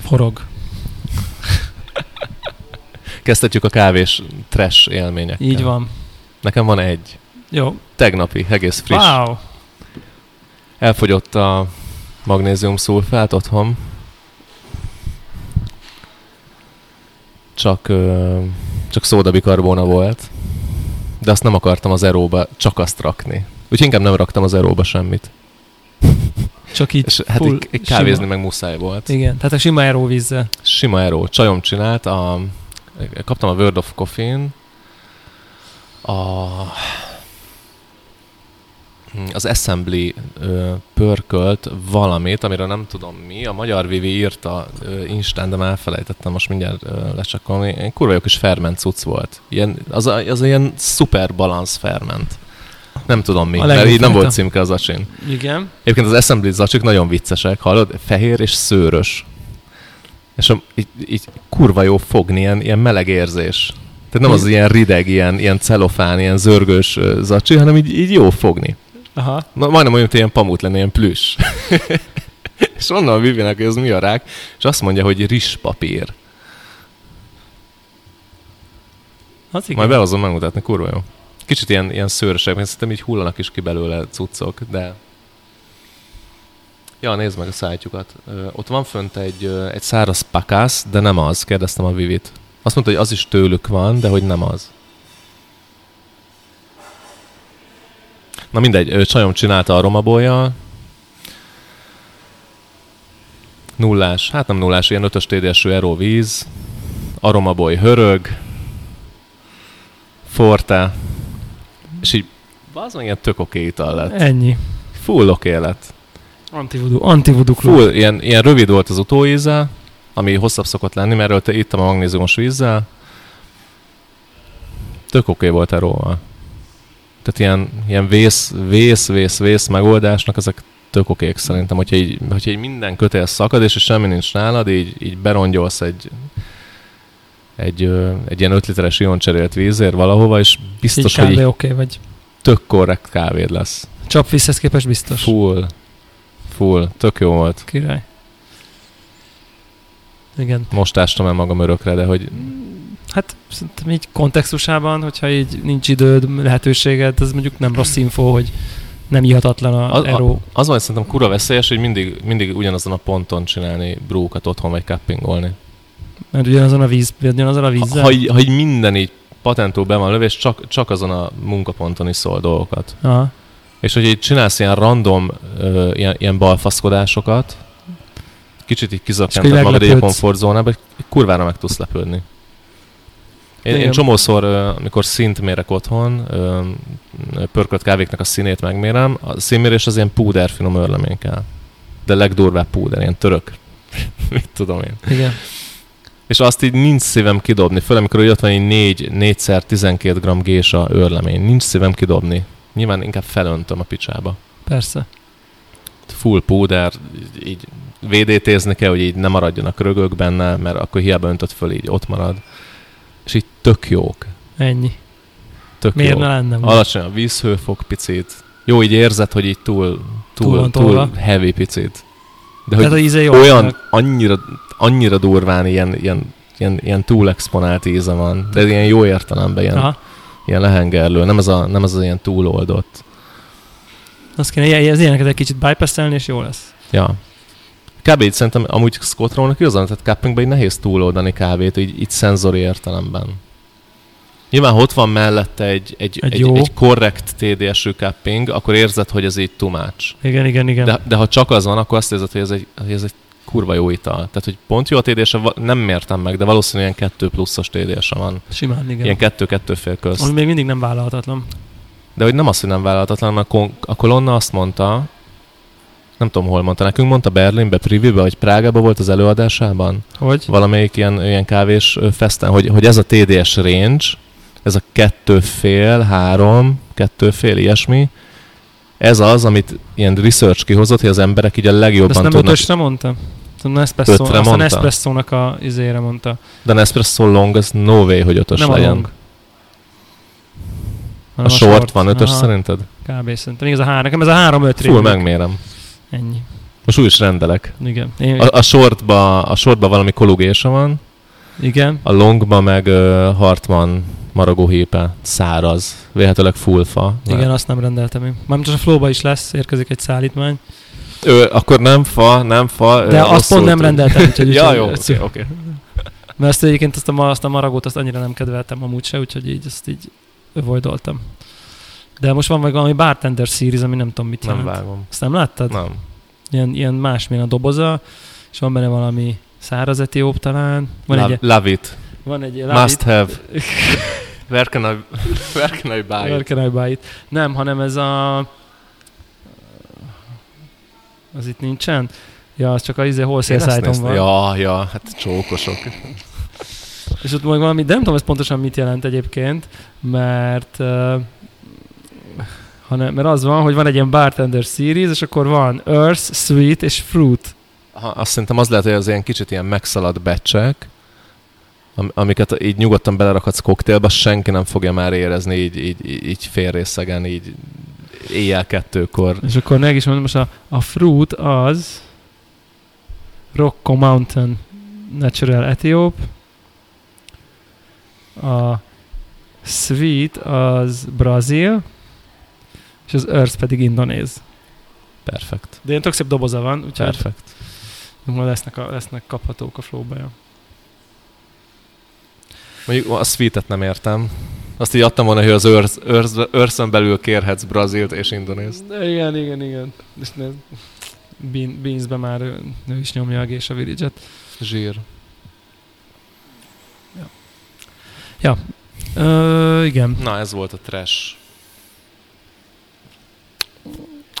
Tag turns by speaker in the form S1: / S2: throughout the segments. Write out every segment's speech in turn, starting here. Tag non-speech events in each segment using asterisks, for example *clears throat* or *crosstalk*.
S1: Forog.
S2: Kezdhetjük a kávés trash élményekkel.
S1: Így van.
S2: Nekem van egy.
S1: Jó.
S2: Tegnapi, egész friss.
S1: Wow.
S2: Elfogyott a magnézium szulfát otthon. Csak, ö, csak szódabikarbóna volt. De azt nem akartam az eróba csak azt rakni. Úgyhogy inkább nem raktam az eróba semmit.
S1: Csak így
S2: És hát
S1: full
S2: így, így kávézni
S1: sima.
S2: meg muszáj volt.
S1: Igen, tehát a sima eróvízzel.
S2: Sima eró. Csajom csinált. A, kaptam a World of Coffee-n. A, az Assembly ö, pörkölt valamit, amiről nem tudom mi. A magyar Vivi írta ö, Instán, de már elfelejtettem, most mindjárt ö, lecsakolni. Én kurva jó kis ferment cucc volt. Ilyen, az, a, az ilyen szuper balansz ferment. Nem tudom mi,
S1: A
S2: mert így nem
S1: legjobb
S2: volt
S1: fajta.
S2: címke az acsin.
S1: Igen.
S2: Egyébként az assembly zacsik nagyon viccesek, hallod? Fehér és szőrös. És a, így, így, kurva jó fogni, ilyen, ilyen meleg érzés. Tehát nem az ilyen rideg, ilyen, ilyen celofán, ilyen zörgős ö, zacsi, hanem így, így jó fogni.
S1: Aha.
S2: Na, majdnem olyan, mint ilyen pamut lenne, ilyen plüss. *laughs* és onnan a Vivinek, hogy ez mi a rák, és azt mondja, hogy rizspapír.
S1: Az igen.
S2: Majd behozom megmutatni, kurva jó. Kicsit ilyen, ilyen szőrösek, mert szerintem így hullanak is ki belőle cuccok, de... Ja, nézd meg a szájtjukat. Ö, ott van fönt egy, ö, egy száraz pakász, de nem az, kérdeztem a Vivit. Azt mondta, hogy az is tőlük van, de hogy nem az. Na mindegy, ö, csajom csinálta a romabolja. Nullás, hát nem nullás, ilyen ötös TDS-ű Aero víz. Aromaboly hörög. Forte. És így az meg ilyen tök oké ital lett.
S1: Ennyi.
S2: Full oké lett.
S1: Antivudu, antivudu klub.
S2: Full, ilyen, ilyen rövid volt az utóíze, ami hosszabb szokott lenni, mert előtte ittam a magnéziumos vízzel. Tök oké volt erről. Tehát ilyen, ilyen vész, vész, vész, vész megoldásnak ezek tök okék szerintem. Hogyha így, hogyha így minden kötél szakad, és semmi nincs nálad, így, így berongyolsz egy egy, ö, egy ilyen 5 literes ioncserélt vízért valahova, és biztos,
S1: Így
S2: hogy így
S1: kb. oké, okay, vagy
S2: tök korrekt kávéd lesz.
S1: csapvízhez képest biztos.
S2: Full. Full. Tök jó volt.
S1: Király. Igen.
S2: Most ástam el magam örökre, de hogy
S1: Hát szerintem így kontextusában, hogyha így nincs időd, lehetőséged, ez mondjuk nem rossz info, hogy nem ihatatlan a,
S2: Az-
S1: a
S2: a-
S1: eró.
S2: az van, hogy szerintem kura veszélyes, hogy mindig, mindig ugyanazon a ponton csinálni brúkat otthon, vagy cuppingolni.
S1: Mert ugyanazon a víz, ugyanazon a
S2: Ha,
S1: vízzel.
S2: ha, így- ha így minden így patentú be van lövés, csak, csak azon a munkaponton is szól dolgokat.
S1: Aha.
S2: És hogy így csinálsz ilyen random, ö, ilyen, ilyen balfaszkodásokat, kicsit így
S1: És
S2: kizakkented
S1: akkor
S2: magad egy
S1: meglepődsz.
S2: komfortzónába, hogy kurvára meg tudsz lepődni. Én, én
S1: Igen.
S2: csomószor, ö, amikor szint mérek otthon, ö, pörkölt kávéknak a színét megmérem, a színmérés az ilyen púder finom örleménykel. De legdurvább púder, ilyen török. *laughs* Mit tudom én.
S1: Igen.
S2: És azt így nincs szívem kidobni, főleg amikor úgy ott van így 4, 4x12 g gésa örlemény. Nincs szívem kidobni. Nyilván inkább felöntöm a picsába
S1: Persze.
S2: full púder, így- így védétézni kell, hogy így ne maradjanak rögök benne, mert akkor hiába öntött föl, így ott marad. És így tök jók.
S1: Ennyi.
S2: Tök
S1: Miért
S2: jók.
S1: ne lenne?
S2: Alacsony a vízhőfok picit. Jó, így érzed, hogy így túl,
S1: Túl
S2: túl, túl,
S1: van
S2: túl
S1: tolva.
S2: heavy picit. De
S1: Tehát a
S2: hogy
S1: íze jó.
S2: olyan, annyira, annyira durván ilyen, ilyen, ilyen, ilyen túlexponált íze van, de ilyen jó értelemben, ilyen,
S1: Aha.
S2: ilyen lehengerlő, nem ez, a, nem ez az ilyen túloldott.
S1: Azt kéne, ilyen- az ilyeneket egy kicsit bypasselni, és jó lesz.
S2: Ja. Kb. így szerintem amúgy Scott Rollnak igazán, tehát cuppingben így nehéz túloldani kávét, így, így szenzori értelemben. Nyilván, ha ott van mellette egy, egy,
S1: Egy
S2: egy, egy,
S1: jó.
S2: egy korrekt TDS-ű cupping, akkor érzed, hogy ez így tumács.
S1: Igen, igen, igen.
S2: De, de ha csak az van, akkor azt érzed, hogy ez egy, hogy ez egy kurva jó ital. Tehát, hogy pont jó a tds nem mértem meg, de valószínűleg ilyen 2 pluszos tds van.
S1: Simán, igen.
S2: Ilyen 2-2 fél közt.
S1: Ami még mindig nem vállalhatatlan.
S2: De hogy nem azt, hogy nem vállalhatatlan, mert kon- a kolonna azt mondta, nem tudom, hol mondta, nekünk mondta Berlinbe, Privibe, vagy Prágában volt az előadásában,
S1: Hogy?
S2: valamelyik ilyen, ilyen kávés ö, festen, hogy, hogy ez a TDS range, ez a kettő fél, három, kettő fél, ilyesmi, ez az, amit ilyen research kihozott, hogy az emberek így a
S1: De ezt
S2: legjobban
S1: nem
S2: tudnak.
S1: ötösre mondta? Tudom, Nespresso,
S2: Ötre
S1: azt a
S2: mondta?
S1: Nespresso-nak a izére mondta.
S2: De Nespresso long, az no way, hogy ötös
S1: nem
S2: legyen.
S1: a long.
S2: A,
S1: Hanem
S2: short van ötös
S1: Aha,
S2: szerinted?
S1: Kb. szerintem. Még ez a három, nekem ez a három öt
S2: Full
S1: rémlik.
S2: megmérem.
S1: Ennyi.
S2: Most úgy is rendelek.
S1: Igen. Én,
S2: A, a, shortba, a shortba valami kolugésa van,
S1: igen.
S2: a longba meg ö, Hartman maragóhépe, száraz, véletőleg full fa.
S1: Igen, azt nem rendeltem én. Mármint a flóba is lesz, érkezik egy szállítmány.
S2: Ö, akkor nem fa, nem fa.
S1: De
S2: ö,
S1: azt
S2: rosszul
S1: pont nem
S2: tűnt. *laughs*
S1: rendeltem, úgyhogy
S2: ja,
S1: úgyhogy-
S2: jó, oké, oké.
S1: Mert azt egyébként azt a, ma- azt a maragót azt annyira nem kedveltem amúgy se, úgyhogy így azt így avoidoltam. De most van meg valami bartender series, ami nem tudom mit
S2: Nem
S1: jelent.
S2: vágom.
S1: Azt nem láttad?
S2: Nem.
S1: Ilyen, ilyen másmilyen a doboza, és van benne valami száraz etióp talán. Van
S2: Love,
S1: egy,
S2: love it.
S1: van egy
S2: Must
S1: *laughs*
S2: have. Where can I, where can I buy
S1: Where
S2: it?
S1: can I buy it? Nem, hanem ez a... Az itt nincsen? Ja, az csak a izé wholesale
S2: Én ezt
S1: site van.
S2: néztem. Ja, ja, hát csókosok.
S1: És ott meg valami, de nem tudom, ez pontosan mit jelent egyébként, mert uh, hanem, mert az van, hogy van egy ilyen bartender series, és akkor van Earth, Sweet és Fruit.
S2: Ha- Azt szerintem az lehet, hogy az ilyen kicsit ilyen megszaladt becsek, am- amiket így nyugodtan belerakhatsz koktélba, senki nem fogja már érezni így, így, így így fél részegen, így éjjel kettőkor.
S1: És akkor meg is mondom, most a, a Fruit az Rocco Mountain Natural Etiop, a Sweet az Brazil, és az Earth pedig Indonéz.
S2: Perfekt.
S1: De ilyen tök szép doboza van, úgyhogy
S2: Perfekt.
S1: majd lesznek, a, lesznek kaphatók a flowba. Ja.
S2: Mondjuk a sweetet nem értem. Azt így adtam volna, hogy az őrsz, őrsz, őrszön belül kérhetsz Brazilt és Indonézt.
S1: Mm, Igen, igen, igen. És ne, Bean, Beansbe már ő, ő is nyomja a Gésa Village-et.
S2: Zsír.
S1: Ö, igen.
S2: Na, ez volt a trash.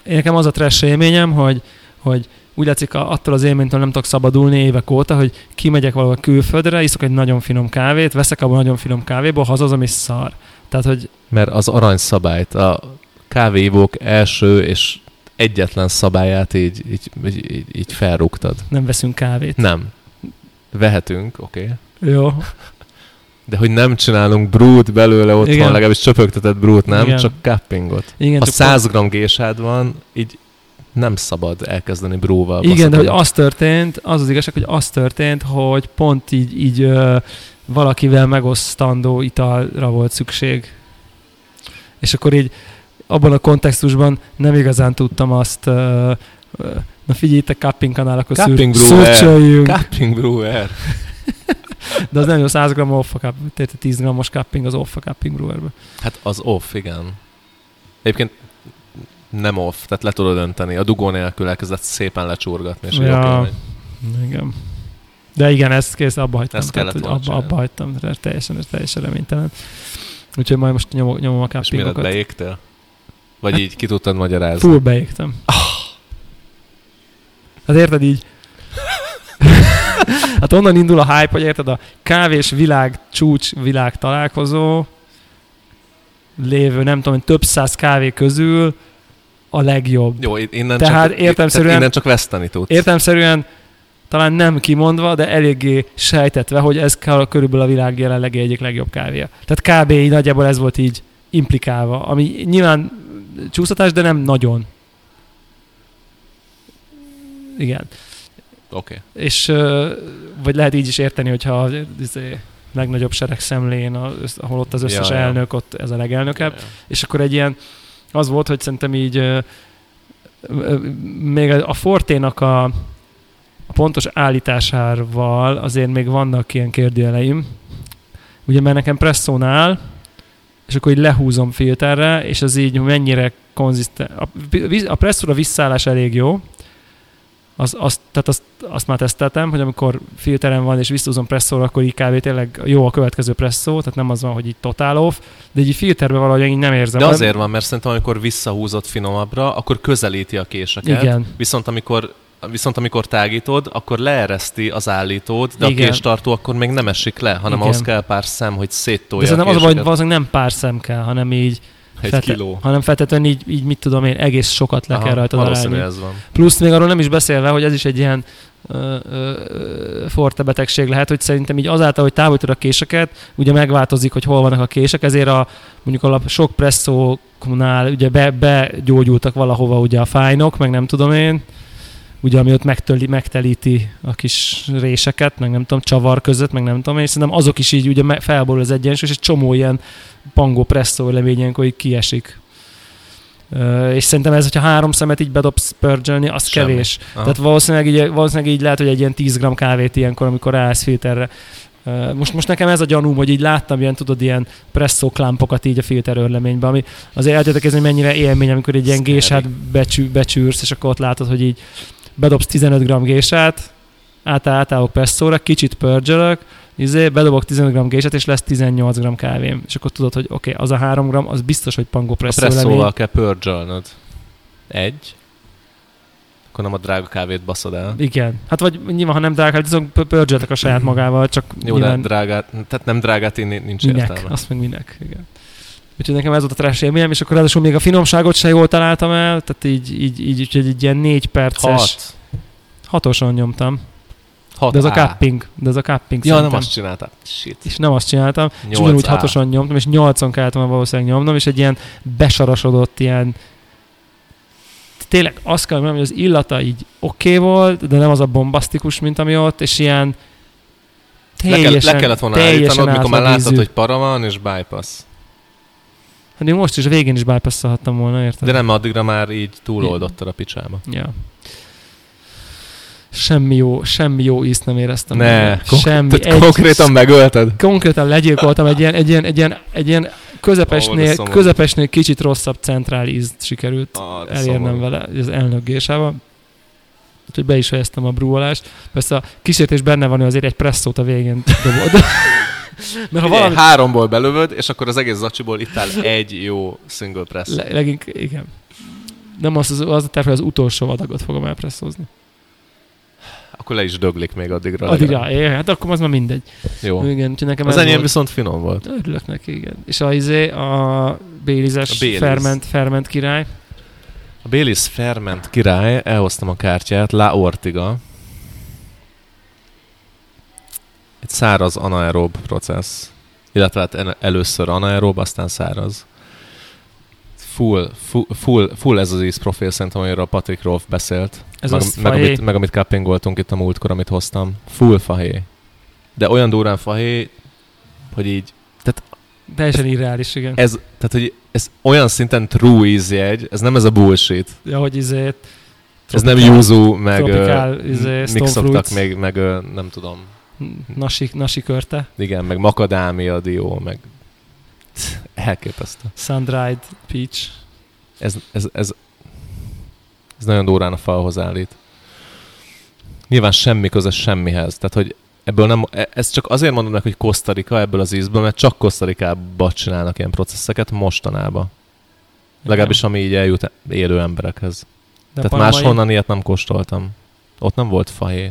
S1: Én nekem az a trash élményem, hogy, hogy úgy látszik, a- attól az élménytől nem tudok szabadulni évek óta, hogy kimegyek valahol külföldre, iszok egy nagyon finom kávét, veszek abban nagyon finom kávéból, hazazom és szar. Tehát, hogy
S2: Mert az aranyszabályt, a kávéivók első és egyetlen szabályát így, így, így, így, így felrúgtad.
S1: nem veszünk kávét.
S2: Nem. Vehetünk, oké. Okay.
S1: Jó.
S2: De hogy nem csinálunk brút belőle otthon,
S1: Igen.
S2: Igen. legalábbis csöpögtetett brút, nem?
S1: Igen.
S2: Igen. Csak cuppingot.
S1: Igen,
S2: Ha
S1: csak
S2: 100 g gésád van, így nem szabad elkezdeni bróval.
S1: Igen, de hogy
S2: baszakodni.
S1: az történt, az az igazság, hogy az történt, hogy pont így, így ö, valakivel megosztandó italra volt szükség. És akkor így abban a kontextusban nem igazán tudtam azt, ö, ö, na figyelj, itt a cupping kanál, akkor
S2: Cupping
S1: szür-
S2: brewer.
S1: szürcsöljünk.
S2: Cupping brewer.
S1: De az nem jó, 100 g off a cup, tehát 10 g-os cupping az off a cupping brewerbe.
S2: Hát az off, igen. Egyébként nem off, tehát le tudod dönteni. A dugó nélkül elkezdett szépen lecsurgatni, és
S1: Ja.
S2: ja. okay,
S1: Igen. De igen, ezt kész, abba hagytam.
S2: Ezt
S1: tehát, hogy
S2: kellett volna
S1: abba,
S2: csinálni.
S1: abba hagytam, de teljesen, teljesen reménytelen. Úgyhogy majd most nyomom, nyomom a
S2: és mire
S1: cuppingokat.
S2: beégtél? Vagy
S1: Hát
S2: így ki tudtad magyarázni?
S1: Full beégtem. Hát érted így? hát onnan indul a hype, hogy érted a kávés világ csúcs világ találkozó lévő, nem tudom, több száz kávé közül a legjobb.
S2: Jó, i- innen
S1: Tehát
S2: csak, i-
S1: értelemszerűen-
S2: tehát innen csak veszteni tudsz.
S1: Értelmszerűen talán nem kimondva, de eléggé sejtetve, hogy ez kell körülbelül a világ jelenlegi egyik legjobb kávéja. Tehát kb. így nagyjából ez volt így implikálva, ami nyilván csúsztatás, de nem nagyon. Igen.
S2: Oké.
S1: És ö, vagy lehet így is érteni, hogyha az izé, legnagyobb sereg szemlén, a- össz- ahol ott az összes
S2: Ja,
S1: ja,
S2: ja.
S1: elnök, ott ez a legelnökebb.
S2: Ja, ja.
S1: És akkor egy ilyen, az volt, hogy szerintem így ö, ö, még a Forténak a, a pontos állításával azért még vannak ilyen kérdőjeleim. Ugye mert nekem presszónál, és akkor így lehúzom filterre, és az így mennyire konzisztens. A, vi- a presszóra visszaállás elég jó, az, az, tehát azt, azt már teszteltem, hogy amikor filterem van és visszahúzom presszóra, akkor így kb. tényleg jó a következő presszó, tehát nem az van, hogy így totál off, de így így filterbe valahogy így nem érzem.
S2: De azért van, mert szerintem amikor visszahúzott finomabbra, akkor közelíti a késeket.
S1: Igen.
S2: Viszont amikor viszont amikor tágítod, akkor leereszti az állítód, de
S1: Igen.
S2: a késtartó akkor még nem esik le, hanem
S1: Igen.
S2: Igen. ahhoz kell pár szem, hogy
S1: De
S2: széttolja
S1: szerintem az a
S2: a
S1: baj, hogy
S2: késeket.
S1: valószínűleg nem pár szem kell, hanem így,
S2: Egy
S1: fete-
S2: kiló.
S1: hanem feltétlenül így, így, mit tudom én, egész sokat le kell rajta
S2: valószínű
S1: darálni.
S2: ez van.
S1: Plusz még arról nem is beszélve, hogy ez is egy ilyen ö, ö, ö, forte betegség lehet, hogy szerintem így azáltal, hogy távolítod a késeket, ugye megváltozik, hogy hol vannak a kések, ezért a mondjuk a sok presszóknál ugye be, begyógyultak valahova ugye a fájnok, meg nem tudom én, ugye ami ott megtöli, megtelíti a kis réseket, meg nem tudom, csavar között, meg nem tudom, és szerintem azok is így ugye me- felborul az egyensúly, és egy csomó ilyen pangó presszó lemény ilyenkor így kiesik. Ö, és szerintem ez, hogyha három szemet így bedobsz pörgyölni, az
S2: Semmi.
S1: Semmi. kevés.
S2: Aha.
S1: Tehát valószínűleg így, valószínűleg így lehet, hogy egy ilyen 10 g kávét ilyenkor, amikor ráállsz filterre. Ö, Most, most nekem ez a gyanúm, hogy így láttam ilyen, tudod, ilyen presszó klámpokat így a filterörleményben, ami azért el tudjátok hogy mennyire élmény, amikor egy ilyen
S2: Scary.
S1: gésát becsű, becsűrsz, és akkor ott látod, hogy így bedobsz 15 g gésát, átáll, átállok presszóra, kicsit pörgyölök, izé, bedobok 15 g gésát, és lesz 18 g kávém. És akkor tudod, hogy oké, okay, az a 3 g, az biztos, hogy pangó
S2: A
S1: presszó lemény.
S2: presszóval kell pörzsölnöd. Egy. Akkor nem a drága kávét baszod el.
S1: Igen. Hát vagy nyilván, ha nem drágák, hát azok pö- pörgyöltek a saját magával, csak
S2: Jó, de
S1: nyilván
S2: drágát, tehát nem drágát inni nincs
S1: minek,
S2: értelme.
S1: azt meg minek, igen. Úgyhogy nekem ez volt a trash élményem, és akkor ráadásul még a finomságot se jól találtam el, tehát így, így, így, így, egy ilyen négy perces, Hat.
S2: Hat.
S1: hatoson nyomtam.
S2: Hat
S1: De ez a
S2: A.
S1: cupping, de ez a cupping
S2: Ja, nem
S1: szerintem.
S2: azt csináltál. Shit.
S1: És nem azt csináltam, és
S2: Nyolc
S1: ugyanúgy
S2: A.
S1: hatoson nyomtam, és nyolcon kellett volna valószínűleg nyomnom, és egy ilyen besarasodott ilyen tényleg azt kell mondanom, hogy az illata így oké okay volt, de nem az a bombasztikus, mint ami ott, és ilyen
S2: Le, kell,
S1: teljesen,
S2: le kellett volna
S1: teljesen
S2: állítanod, mikor már láttad,
S1: átlag
S2: hogy para van és bypass.
S1: Hát még most is, a végén is bypasszolhattam volna, érted?
S2: De nem, addigra már így túloldottad a picsába.
S1: Ja. Semmi jó, semmi jó ízt nem éreztem.
S2: Ne,
S1: Benne. semmi.
S2: Tehát konkrétan megölted?
S1: konkrétan legyilkoltam egy ilyen, egy ilyen, egy ilyen, egy ilyen
S2: Ó, de
S1: közepesnél,
S2: szomorú.
S1: közepesnél kicsit rosszabb centrál ízt sikerült
S2: Ah, de
S1: elérnem
S2: szomorú.
S1: vele az elnökgésával. Úgyhogy be is fejeztem a brúolást. Persze a kísértés benne van, hogy azért egy presszót a végén
S2: *laughs*
S1: dobod. Mert ha
S2: Figyelj,
S1: valami...
S2: háromból belövöd, és akkor az egész zacsiból itt áll egy jó single press. Le...
S1: Le, legink, igen. Nem az, az, az a terv, hogy az utolsó adagot fogom elpresszózni.
S2: Akkor le is döglik még addigra.
S1: Addig rá,
S2: legalább.
S1: é, hát akkor az már mindegy.
S2: Jó.
S1: Igen, úgyhogy nekem
S2: Az
S1: ez
S2: enyém
S1: volt.
S2: viszont finom volt.
S1: Örülök neki, igen. És a, izé, a
S2: A
S1: Bélizes
S2: Baileys.
S1: ferment, ferment király.
S2: A Bélis Ferment király, elhoztam a kártyát, La Ortiga. Egy száraz anaerób processz. Illetve hát en- először anaerób, aztán száraz. Full, full, full, full ez az ízprofil, szerintem, amiről a Patrick Rolf beszélt.
S1: Ez
S2: meg,
S1: az
S2: meg,
S1: fahé.
S2: amit, meg amit cuppingoltunk itt a múltkor, amit hoztam. Full fahé. De olyan durán fahé, hogy így,
S1: Teljesen irreális, igen.
S2: ez, tehát, hogy ez olyan szinten true ízjegy, ez nem ez a bullshit.
S1: Ja, hogy izé,
S2: Ez nem
S1: tropikál-
S2: Yuzu, meg
S1: tropikál,
S2: ö,
S1: izé,
S2: m-
S1: stone
S2: mik szoktak
S1: fruits.
S2: még, meg ö, nem tudom,
S1: Nasi, nasi körte,
S2: igen, meg makadámia dió, meg elképesztő.
S1: sun-dried peach.
S2: Ez, ez, ez, ez nagyon durán a falhoz állít. Nyilván semmi köze semmihez, tehát hogy ebből nem, e- ezt csak azért mondom meg, hogy Kosztarika ebből az ízből, mert csak Kosztarikába csinálnak ilyen processzeket mostanában. Legalábbis ami így eljut élő emberekhez.
S1: De
S2: tehát
S1: panamai-
S2: máshonnan ilyet nem kóstoltam. Ott nem volt fahé.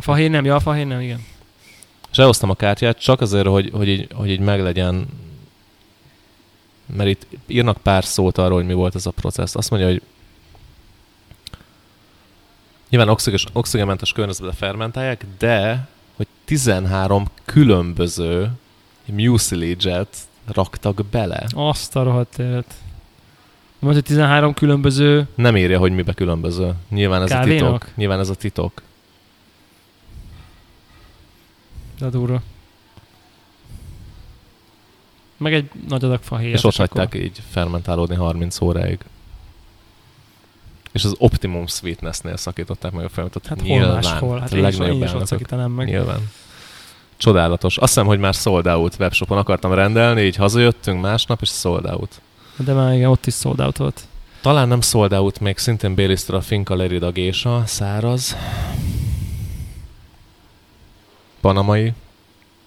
S1: Fahé nem, ja, fahé nem, igen.
S2: És elhoztam a kártyát csak azért, hogy, hogy, így, hogy így meglegyen, mert itt írnak pár szót arról, hogy mi volt ez a processz. Azt mondja, hogy nyilván oxigés, oxigénmentes környezetben fermentálják, de hogy 13 különböző mucilage-et raktak bele.
S1: Azt a rohadt élet. Mondja, hogy 13 különböző
S2: Nem írja, hogy mibe különböző. Nyilván ez a
S1: Kávénak?
S2: titok. Nyilván ez a titok.
S1: de durva. Meg egy nagy adag fahéjat.
S2: És ott
S1: akkor-
S2: hagyták így fermentálódni 30 óráig. És az optimum sweetnessnél szakították meg a felmetet.
S1: Hát hol
S2: nyilván,
S1: máshol, hát
S2: Hát
S1: én is, én is ott
S2: elnökök.
S1: szakítanám meg.
S2: Nyilván. Csodálatos. Azt hiszem, hogy már sold out webshopon akartam rendelni, így hazajöttünk másnap, és sold out.
S1: De már igen, ott is sold out volt.
S2: Talán nem sold out, még szintén Bélisztra a Finca Lerida Gésa, száraz. Panamai.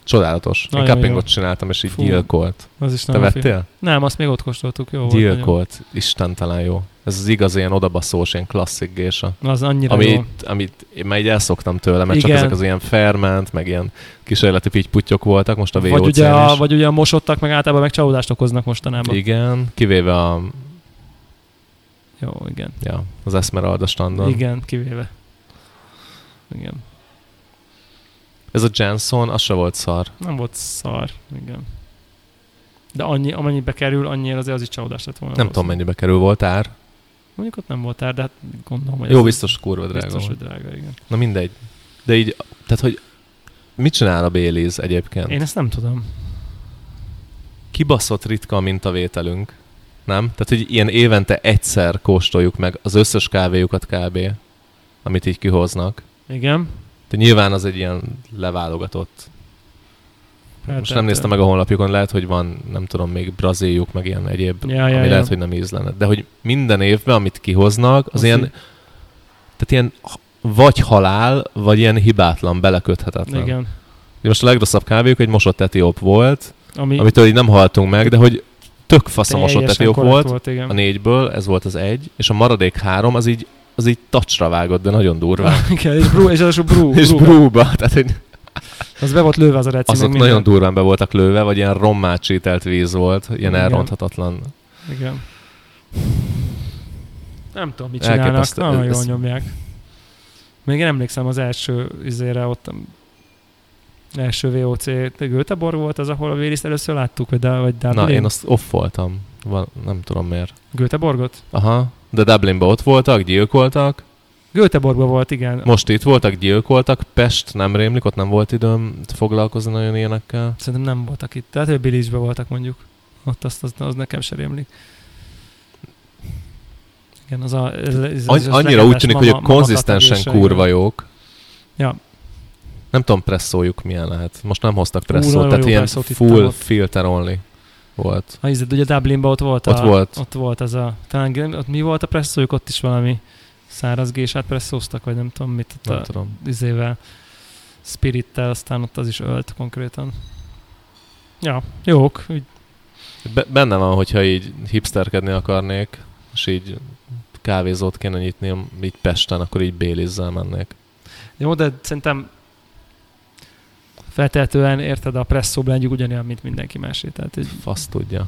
S2: Csodálatos. Én
S1: Nagyon jó.
S2: cuppingot csináltam, és így
S1: Fú,
S2: gyilkolt.
S1: Az is
S2: Te
S1: nem a fi-
S2: vettél?
S1: Nem, azt még ott kóstoltuk, jó volt. nagyon.
S2: Gyilkolt, istentelen jó. Ez az igaz ilyen odabaszós, ilyen klasszik gésa.
S1: Az annyira jó.
S2: Amit, amit én már így elszoktam tőle, mert Igen. csak
S1: Igen.
S2: ezek az ilyen ferment, meg ilyen kísérleti pittyputyok voltak most a
S1: Vagy
S2: VOC-n
S1: ugye, a,
S2: is.
S1: vagy ugye a mosottak meg általában meg csalódást okoznak mostanában.
S2: Igen, kivéve a,
S1: Jó, igen.
S2: ja, az Esmeralda standon. Igen.
S1: Igen, kivéve. Igen.
S2: Ez a Jenson, az se volt szar.
S1: Nem volt szar, igen. De annyi, amennyibe kerül, annyira azért az is csalódás lett volna.
S2: Nem tudom, mennyibe kerül volt ár.
S1: Mondjuk ott nem volt ár, de hát gondolom, hogy
S2: Jó,
S1: ez
S2: biztos kurva drága
S1: biztos,
S2: biztos,
S1: hogy drága, igen.
S2: Na mindegy. De így, tehát hogy mit csinál a Baileys egyébként?
S1: Én
S2: Én...
S1: ezt nem tudom.
S2: Kibaszott ritka a mintavételünk. Nem? Tehát, hogy ilyen évente egyszer kóstoljuk meg az összes kávéjukat kb. Amit így kihoznak.
S1: Igen.
S2: De nyilván az egy ilyen leválogatott.
S1: Hát,
S2: Most nem néztem meg a honlapjukon, lehet, hogy van, nem tudom, még brazéljuk, meg ilyen egyéb,
S1: Ja, ja,
S2: ami
S1: ja.
S2: lehet, hogy nem ízlene. De hogy minden évben, amit kihoznak, az,
S1: Az
S2: ilyen,
S1: így-
S2: tehát ilyen h- vagy halál, vagy ilyen hibátlan, beleköthetetlen.
S1: Igen.
S2: Ugye most a legrosszabb kávéjuk egy mosott etióp volt,
S1: Ami
S2: amitől így nem haltunk meg, de hogy tök fasz a mosott
S1: teljesen
S2: etióp
S1: korrekt
S2: volt.
S1: volt igen.
S2: A négyből ez volt az egy, és a maradék három az így, az így tacsra vágott, de nagyon durván.
S1: *laughs* Igen, és brú, és az a brú,
S2: *laughs* és
S1: brú.
S2: brúba, tehát hogy
S1: Az be volt lőve az a reci.
S2: azok
S1: meg
S2: nagyon
S1: minden.
S2: durván be voltak lőve, vagy ilyen rommácsítelt víz volt, ilyen
S1: Igen.
S2: elronthatatlan.
S1: Igen. Nem tudom, mit
S2: Elképesztő.
S1: csinálnak, nagyon
S2: Ez-
S1: jól
S2: ez-
S1: nyomják. Még én emlékszem az első izére ott um, első VOC Göteborg volt az, ahol a Vériszt először láttuk, vagy, Dá- vagy Dublin.
S2: Na, én azt off voltam. Val- nem tudom miért.
S1: Göteborgot?
S2: Aha, de Dublinban ott voltak, gyilkoltak,
S1: Göteborgban volt, igen.
S2: most itt voltak, gyilkoltak, Pest nem rémlik, ott nem volt időm foglalkozni nagyon ilyenekkel.
S1: Szerintem nem voltak itt. Tehát, hogy Bilisbe voltak mondjuk. Ott azt, az, az nekem sem rémlik. Igen, az a... Ez, ez,
S2: Any-
S1: ez
S2: annyira
S1: legendás
S2: úgy tűnik, hogy
S1: mama-
S2: a
S1: mama
S2: konzisztensen
S1: kategóriása, igen.
S2: kurva jók.
S1: Ja.
S2: Nem tudom, presszójuk milyen lehet. Most nem hoztak
S1: nagyon
S2: presszót, tehát
S1: jó
S2: ilyen
S1: presszót ittam
S2: full
S1: ott.
S2: filter only volt.
S1: Ha hiszed, ugye Dublinban ott volt.
S2: Ott
S1: a,
S2: volt.
S1: Ott volt ez a... Talán ott mi volt a presszójuk? Ott is valami száraz gésát presszóztak, vagy nem tudom mit. Ott
S2: Nem
S1: a,
S2: tudom.
S1: izével, spirittel, aztán ott az is ölt konkrétan. Ja, jók. Úgy,
S2: Be- benne van, hogyha így hipsterkedni akarnék, és így kávézót kéne nyitni, így Pesten, akkor így Bélizzzel mennék.
S1: jó, de szerintem feltehetően érted a presszó blendjük ugyanilyen, mint mindenki másé. Tehát így
S2: Fasz tudja.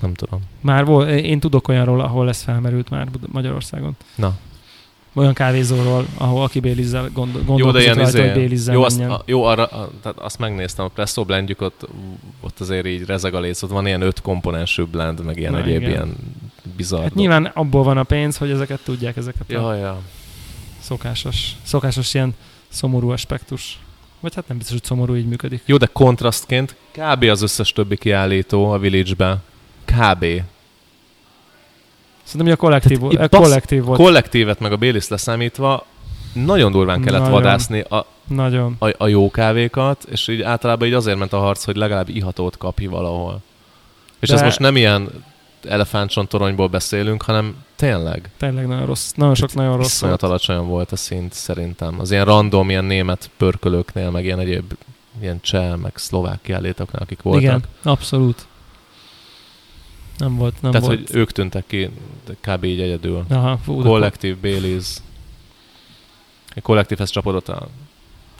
S2: Nem tudom.
S1: Már volt, én tudok olyanról, ahol ez felmerült már Bud- Magyarországon.
S2: Na.
S1: Olyan kávézóról, ahol aki bélizzel gondol,
S2: Jó, de
S1: gondolkozott
S2: ilyen
S1: rajta, izé,
S2: izé,
S1: hogy bélizzel
S2: jó, azt,
S1: menjen.
S2: a, jó arra, a, tehát azt megnéztem, a Presso blendjük ott, ott azért így rezeg a léc, ott van ilyen öt komponensű blend, meg ilyen
S1: Na,
S2: Na, egyéb
S1: igen.
S2: igen. ilyen bizarr.
S1: Hát nyilván abból van a pénz, hogy ezeket tudják, ezeket a
S2: Ja, ja.
S1: szokásos, szokásos ilyen szomorú aspektus. Vagy hát nem biztos, hogy szomorú így működik.
S2: Jó, de kontrasztként kb. az összes többi kiállító a Village-ben. Kb.
S1: Szerintem, hogy a kollektív,
S2: Tehát Hát itt
S1: a
S2: bassz-
S1: kollektív volt.
S2: Kollektívet meg a Bélis leszámítva nagyon durván kellett
S1: Nagyon.
S2: nagyon. vadászni a,
S1: Nagyon.
S2: a, a jó kávékat, és így általában így azért ment a harc, hogy legalább ihatót kapj valahol. És
S1: De-
S2: De... ez most nem ilyen elefántcsontoronyból beszélünk, hanem tényleg.
S1: Tényleg nagyon rossz. Nagyon sok nagyon rossz
S2: Iszonyat
S1: volt.
S2: alacsonyan volt a szint szerintem. Az ilyen random, ilyen német pörkölőknél, meg ilyen egyéb ilyen cseh, meg szlovák kiállítóknál, akik voltak.
S1: Igen, abszolút. Nem volt, nem
S2: Tehát,
S1: volt.
S2: hogy ők tűntek ki de kb. így egyedül.
S1: Aha, fú, de
S2: Kollektív Baileys. A kollektívhez csapodott a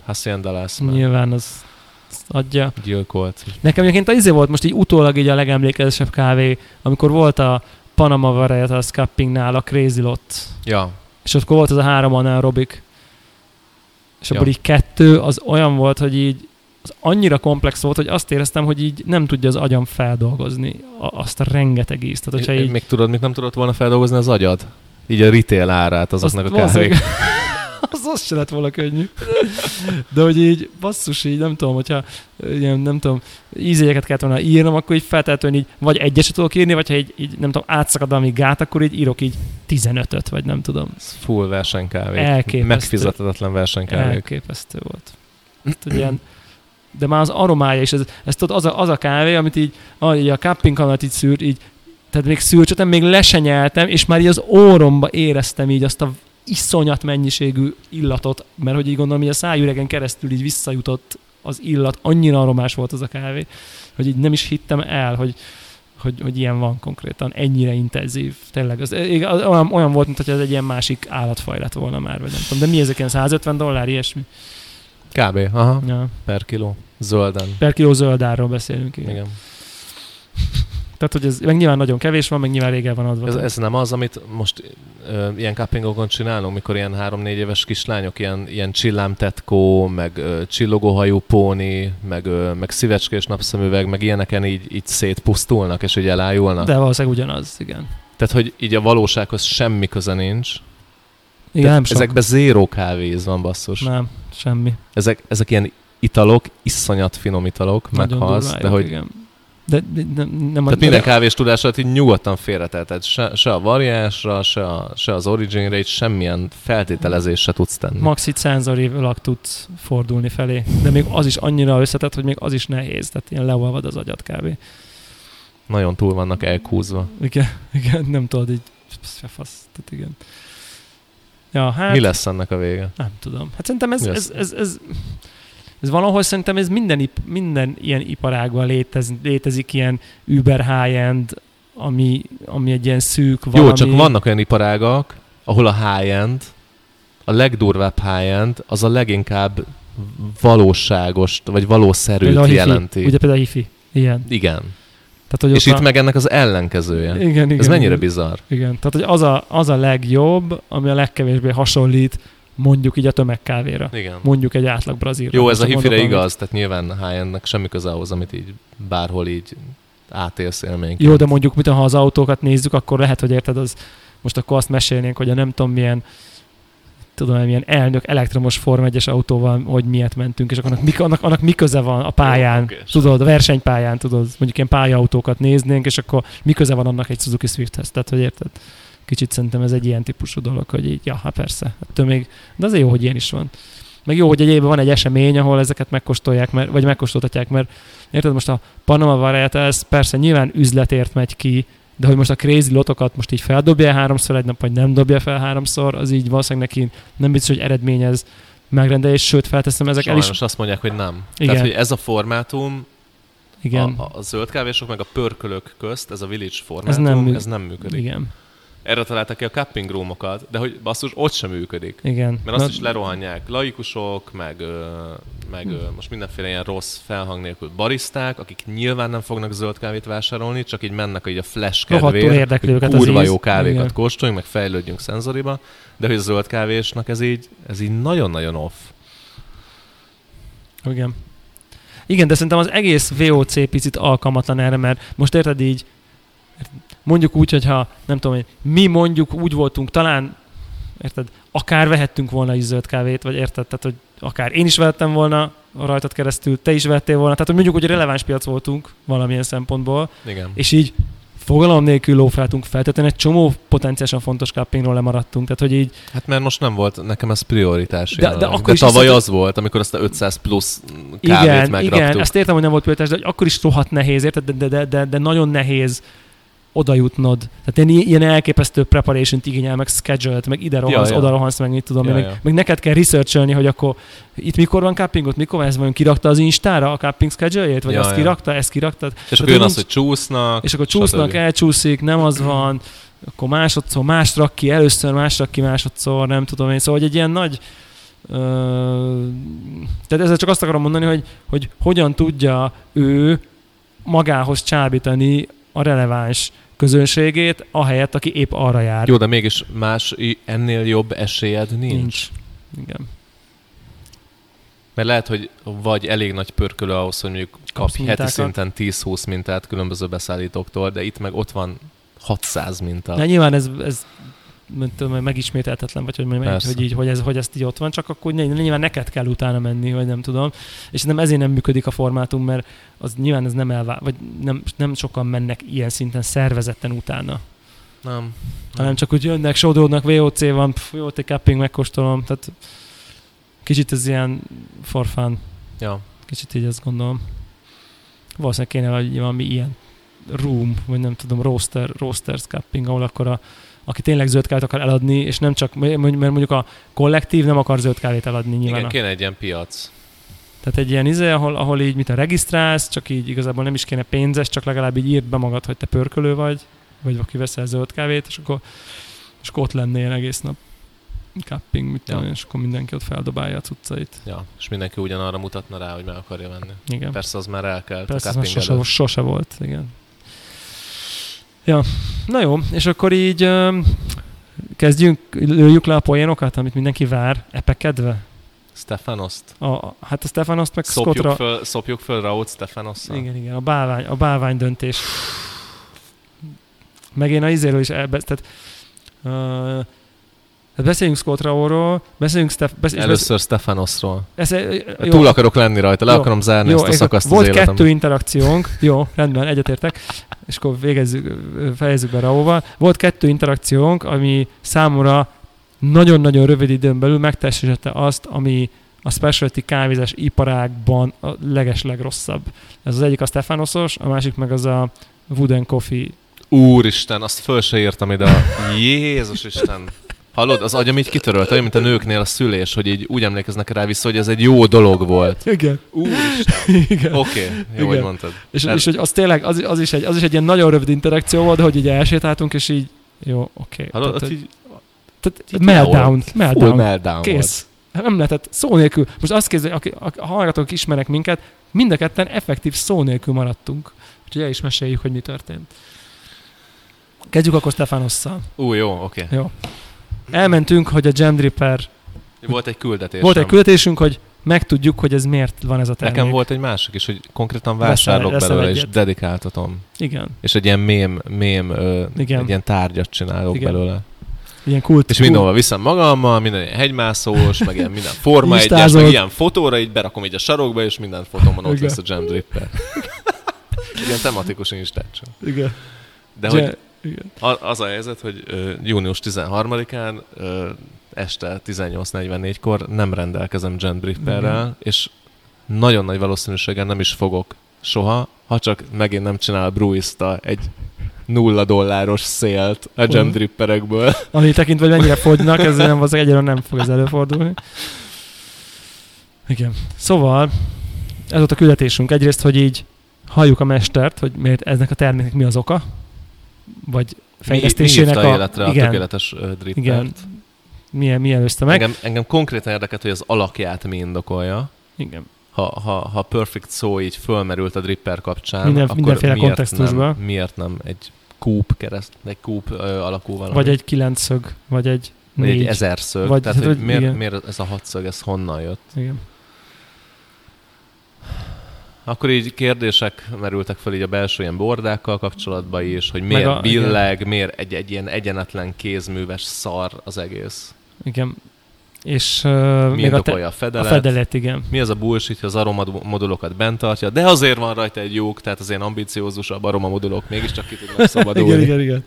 S2: Hacienda lesz, meg
S1: Nyilván az, az adja.
S2: gyilkolt.
S1: Nekem egyébként az izé volt most így utólag így a legemlékezetesebb kávé, amikor volt a Panama Varietas Cuppingnál a Crazy Lot,
S2: Ja,
S1: és ott volt az a három anaerobik, és
S2: Ja.
S1: abból így kettő, az olyan volt, hogy így az annyira komplex volt, hogy azt éreztem, hogy így nem tudja az agyam feldolgozni a- azt a rengeteg ízt. Tehát,
S2: Én,
S1: hogyha így,
S2: Még tudod, mit nem tudott volna feldolgozni az agyad? Így a retail árát azoknak
S1: Azt
S2: a kávék.
S1: valószínűleg- *laughs* az az se lett volna könnyű. De hogy így, basszus, így nem tudom, hogyha ilyen, nem tudom, ízélyeket kellett volna írnom, akkor így feltétlenül így vagy egyeset tudok írni, vagy ha így, így nem tudom, átszakad valami gát, akkor így írok így 15-öt, vagy nem tudom.
S2: Ez *laughs* full versenykávék.
S1: Elképesztő.
S2: Megfizethetetlen versenykávék.
S1: Elképesztő volt. Ezt Tudod, ilyen, de már az aromája is, ez, ez tudod, az a, az a kávé, amit így a, így a cupping alatt így szűrt, így, tehát még szűrcsötem, még lesenyeltem, és már így az óromba éreztem így azt a iszonyat mennyiségű illatot, mert hogy így gondolom, hogy a szájüregen keresztül így visszajutott az illat, annyira aromás volt az a kávé, hogy így nem is hittem el, hogy, hogy, hogy ilyen van konkrétan, ennyire intenzív, tényleg. Az, eh, az olyan, olyan volt, mintha ez egy ilyen másik állatfaj lett volna már, vagy nem tudom. De mi ezek ilyen 150 dollár, ilyesmi?
S2: Kb. Aha,
S1: Ja.
S2: per kiló. Zölden.
S1: Per kiló zöldáról beszélünk. Igen. igen.
S2: Igen.
S1: Tehát, hogy ez meg nyilván nagyon kevés van, meg nyilván régen van adva.
S2: Ez, ez nem az, amit most ö, ilyen cuppingokon csinálunk, mikor ilyen három-négy éves kislányok ilyen, ilyen csillámtetkó, meg ö, csillogóhajú póni, meg, ö, meg szívecskés napszemüveg, meg ilyeneken így, így szétpusztulnak, és így elájulnak.
S1: De valószínűleg ugyanaz, igen.
S2: Tehát, hogy így a valósághoz semmi köze nincs.
S1: Igen, nem
S2: Tehát
S1: sok.
S2: ezekben zéró kávéz van, basszus.
S1: Nem, semmi.
S2: Ezek, ezek ilyen italok, iszonyat finom italok,
S1: Nagyon
S2: meghalsz,
S1: durván
S2: de
S1: jók,
S2: hogy
S1: Igen. De, de nem, nem
S2: Tehát minden kávés tudásodat így nyugodtan félreteheted. Se, se a variánsra, se, a, se az originre, itt semmilyen feltételezést se tudsz tenni.
S1: Max itt szenzorilag tudsz fordulni felé, de még az is annyira összetett, hogy még az is nehéz, tehát ilyen leolvad az agyad kb.
S2: Nagyon túl vannak elkúzva.
S1: Igen, *laughs* igen nem tudod így, se fasz, tehát igen. Ja, hát...
S2: Mi lesz ennek a vége?
S1: Nem tudom. Hát szerintem ez,
S2: Mi
S1: ez,
S2: az?
S1: ez, ez, ez valahol szerintem ez minden, ip, minden ilyen iparágban létez, létezik ilyen Uber high-end, ami, ami egy ilyen szűk valami.
S2: Valami... Jó, csak vannak olyan iparágak, ahol a high-end, a legdurvább high-end, az a leginkább valóságos, vagy valószerűt
S1: Például a hifi,
S2: jelenti.
S1: Ugye például a hifi. Ilyen.
S2: Igen.
S1: Tehát, hogy
S2: És
S1: ott
S2: itt
S1: a...
S2: meg ennek az ellenkezője.
S1: Igen, igen.
S2: Ez mennyire
S1: igen.
S2: bizarr.
S1: Igen, tehát hogy az a, az a legjobb, ami a legkevésbé hasonlít mondjuk így a tömegkávéra.
S2: Igen.
S1: Mondjuk egy átlag brazilra.
S2: Jó, ez a
S1: Csak
S2: hifire
S1: mondok valamit.
S2: igaz, tehát nyilván high-endnek semmi köze ahhoz, amit így bárhol így átélsz élményként.
S1: Jó, de mondjuk, mit, ha az autókat nézzük, akkor lehet, hogy érted, az most akkor azt mesélnénk, hogy a nem tudom milyen tudom, milyen elnök elektromos Form 1 autóval, hogy miért mentünk, és akkor annak, mi- annak, annak mi köze van a pályán,
S2: oké, semmit.
S1: tudod, a versenypályán, tudod, mondjuk ilyen pályaautókat néznénk, és akkor mi köze van annak egy Suzuki Swifthez, tehát hogy érted? Kicsit szerintem ez egy ilyen típusú dolog, hogy így, ja, hát persze, ettől még, de azért jó, hogy ilyen is van. Meg jó, hogy egy évben van egy esemény, ahol ezeket megkóstolják, mert, vagy megkóstoltatják, mert érted, most a Panama Variety, ez persze nyilván üzletért megy ki, de hogy most a crazy lotokat most így feldobja háromszor egy nap, vagy nem dobja fel háromszor, az így valószínűleg neki nem biztos, hogy eredményez megrendelés, sőt, felteszem, ezek el
S2: Sajnos
S1: is...
S2: azt mondják, hogy nem.
S1: Igen.
S2: Igen. Tehát, hogy ez a formátum,
S1: Igen,
S2: A, a, a zöld kávésok meg a pörkölök közt, ez a village formátum,
S1: Ez
S2: ez
S1: nem
S2: nem,
S1: mű-
S2: ez nem működik. Igen.
S1: igen,
S2: Erre találtak ki a cupping roomokat, de hogy basszus, ott sem működik.
S1: igen.
S2: Mert azt is lerohanják laikusok, meg, ö, meg ö, most mindenféle ilyen rossz felhang nélkül baristák, akik nyilván nem fognak zöld kávét vásárolni, csak így mennek így a flash
S1: Rohadtul
S2: kedvéért,
S1: érdekli
S2: hogy
S1: őket az
S2: kurva
S1: íz.
S2: jó kávékat
S1: Igen.
S2: kóstoljunk, meg fejlődjünk szenzoriba, de hogy a zöld kávésnak ez így, ez így nagyon-nagyon off.
S1: Igen. Igen, de szerintem az egész VOC picit alkalmatlan erre, mert most érted így, mondjuk úgy, hogyha nem tudom én, mi mondjuk úgy voltunk talán, érted, akár vehettünk volna is zöld kávét, vagy érted, tehát hogy akár én is vettem volna rajtad keresztül, te is vettél volna, tehát hogy mondjuk, hogy releváns piac voltunk valamilyen szempontból,
S2: Igen.
S1: és így fogalom nélkül lófráltunk fel, tehát egy csomó potenciálisan fontos cuppingról lemaradtunk, tehát hogy így
S2: Hát mert most nem volt, nekem ez prioritás.
S1: De-
S2: jelenleg.
S1: de akkor
S2: de
S1: is
S2: tavaly
S1: viszont-
S2: az volt, amikor azt a 500 plusz kávét
S1: Igen,
S2: megraktuk.
S1: igen, ezt értem, hogy nem volt prioritás, de hogy akkor is rohadt nehéz, érted? De, de, de, de, de nagyon nehéz oda jutnod. Tehát ilyen, ilyen elképesztő preparation igényel, meg schedule meg ide rohansz, ja,
S2: Ja,
S1: ja.
S2: ja.
S1: oda rohansz, meg mit tudom, ja,
S2: Ja,
S1: meg, ja.
S2: ja.
S1: meg, neked kell researcholni, hogy akkor itt mikor van cuppingot, mikor van, ez vajon kirakta az Instára a cupping schedule-jét, vagy ja,
S2: Ja,
S1: azt ja.
S2: ja.
S1: kirakta, ezt kirakta,
S2: és
S1: Tehát
S2: akkor jön
S1: nincs-
S2: az, hogy csúsznak.
S1: és akkor csúsznak,
S2: stb.
S1: elcsúszik, nem az van, akkor másodszor más rak ki, először más rak ki, másodszor, nem tudom én. Szóval, hogy egy ilyen nagy... Ö, tehát ezzel csak azt akarom mondani, hogy, hogy hogyan tudja ő magához csábítani a releváns közönségét, ahelyett, aki épp arra jár.
S2: Jó, de mégis más, i- ennél jobb esélyed nincs. nincs.
S1: Nincs. Igen.
S2: Mert lehet, hogy vagy elég nagy pörkölő ahhoz, hogy mondjuk kapj heti
S1: mintákat.
S2: szinten 10-20 mintát különböző beszállítóktól, de itt meg ott van 600 minta.
S1: Na, nyilván ez, ez nem tudom, megismételhetetlen, vagy hogy, mondjam,
S2: Persze.
S1: hogy, így, hogy, ez, hogy ezt így ott van, csak akkor ny- nyilván neked kell utána menni, vagy nem tudom. És nem ezért nem működik a formátum, mert az nyilván ez nem elvá, vagy nem, nem sokan mennek ilyen szinten szervezetten utána.
S2: Nem.
S1: Hanem csak úgy jönnek, sodródnak, VOC van, pff, jó, te capping megkóstolom, tehát kicsit ez ilyen forfán,
S2: Ja.
S1: kicsit így ezt gondolom. Valószínűleg kéne hogy valami ilyen room, vagy nem tudom, roaster, roaster scapping, ahol akkor a, aki tényleg zöld kávét akar eladni, és nem csak, mert mondjuk a kollektív nem akar zöld kávét eladni nyilván.
S2: Igen,
S1: a-
S2: kéne egy ilyen piac.
S1: tehát egy ilyen izé, ahol, ahol így, mint a regisztrálsz, csak így igazából nem is kéne pénzes, csak legalább így írd be magad, hogy te pörkölő vagy, vagy aki veszel zöld kávét, és akkor, és akkor ott lennél egész nap cupping, mit tudom,
S2: Ja.
S1: én, és akkor mindenki ott feldobálja a cuccait.
S2: Ja. És mindenki ugyanarra mutatna rá, hogy meg akarja venni.
S1: Igen.
S2: Persze az már elkelt.
S1: Persze,
S2: a
S1: ez már
S2: cupping
S1: sose,
S2: előtt.
S1: sose volt, igen. Ja, na jó, és akkor így öm, kezdjünk, lőjük le a poénokat, amit mindenki vár, epekedve.
S2: Stefanoszt.
S1: A, a- hát a Stefanoszt meg
S2: Szopjuk
S1: Scottra.
S2: föl, szopjuk föl Raúl Stefanosszal.
S1: Igen, igen, a bálvány, a bálvány döntés. Meg én a izéről is elbe, tehát, uh, tehát beszéljünk Scott Raóról, beszéljünk Steph, beszéljünk,
S2: Először Stefanosról.
S1: Ez,
S2: Jó. Túl akarok lenni rajta, le
S1: Jó.
S2: akarom zárni ezt a
S1: és
S2: szakaszt
S1: Volt
S2: az életemben.
S1: kettő interakciónk, jó, rendben, egyetértek, és akkor végezzük, fejezzük be Raóval. Volt kettő interakciónk, ami számomra nagyon-nagyon rövid időn belül megtestesítette azt, ami a specialty kávézás iparágban a leges legrosszabb. Ez az egyik a Stefanosos, a másik meg az a Wooden Coffee.
S2: Úristen, azt föl se írtam ide. Jézus Isten. Hallod, az agyam így kitörölt, olyan, mint a nőknél a szülés, hogy így úgy emlékeznek rá vissza, hogy ez egy jó dolog volt.
S1: Igen,
S2: Úristen.
S1: igen.
S2: Oké, okay, jó, hogy
S1: Igen.
S2: mondtad.
S1: És,
S2: Ez-
S1: és hogy az tényleg, az, az, is egy, az is egy ilyen nagyon rövid interakció volt, hogy így elsétáltunk, és így, jó, oké.
S2: Hallod,
S1: Tehát,
S2: ott így
S1: tehát
S2: így
S1: meltdown,
S2: full
S1: meltdown.
S2: meltdown volt.
S1: Kész. Hát Nem lehetett szó nélkül. Most azt képzelj, aki, aki a hallgatók ismernek minket, mind a ketten effektív szó nélkül maradtunk. Úgyhogy el is meséljük, hogy mi történt. Kezdjük akkor Stefanosszal.
S2: Ú, jó, oké. Okay.
S1: Jó. Elmentünk, hogy a Jam Dripper...
S2: Volt egy küldetés.
S1: Volt egy küldetésünk, hogy megtudjuk, hogy ez miért van ez a termék.
S2: Nekem volt egy másik is, hogy konkrétan
S1: Veszel-
S2: vásárolok
S1: veszel
S2: belőle, és
S1: egyet.
S2: dedikáltatom.
S1: Igen.
S2: És egy ilyen mém, mém ö,
S1: Igen.
S2: egy ilyen tárgyat csinálok
S1: Igen.
S2: belőle.
S1: Ilyen kult.
S2: És mindenhova viszem magammal, minden ilyen hegymászós, meg ilyen minden forma egyes,
S1: Listázod.
S2: meg ilyen fotóra, így berakom így a sarokba, és minden fotómon ott
S1: Igen.
S2: lesz a jam dripper. ilyen tematikus instagram.
S1: Igen.
S2: De hogy
S1: Igen.
S2: a- az a helyzet, hogy ö, június 13-án ö, este 18.44-kor nem rendelkezem jam dripperrel, és nagyon nagy valószínűséggel nem is fogok soha, ha csak megint nem csinál Brewista egy nulla dolláros szélt a jam
S1: Hú.
S2: dripperekből.
S1: Ami tekintve, hogy mennyire fogynak, ez nem, az egyelőre nem fog ez előfordulni. Igen. Szóval, ez volt a küldetésünk. Egyrészt, hogy így halljuk a mestert, hogy miért eznek a terméknek mi az oka, vagy fejlesztésének
S2: mi, mi hívta
S1: a...
S2: életre a
S1: igen,
S2: tökéletes ö, drippert.
S1: igen. Milyen, milyen előzte meg?
S2: Engem, engem konkrétan érdekelt, hogy az alakját mi indokolja.
S1: Igen.
S2: Ha, ha, ha perfect szó így fölmerült a dripper kapcsán,
S1: Minden-
S2: akkor
S1: mindenféle
S2: miért
S1: kontextusban.
S2: Nem, miért nem egy kúp kereszt, egy kúp ö, alakú valami?
S1: Vagy egy kilencszög, vagy egy
S2: vagy
S1: négy.
S2: egy ezerszög.
S1: Vagy-
S2: Vagy, Tehát, hogy
S1: vagy-
S2: miért,
S1: igen.
S2: miért ez a hatszög, ez honnan jött?
S1: Igen.
S2: Akkor így kérdések merültek fel így a belső ilyen bordákkal kapcsolatban is, hogy
S1: Meg
S2: miért
S1: a-
S2: a, billeg, miért egy, egy ilyen egyenetlen kézműves szar az egész.
S1: igen. És uh,
S2: Mi
S1: még a, te,
S2: indokolja a
S1: a
S2: fedelet?
S1: fedelet, igen.
S2: mi az a bullshit, hogy az aromamodulokat bent tartja, de azért van rajta egy lyuk, tehát az ilyen ambiciózusabb aromamodulok mégiscsak ki tudnak szabadulni.
S1: igen, igen, igen.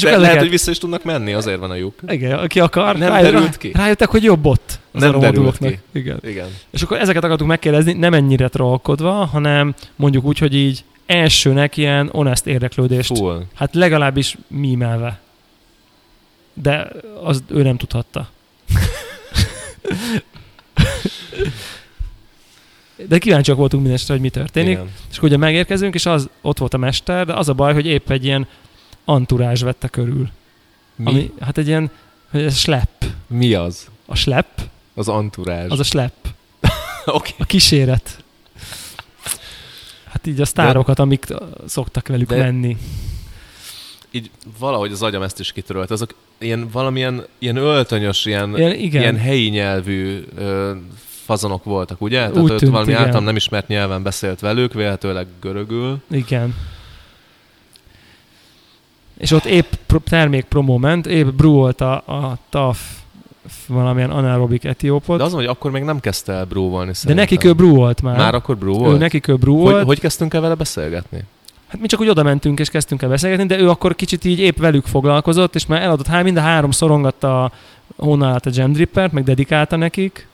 S1: akkor
S2: de lehet,
S1: ezeket-
S2: hogy vissza is tudnak menni, azért van a lyuk.
S1: Igen, aki akar.
S2: Nem
S1: rájött-
S2: derült ki.
S1: Rájöttek, hogy jobb ott az
S2: Nem derült
S1: aromadulóknak. Igen.
S2: Igen.
S1: És akkor ezeket akartuk megkérdezni, nem ennyire trollkodva, hanem mondjuk úgy, hogy így elsőnek ilyen honest érdeklődést. Fú.
S2: Full.
S1: Hát legalábbis mímelve. De az ő nem tudhatta. De kíváncsiak voltunk mindestre, hogy mi történik.
S2: Igen.
S1: És akkor ugye megérkezünk, és az, ott volt a mester, de az a baj, hogy épp egy ilyen anturázs vette körül.
S2: Mi,
S1: Mi? Ami, hát egy ilyen, hogy ez slep.
S2: mi az?
S1: A slep,
S2: Az anturázs.
S1: az a slep,
S2: *laughs* Oké.
S1: a kíséret. Hát így a sztárokat, amik ö, szoktak velük
S2: De-
S1: de, menni.
S2: Így valahogy az agyam ezt is kitörölt. Azok ilyen valamilyen ilyen öltönyös, ilyen,
S1: Ilyen, igen,
S2: ilyen
S1: ilyen,
S2: helyi nyelvű ö, fazonok voltak, ugye? Tehát
S1: Úgy
S2: ott
S1: tűnt,
S2: valami
S1: igen.
S2: általam nem ismert nyelven beszélt velük, véletőleg görögül.
S1: igen. És ott épp pro, termék promó ment, épp brúolt a, a TAF valamilyen anaerobik etiópot,
S2: De
S1: de,
S2: az, hogy akkor még nem kezdte el brúvolni
S1: de
S2: szerintem.
S1: nekik ő brúolt már.
S2: Már akkor brew
S1: ő
S2: volt?
S1: nekik ő brúolt.
S2: Hogy, hogy kezdtünk el vele beszélgetni?
S1: Hát mi csak úgy oda mentünk és kezdtünk el beszélgetni, de ő akkor kicsit így épp velük foglalkozott, és már eladott há, mind a három szorongatta a honnan állt a Jam Drippert, meg dedikálta nekik.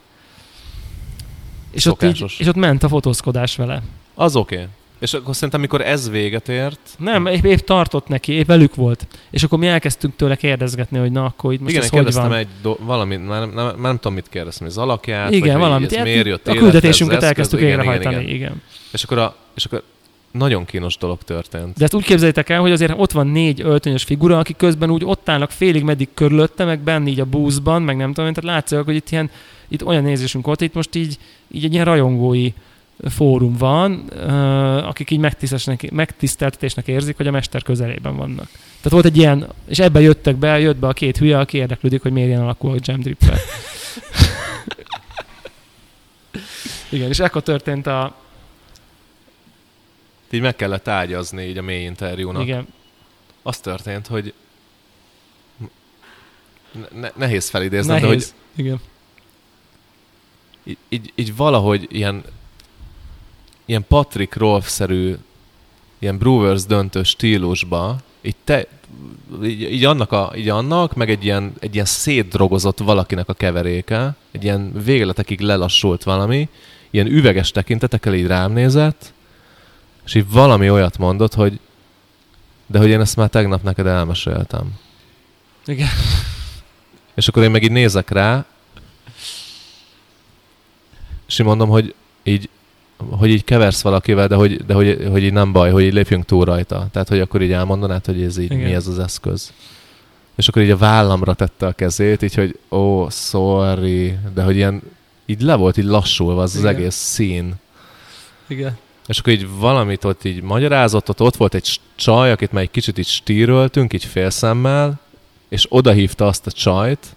S1: És ott, így,
S2: Szokásos.
S1: és ott ment a fotózkodás vele.
S2: Az oké. Okay. És akkor szerintem, amikor ez véget ért,
S1: Nem, épp, épp tartott neki, épp velük volt. És akkor mi elkezdtünk tőle kérdezgetni, hogy na, akkor itt most
S2: most igen,
S1: ez
S2: én
S1: hogy
S2: kérdeztem
S1: van.
S2: egy do- valamit, már nem, nem, nem, nem tudom, mit kérdeztem, az alakját,
S1: igen,
S2: vagy, hogy
S1: valamit.
S2: így ez
S1: Hát
S2: miért jött
S1: a
S2: életre,
S1: küldetésünket
S2: ez az
S1: elkezdtük
S2: eszköz, igen,
S1: végrehajtani,
S2: Igen, igen.
S1: igen, igen.
S2: És, akkor a, és akkor nagyon kínos dolog történt.
S1: De ezt úgy képzeljétek el, hogy azért ott van négy öltönyös figura, akik közben úgy ott állnak félig meddig körülötte, meg benne így a búzban, meg nem tudom, én, tehát látszik, hogy itt, ilyen, itt olyan nézésünk volt, itt most így, így egy ilyen rajongói fórum van, ö, akik így megtiszteltetésnek- megtiszteltetésnek érzik, hogy a mester közelében vannak. Tehát volt egy ilyen, és ebben jöttek be, jött be a két hülye, aki érdeklődik, hogy miért ilyen alakul a Jam
S2: *laughs*
S1: Dripper. Igen, és ekkor történt a...
S2: Így meg kellett ágyazni így a mély interjúnak.
S1: Igen.
S2: az történt, hogy ne, nehéz felidézni, de hogy
S1: Igen.
S2: így, így, így valahogy ilyen, ilyen Patrick Rolf-szerű, ilyen Brewers döntő stílusba, így, te, így, így, annak, a, így annak, meg egy ilyen, egy ilyen szétdrogozott valakinek a keveréke, egy ilyen végletekig lelassult valami, ilyen üveges tekintetekkel így rám nézett, és így valami olyat mondott, hogy de hogy én ezt már tegnap neked elmeséltem.
S1: Igen.
S2: És akkor én meg így nézek rá, és így mondom, hogy így, hogy így keversz valakivel, de hogy, de hogy, hogy így nem baj, hogy így lépjünk túl rajta. Tehát, hogy akkor így elmondanád, hogy ez így, Igen.
S1: Igen.
S2: mi ez az eszköz. És akkor így a vállamra tette a kezét, így, hogy ó, oh, sorry, de hogy ilyen, így le volt így lassulva az, az
S1: Igen.
S2: egész szín.
S1: Igen.
S2: És akkor így valamit ott így magyarázott, ott, ott volt egy s- csaj, akit már egy kicsit így stíröltünk, így félszemmel, és odahívta azt a csajt.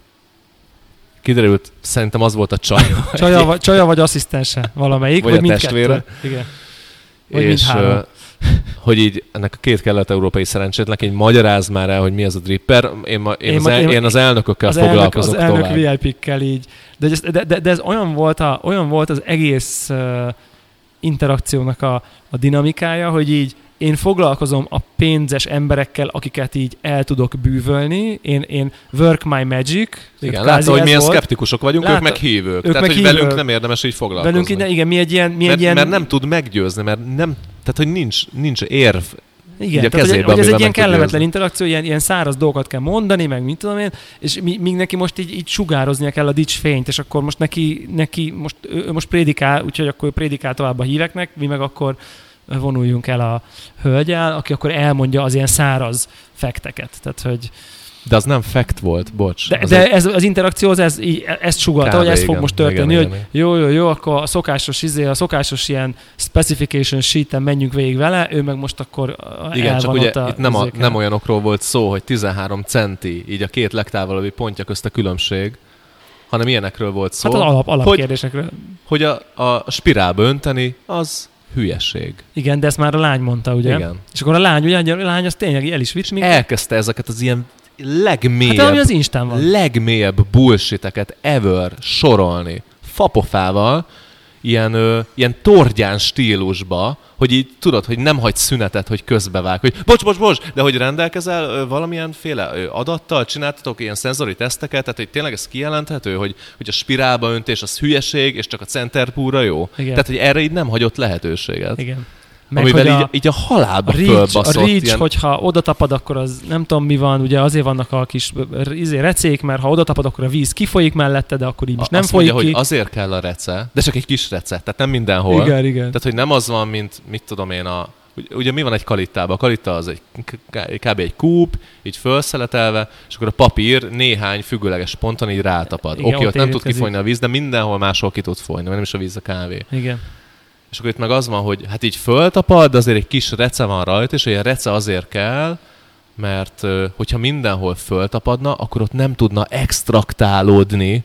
S2: Kiderült, szerintem az volt a csaj.
S1: Csaja, vagy, csaja vagy asszisztense valamelyik,
S2: Vagy
S1: vagy,
S2: a
S1: mindkettő.
S2: testvére.
S1: Igen. Vagy mindhárom.
S2: ö, hogy így ennek a két kelet-európai szerencsétnek így magyaráz már el, hogy mi az a dripper. Én, ma, én,
S1: Én
S2: én, az,
S1: ma-
S2: el,
S1: én-
S2: én, az elnökökkel
S1: Az elnök, az
S2: foglalkozok
S1: elnök
S2: tovább.
S1: VIP-kkel így. De, ez- de, de, de ez olyan volt, a, olyan volt az egész uh, interakciónak a, a dinamikája, hogy így én foglalkozom a pénzes emberekkel, akiket így el tudok bűvölni. Én, én work my magic. tehát
S2: Igen,
S1: kvázi
S2: látta, hogy
S1: ez
S2: milyen
S1: volt.
S2: szkeptikusok vagyunk,
S1: Látta-
S2: ők meg hívők.
S1: ők
S2: Tehát,
S1: meg
S2: hogy velünk
S1: hívők.
S2: nem érdemes így foglalkozni.
S1: Velünk így, igen, mi egy ilyen... Mi
S2: mert,
S1: egy ilyen
S2: mert, nem tud meggyőzni, mert nem, tehát hogy nincs, nincs érv.
S1: Igen,
S2: Így a
S1: tehát, hogy-
S2: kezébe,
S1: hogy, ez
S2: amivel
S1: egy ilyen
S2: meg tud
S1: kellemetlen
S2: győzni.
S1: interakció, ilyen, ilyen száraz dolgokat kell mondani, meg mit tudom én, és mi, míg neki most így, így sugároznia kell a dicsfényt, és akkor most neki, neki most, ő ő most prédikál, úgyhogy akkor ő prédikál tovább a híveknek, mi meg akkor vonuljunk el a hölgyel, aki akkor elmondja az ilyen száraz fekteket. Tehát, hogy
S2: De az nem fact volt, bocs.
S1: de,
S2: az
S1: de ez, az interakció az ez, így, ezt sugalta, hogy
S2: Kb.
S1: ez fog
S2: igen,
S1: most történni,
S2: igen,
S1: hogy
S2: igen,
S1: jó, jó, jó, akkor a szokásos izé, a szokásos ilyen specification sheet-en menjünk végig vele, ő meg most akkor
S2: igen. Igen,
S1: el
S2: csak
S1: van
S2: ugye
S1: ott a
S2: itt nem, a,
S1: izéken.
S2: nem olyanokról volt szó, hogy 13 centi, így a két legtávolabbi pontja közt a különbség, hanem ilyenekről volt szó,
S1: Hát az alap,
S2: hogy-
S1: alapkérdésekről. Hogy...
S2: hogy a, a spirálba önteni, az hülyeség.
S1: Igen, de ezt már a lány mondta, ugye? Igen.
S2: Igen.
S1: És akkor a lány, ugye, a lány az tényleg el is vitt minket.
S2: Elkezdte ezeket az ilyen
S1: Hát
S2: legmélyebb,
S1: ami az Instán van.
S2: legmélyebb bullshiteket ever sorolni. Fapofával, ilyen, ö, ilyen torgyán stílusba, hogy így tudod, hogy nem hagy szünetet, hogy közbevág, hogy bocs, bocs, bocs, de hogy rendelkezel ö, valamilyen féle ö, adattal, csináltatok ilyen szenzori teszteket, tehát hogy tényleg ez kijelenthető, hogy, hogy a spirálba öntés az hülyeség, és csak a centerpúra jó.
S1: Igen.
S2: Igen. Tehát, hogy erre így nem hagyott lehetőséget.
S1: Igen.
S2: Meg
S1: Meg
S2: amivel
S1: hogy
S2: így,
S1: a,
S2: a, így a halálba
S1: a reach, a
S2: fölbaszott.
S1: reach
S2: ilyen,
S1: hogyha oda tapad, akkor az nem tudom mi van, ugye azért vannak a kis r- izé, recék, mert ha oda tapad, akkor a víz kifolyik mellette, de akkor így most nem
S2: azt
S1: folyik
S2: mondja,
S1: ki.
S2: hogy azért kell a rece, de csak egy kis rece, tehát nem mindenhol.
S1: igen, igen.
S2: Tehát, hogy nem az van, mint mit tudom én a... ugy- Ugye mi van egy kalittában? A kalitta az egy k- k- kb. egy kúp, így felszeletelve, és akkor a papír néhány függőleges ponton így rátapad.
S1: Igen,
S2: Oké, okay,
S1: ott
S2: ott nem tud
S1: érintkezik.
S2: kifolyni a víz, de mindenhol máshol ki tud folyni, mert nem is a víz a kávé.
S1: Igen.
S2: És akkor itt meg az van, hogy hát így föltapad, de azért egy kis rece van rajta, és ilyen rece azért kell, mert ö, hogyha mindenhol föltapadna, akkor ott nem tudna extraktálódni.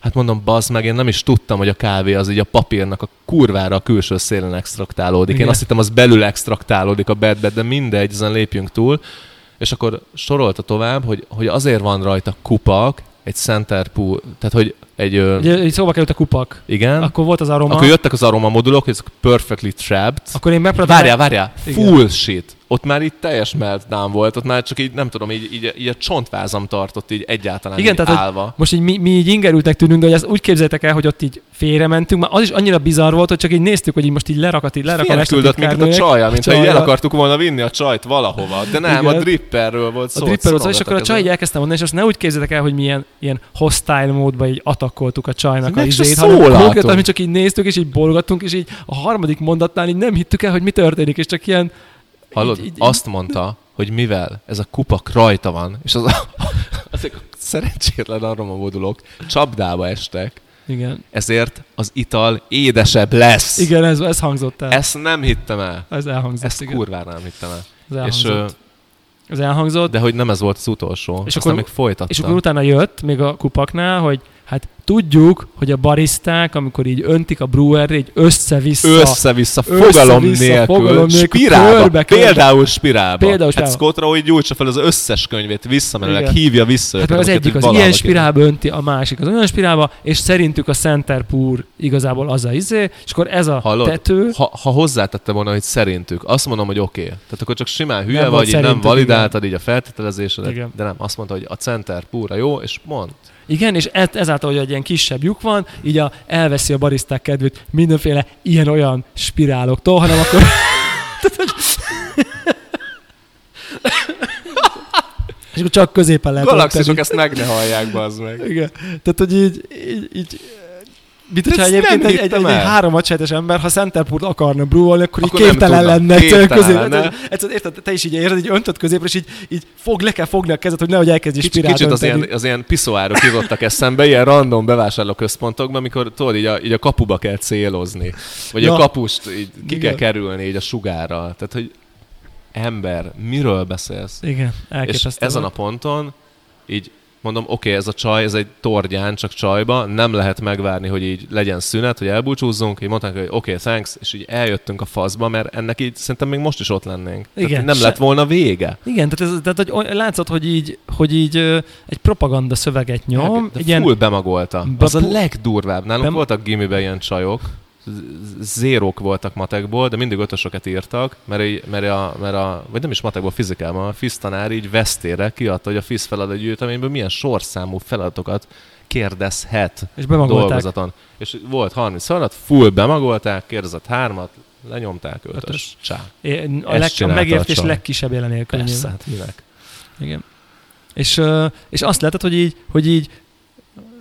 S2: Hát mondom, bazd meg, én nem is tudtam, hogy a kávé az így a papírnak a kurvára a külső szélen extraktálódik.
S1: Igen.
S2: Én azt hittem, az belül extraktálódik a bedbe, de mindegy, ezen lépjünk túl. És akkor sorolta tovább, hogy, hogy azért van rajta kupak, egy center pool, tehát hogy egy... Ö,
S1: Ugye így szóba került a kupak.
S2: igen.
S1: Akkor volt az aroma.
S2: Akkor jöttek az aromamodulok, hogy ezek perfectly trapped.
S1: Akkor én megpróbáltam.
S2: Várjál, várjál,
S1: Igen.
S2: full shit. Ott már itt teljes meltdown volt, ott már csak így, nem tudom, így, így, így a csontvázam tartott így egyáltalán
S1: Igen,
S2: így
S1: tehát, hogy-
S2: állva.
S1: Most így mi, mi így ingerültnek tűnünk, de hogy ezt úgy képzeljétek el, hogy ott így félrementünk. Már az is annyira bizarr volt, hogy csak így néztük, hogy így most így lerakat, így lerakom.
S2: Félre küldött minket a csajjal, mint ha így el akartuk volna vinni a csajt valahova. De nem,
S1: Igen.
S2: a dripperről volt szó.
S1: a dripper
S2: ott
S1: utca, és akkor a
S2: szorongtak
S1: csaj így
S2: ezen.
S1: elkezdte mondani, és azt ne úgy képzeljétek el, hogy milyen ilyen hostile módba így atakoltuk a csajnak
S2: Meg
S1: a
S2: se
S1: izét,
S2: szólaltunk.
S1: konkrétan mi csak így néztük, és így bolgattunk, és így a harmadik mondatnál így nem hittük el, hogy mi történik, és csak ilyen
S2: Hallod,
S1: így- így-
S2: azt mondta, hogy mivel ez a kupak rajta van, és az a, *laughs* ezek a szerencsétlen aromamodulok csapdába estek,
S1: igen,
S2: ezért az ital édesebb lesz.
S1: igen ez, ez hangzott el.
S2: Ezt nem hittem el.
S1: ez elhangzott,
S2: Ezt
S1: igen.
S2: kurvára nem hittem el.
S1: Ez
S2: És,
S1: elhangzott.
S2: ö,
S1: És, ez elhangzott.
S2: de hogy nem ez volt az utolsó. És
S1: akkor-
S2: Aztán akkor, még folytatta.
S1: És akkor utána jött még a kupaknál, hogy hát Tudjuk, hogy a bariszták, amikor így öntik a brewerre, így össze-vissza.
S2: Össze-vissza, fogalom
S1: Össze-vissza,
S2: nélkül,
S1: fogalom nélkül,
S2: spirálba,
S1: körbe, körbe.
S2: például spirálba.
S1: Például
S2: hát
S1: spirálba.
S2: Scott Rowe így gyújtsa fel az összes könyvét, visszamenőleg
S1: Igen.
S2: hívja vissza
S1: Hát
S2: őket,
S1: meg az
S2: amiket
S1: egyik
S2: itt
S1: az
S2: valaha
S1: ilyen
S2: kéne.
S1: spirálba önti, a másik az olyan spirálba, és szerintük a Centerpúr igazából az a izé, és akkor ez a
S2: Hallod?
S1: tető,
S2: Ha, ha hozzátette volna, hogy szerintük, azt mondom, hogy oké. Okay. Tehát akkor csak simán hülye
S1: Nem
S2: nem
S1: volt
S2: vagy, így nem
S1: szerintük,
S2: validáltad így a feltételezésedet,
S1: Igen. Hát
S2: de nem. Azt mondta, hogy a center púra jó, és mond.
S1: igen, és ez, ezáltal, hogy egy ilyen kisebb lyuk van, így a, elveszi a bariszták kedvét mindenféle ilyen-olyan spiráloktól, hanem akkor... *laughs* és akkor csak középen lehet
S2: Galaxisok
S1: öntetni.
S2: ezt meg ne hallják, bazd meg.
S1: Igen. Tehát, hogy így, így, így Mit,
S2: De
S1: hogyha
S2: ezt
S1: egyébként
S2: nem
S1: egy, egy, egy,
S2: hittem el.
S1: három agysehetes ember, ha Centerpurt akarna brúolni, akkor,
S2: Akkor
S1: így
S2: nem
S1: képtelen
S2: tudna.
S1: lenne
S2: Képtelen lenne.
S1: középre. Egyszerűen érted, te is így érzed, így öntött középre, és így, így fog, le kell fogni a kezed, hogy nehogy elkezdj
S2: Kicsit,
S1: spirált
S2: kicsit az,
S1: önteni.
S2: ilyen, az ilyen piszoárok jutottak eszembe, ilyen random bevásárlóközpontokban, amikor tudod, így a, így a kapuba kell célozni. Vagy
S1: Ja.
S2: a kapust így ki
S1: Igen.
S2: kell kerülni így a sugárral. Tehát, hogy ember, miről beszélsz?
S1: Igen,
S2: És
S1: elképesztő.
S2: ezen a ponton így mondom, oké, okay, ez a csaj, ez egy torgyán, csak csajba, nem lehet megvárni, hogy így legyen szünet, hogy elbúcsúzzunk, így mondták, hogy oké, okay, thanks, és így eljöttünk a faszba, mert ennek így szerintem még most is ott lennénk.
S1: Igen,
S2: Tehát nem
S1: se-
S2: lett volna vége.
S1: Igen, tehát, ez, tehát hogy oly- látszott, hogy így, hogy így ö, egy propaganda szöveget nyom,
S2: Hát, de
S1: egy
S2: ilyen...
S1: ilyen
S2: full bemagolta.
S1: Be-
S2: Az a legdurvább. Nálunk
S1: Bem-
S2: Bem... voltak gimiben ilyen csajok, z- zérók voltak matekból, de mindig ötösöket írtak, mert, így, mert, a, mert a, vagy nem is matekból, fizikában, a FISZ tanár így vesztére kiadta, hogy a FISZ feladatgyűjteményből milyen sorszámú feladatokat kérdezhet
S1: és bemagolták.
S2: dolgozaton. És volt 30 feladat, full bemagolták, kérdezett hármat, lenyomták
S1: Ötös.
S2: ötös. Csá.
S1: É, A,
S2: Ezt
S1: leg, a
S2: csinálta a
S1: megértés
S2: csaj.
S1: legkisebb jelenélkül.
S2: Persze, hát minek?
S1: Igen. És, ö, és azt látod, hogy így, hogy így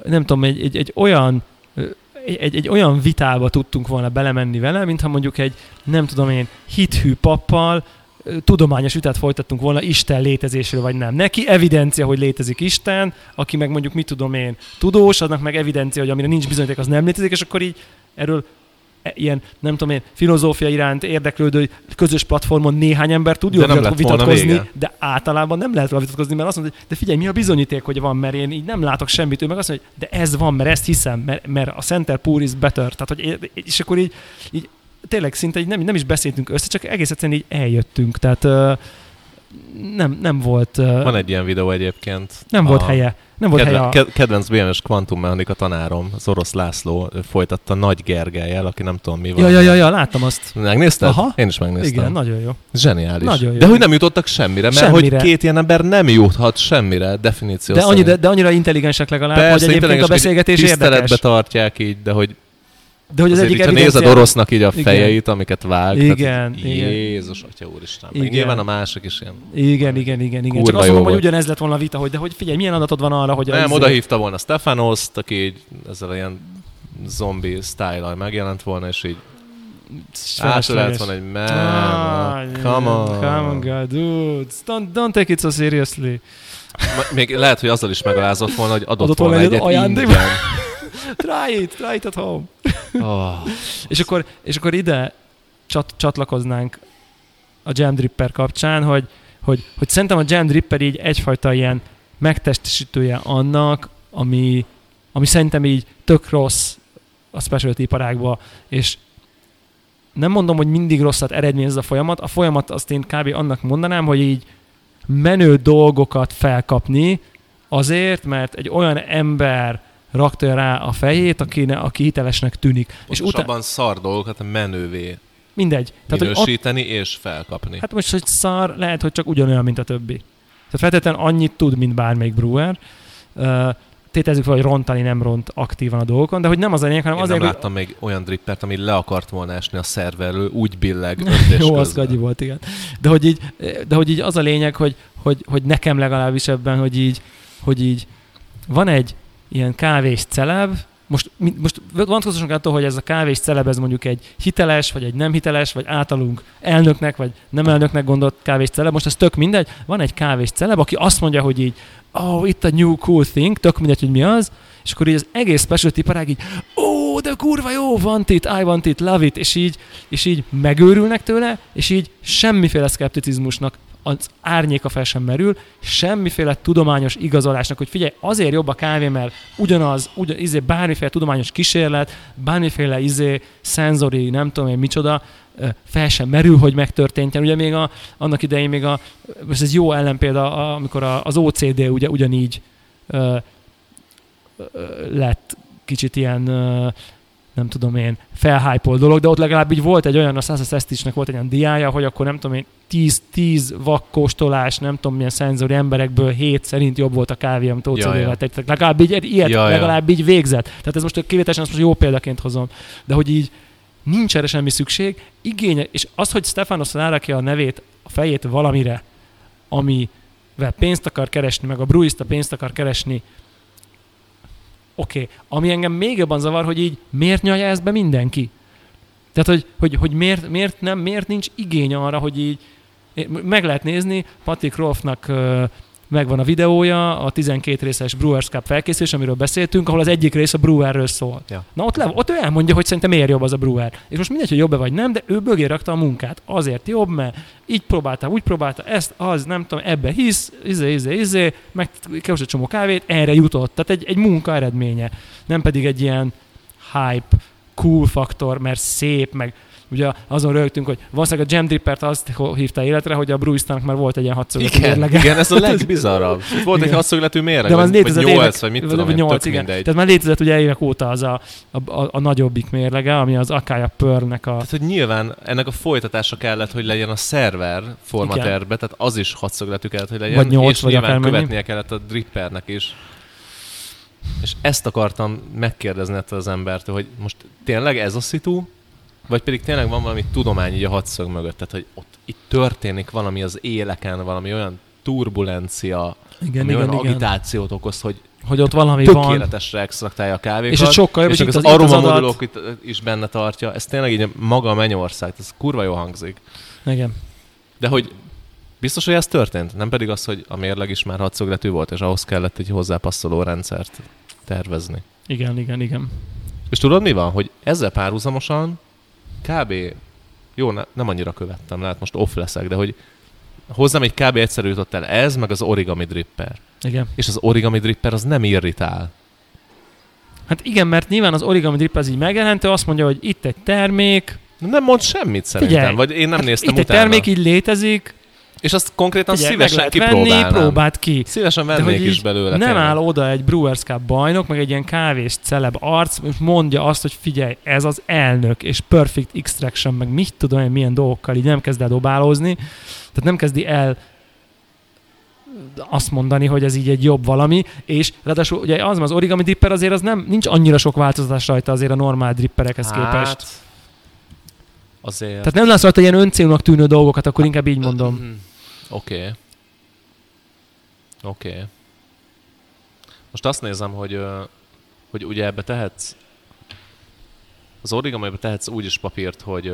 S1: nem tudom, egy, egy, egy olyan ö, egy, egy, egy olyan vitába tudtunk volna belemenni vele, mintha mondjuk egy, nem tudom én, hithű pappal ö, tudományos vitát folytattunk volna Isten létezésről, vagy nem. Neki evidencia, hogy létezik Isten, aki meg mondjuk, mit tudom én, tudós, annak meg evidencia, hogy amire nincs bizonyíték, az nem létezik, és akkor így erről e, ilyen, nem tudom én, filozófia iránt érdeklődő közös platformon néhány ember tud
S2: De
S1: jól
S2: nem lett
S1: vitatko-
S2: volna
S1: vitatkozni,
S2: vége.
S1: de általában nem lehet róla vitatkozni, mert azt mondod, hogy de figyelj, mi a bizonyíték, hogy van, mert én így nem látok semmit, ő meg azt mondja, hogy de ez van, mert ezt hiszem, mert, mert a center pur is better. Tehát, hogy, é- és akkor így, így tényleg szinte így nem, nem is beszéltünk össze, csak egész egyszerűen így eljöttünk. Tehát ö, nem, nem volt, ö,
S2: Van egy ilyen videó egyébként.
S1: nem volt
S2: a-
S1: helye. Nem volt helye.
S2: Kedven,
S1: A,
S2: ke- kedvenc BMS kvantummechanika tanárom, az orosz László ő folytatta Nagy Gergelyel, aki nem tudom mi van.
S1: ja, ja, ja, ja, láttam azt.
S2: Megnézted?
S1: Aha.
S2: Én is megnéztem.
S1: Igen, nagyon jó.
S2: Zseniális.
S1: Nagyon jó.
S2: de hogy nem jutottak semmire, mert
S1: Semmire.
S2: hogy két ilyen ember nem juthat semmire, definíció
S1: De, annyi,
S2: szerint.
S1: de, de annyira intelligensek legalább,
S2: Persze,
S1: hogy egyébként a
S2: tényleges,
S1: beszélgetés
S2: hogy
S1: érdekes.
S2: Tiszteletbe tartják így, de hogy
S1: De hogy az
S2: azért
S1: egyik
S2: így, ha nézed
S1: evidencia-
S2: orosznak így a
S1: Igen.
S2: fejeit, amiket vág,
S1: Igen,
S2: tehát,
S1: igen.
S2: Jézus, atya úristen. Meg
S1: Igen.
S2: Nyilván a másik is ilyen.
S1: Igen, igen, igen, igen.
S2: Kurva
S1: Csak azt
S2: jó
S1: mondom, hogy
S2: volt.
S1: ugyanez lett volna a vita, hogy de hogy figyelj, milyen adatod van arra, hogy a
S2: Nem,
S1: izé-
S2: oda hívta volna Stefanoszt, aki így ezzel ilyen zombi style megjelent volna, és így
S1: Felesleges.
S2: Átölelt van egy man. Ah, come on.
S1: Come on, God, dudes. Don't, don't take it so seriously.
S2: Ma- Még lehet, hogy azzal is megalázott volna, hogy adott,
S1: Adott volna
S2: volna,
S1: egy
S2: egyet
S1: ajándékba.
S2: ingyen.
S1: Try it, try it at home. *laughs*
S2: Oh,
S1: És akkor, és akkor ide csat, csatlakoznánk a Jam Dripper kapcsán, hogy, hogy, hogy szerintem a Jam Dripper így egyfajta ilyen megtestesítője annak, ami, ami szerintem így tök rossz a specialty iparágba, és nem mondom, hogy mindig rosszat eredményez ez a folyamat, a folyamat azt én kb. annak mondanám, hogy így menő dolgokat felkapni azért, mert egy olyan ember rakta rá a fejét, aki, ne, aki hitelesnek tűnik.
S2: és
S1: utá-
S2: utána szar dolgokat menővé
S1: Mindegy. Tehát, hogy ott,
S2: minősíteni és felkapni.
S1: hát most, hogy szar, lehet, hogy csak ugyanolyan, mint a többi. Tehát feltétlenül annyit tud, mint bármelyik brewer. Ö, Tétezzük fel, hogy rontani nem ront aktívan a dolgokon, de hogy nem az a lényeg, hanem
S2: Én
S1: az a
S2: nem
S1: lényeg,
S2: láttam még olyan drippert, ami le akart volna esni a szerverről,
S1: *laughs*
S2: úgy billeg öntés
S1: Jó, az
S2: közben.
S1: gagyi volt, igen. De hogy, így, de hogy így az a lényeg, hogy, hogy, hogy nekem legalábbis ebben, hogy így, hogy így van egy ilyen kávés celeb, most, mi- most vonatkozásunk attól, hogy ez a kávés celeb, ez mondjuk egy hiteles, vagy egy nem hiteles, vagy általunk elnöknek, vagy nem elnöknek gondolt kávés celeb, most ez tök mindegy, van egy kávés celeb, aki azt mondja, hogy így, oh, itt a new cool thing, tök mindegy, hogy mi az, és akkor így az egész specialty parág így, ó, oh, de kurva jó, van it, I want it, love it, és így, és így megőrülnek tőle, és így semmiféle szkepticizmusnak az árnyéka fel sem merül, semmiféle tudományos igazolásnak, hogy figyelj, azért jobb a kávé, mert ugyanaz, ugyan, izé, bármiféle tudományos kísérlet, bármiféle izé, szenzori, nem tudom én micsoda, fel sem merül, hogy megtörténtjen. Ugye még a, annak idején még a, most ez jó ellenpélda, amikor a, az OCD ugye ugyanígy ö, ö, lett kicsit ilyen ö, nem tudom én, felhájpol dolog, de ott legalább így volt egy olyan, a Sasa Sestisnek volt egy olyan diája, hogy akkor nem tudom én, 10, 10 vakkóstolás, nem tudom milyen szenzori emberekből 7 szerint jobb volt a kávé, amit ocd ja, ja. Tehát legalább így egy ilyet, ja, legalább ja. így végzett. Tehát ez most kivételesen most jó példaként hozom. De hogy így nincs erre semmi szükség, igénye, és az, hogy Stefanos rárakja a nevét, a fejét valamire, ami pénzt akar keresni, meg a Bruista pénzt akar keresni, oké. Okay. Ami engem még jobban zavar, hogy így miért nyalja ezt be mindenki? Tehát, hogy, hogy, hogy miért, miért, nem, miért nincs igény arra, hogy így meg lehet nézni, Patrick Rolfnak megvan a videója, a 12 részes Brewers Cup felkészülés, amiről beszéltünk, ahol az egyik rész a Brewerről szól. Ja. Na ott, le, ott ő elmondja, hogy szerintem miért jobb az a Brewer. És most mindegy, hogy jobb-e vagy nem, de ő bögé rakta a munkát. Azért jobb, mert így próbálta, úgy próbálta, ezt, az, nem tudom, ebbe hisz, izé, izé, izé, meg egy csomó kávét, erre jutott. Tehát egy, egy munka eredménye, nem pedig egy ilyen hype, cool faktor, mert szép, meg ugye azon rögtünk, hogy valószínűleg a Jam Drippert azt hívta életre, hogy a Brewstának már volt egy ilyen hatszögletű
S2: igen,
S1: mérlege.
S2: Igen,
S1: *laughs*
S2: ez a legbizarabb. Volt igen. egy hatszögletű mérleg, De
S1: már
S2: vagy 8, vagy mit tudom, vagy 8,
S1: igen. Mindegy. Tehát már létezett ugye évek óta az a, a, a, a nagyobbik mérlege, ami az Akaya Pörnek a...
S2: Tehát, Hát, hogy nyilván ennek a folytatása kellett, hogy legyen a szerver formaterbe, tehát az is hatszögletű kellett, hogy legyen,
S1: vagy 8,
S2: és
S1: vagy
S2: nyilván követnie kellett a Drippernek is. És ezt akartam megkérdezni ettől az embertől, hogy most tényleg ez a szitu, vagy pedig tényleg van valami tudomány így a hadszög mögött, tehát hogy ott itt történik valami az éleken, valami olyan turbulencia, Hát igen, igen, olyan igen. agitációt okoz, hogy
S1: hogy ott valami
S2: tökéletesre van. extraktálja a kávékat.
S1: És ez sokkal jobb,
S2: és
S1: itt
S2: az, az aromamodulók itt uh, is benne tartja. Ez tényleg így maga a mennyország, ez kurva jó hangzik.
S1: Igen.
S2: De hogy biztos, hogy ez történt? Nem pedig az, hogy a mérleg is már hadszögletű volt, és ahhoz kellett egy hozzápasszoló rendszert tervezni.
S1: Igen, igen, igen.
S2: És tudod mi van? Hogy ezzel párhuzamosan kb. Jó, ne, nem annyira követtem, lehet most off leszek, de hogy hozzám egy kb. egyszerű jutott el ez, meg az origami dripper.
S1: Igen.
S2: És az origami dripper az nem irritál.
S1: Hát igen, mert nyilván az origami dripper az így megjelent, ő azt mondja, hogy itt egy termék.
S2: Nem mond semmit szerintem, Figyelj, vagy én nem hát néztem
S1: itt
S2: utána.
S1: egy termék, így létezik.
S2: És azt konkrétan Figyelj, szívesen
S1: kipróbálnám. Venni, próbált ki.
S2: Szívesen vennék is belőle.
S1: Nem tényleg. áll oda egy Brewers Cup bajnok, meg egy ilyen kávés celeb arc, és mondja azt, hogy figyelj, ez az elnök, és perfect extraction, meg mit tudom én milyen dolgokkal, így nem kezd el dobálózni. Tehát nem kezdi el azt mondani, hogy ez így egy jobb valami, és ráadásul ugye az, az origami dripper azért az nem, nincs annyira sok változás rajta azért a normál dripperekhez hát, képest.
S2: Azért.
S1: Tehát nem lesz rajta ilyen öncélnak tűnő dolgokat, akkor inkább így mondom. Mm-hmm.
S2: Oké. Okay. Oké. Okay. Most azt nézem, hogy, hogy ugye ebbe tehetsz, az origamibe tehetsz úgy is papírt, hogy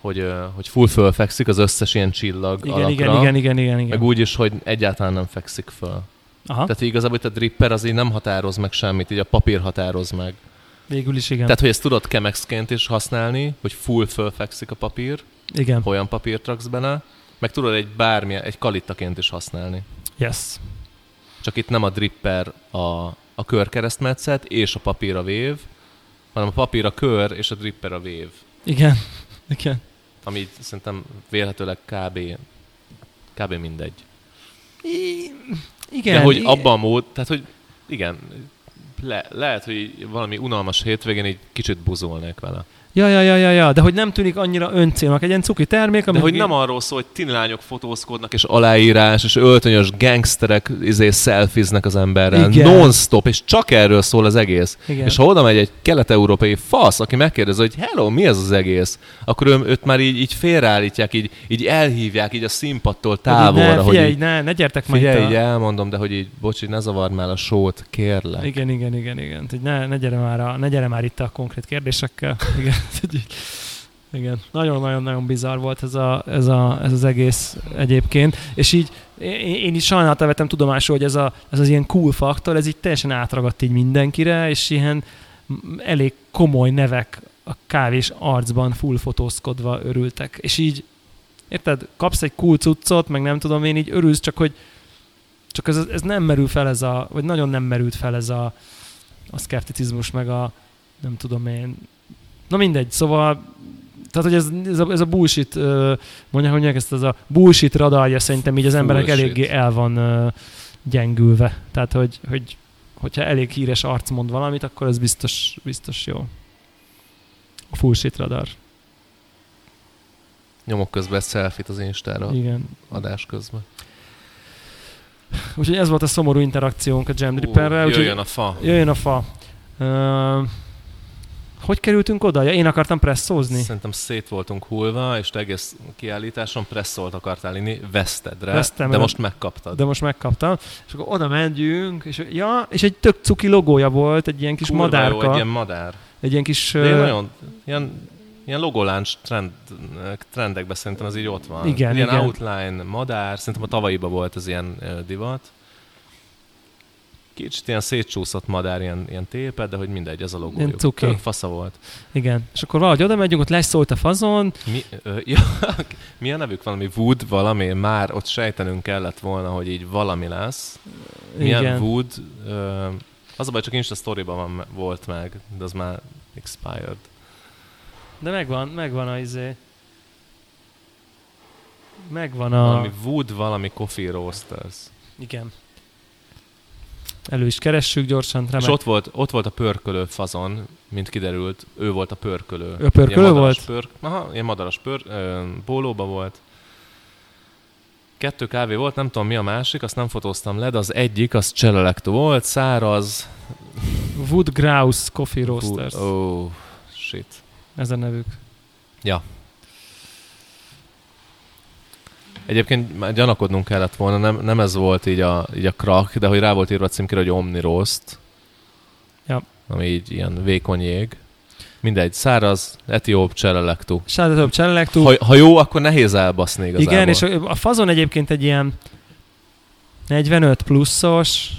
S2: hogy, hogy full fölfekszik az összes ilyen csillag
S1: igen,
S2: alapra.
S1: Igen, igen, igen, igen, igen.
S2: Meg úgy is, hogy egyáltalán nem fekszik föl. Aha. Tehát igazából itt a dripper az így nem határoz meg semmit, így a papír határoz meg.
S1: Végül is igen.
S2: Tehát, hogy ezt tudod kemexként is használni, hogy full fölfekszik a papír,
S1: igen.
S2: olyan papírt raksz bele, meg tudod egy bármilyen, egy kalittaként is használni.
S1: Yes.
S2: Csak itt nem a dripper a, a körkeresztmetszet és a papír a vév, hanem a papír a kör és a dripper a vév.
S1: Igen, igen.
S2: Ami így szerintem vélhetőleg kb. kb. mindegy.
S1: I, igen.
S2: De hogy igen. abban a mód, tehát hogy igen, le, lehet, hogy valami unalmas hétvégén így kicsit buzolnék vele.
S1: Ja, ja, ja, ja, ja, de hogy nem tűnik annyira öncélnak, egy ilyen cuki termék,
S2: ami... De hogy nem arról szól, hogy tinilányok fotózkodnak, és aláírás, és öltönyös gangsterek izé szelfiznek az emberrel.
S1: Igen.
S2: Non-stop, és csak erről szól az egész. Igen. És ha oda megy egy kelet-európai fasz, aki megkérdezi, hogy hello, mi ez az egész? Akkor ő, őt már így, így félreállítják, így, így elhívják, így a színpadtól távolra.
S1: Hogy ne,
S2: figyelj, hogy
S1: így, ne, ne gyertek
S2: figyelj,
S1: majd
S2: így a... így elmondom, de hogy így, bocs, így ne zavard már a sót, kérlek.
S1: Igen, igen, igen, igen. Hogy ne, ne, gyere már a, ne gyere már itt a konkrét kérdésekkel. Igen. Igen, nagyon-nagyon-nagyon bizarr volt ez, a, ez, a, ez az egész egyébként, és így én, én is sajnálta vettem tudomásul, hogy ez, a, ez az ilyen cool faktor, ez így teljesen átragadt így mindenkire, és ilyen elég komoly nevek a kávés arcban full fotózkodva örültek, és így érted, kapsz egy cool cuccot, meg nem tudom én, így örülsz, csak hogy csak ez, ez nem merül fel ez a, vagy nagyon nem merült fel ez a, a szkepticizmus, meg a nem tudom én. Na mindegy, szóval tehát, hogy ez, ez, a, ez a bullshit, uh, mondják, mondják ezt, ez a bullshit radarja szerintem így az emberek
S2: Bullshit.
S1: eléggé el van uh, gyengülve. Tehát, hogy, hogy hogyha elég híres arc mond valamit, akkor ez biztos, biztos jó. A bullshit radar.
S2: Nyomok közben egy selfit az Instára
S1: Igen.
S2: adás közben.
S1: Úgyhogy ez volt a szomorú interakciónk a Jam Dripperrel.
S2: Ú,
S1: úgyhogy-
S2: Jöjjön a fa.
S1: Jöjjön a fa. Ö, hogy kerültünk oda? Ja, én akartam presszózni.
S2: Szerintem szét voltunk hullva, és te egész kiállításon presszolt akartál inni, veszted rá,
S1: Vesztem,
S2: de
S1: mert-
S2: most megkaptad.
S1: De most megkaptam. És akkor oda mentünk, és, ja, és egy tök cuki logója volt, egy ilyen kis
S2: Kurva
S1: madárka.
S2: Jó, egy
S1: egy,
S2: ilyen madár.
S1: ilyen kis...
S2: De ilyen
S1: ö,
S2: nagyon, ilyen, ilyen logoláncs trend, trendekben szerintem ez így ott van.
S1: Igen,
S2: ilyen
S1: igen.
S2: outline, madár, szerintem a tavalyiba volt ez ilyen ö, divat. Kicsit ilyen szétcsúszott madár, ilyen, ilyen téped, de hogy mindegy, ez a logójuk.
S1: Ilyen cuki.
S2: Tök fasza volt.
S1: Igen. És akkor valahogy oda megyünk, ott leszólt a fazon.
S2: Mi, ö, *laughs* ja, milyen nevük valami Wood, valami, már ott sejtenünk kellett volna, hogy így valami lesz. Milyen
S1: Igen.
S2: Wood, ö, az a baj, csak Insta sztoriban van, volt meg, de az már expired.
S1: De megvan, megvan a izé. Megvan
S2: A...
S1: a...
S2: Valami Wood, valami Coffee Roasters.
S1: Igen. Elő is keressük gyorsan. Remek.
S2: És ott volt, ott volt a pörkölő fazon, mint kiderült, ő volt a pörkölő.
S1: Ő pörkölő
S2: Ilyen madaras
S1: volt?
S2: Pörk, aha, ilyen madaras pör, ö, bólóba volt. Kettő kávé volt, nem tudom mi a másik, azt nem fotóztam le, de az egyik, az cselelekt volt, száraz.
S1: Wood Grouse Coffee Roasters.
S2: Ó, oh, shit.
S1: Ez a nevük.
S2: Egyébként már gyanakodnunk kellett volna, nem, nem ez volt így a, így a krak, de hogy rá volt írva a címkére, hogy Omni Roast.
S1: Ja.
S2: Ami így ilyen vékony jég. Mindegy, száraz, etióp, cselelektú.
S1: Sáda hát több cselelektú.
S2: Ha, ha jó, akkor nehéz elbaszni igazából.
S1: Igen, és a a fazon egyébként egy ilyen 45 pluszos,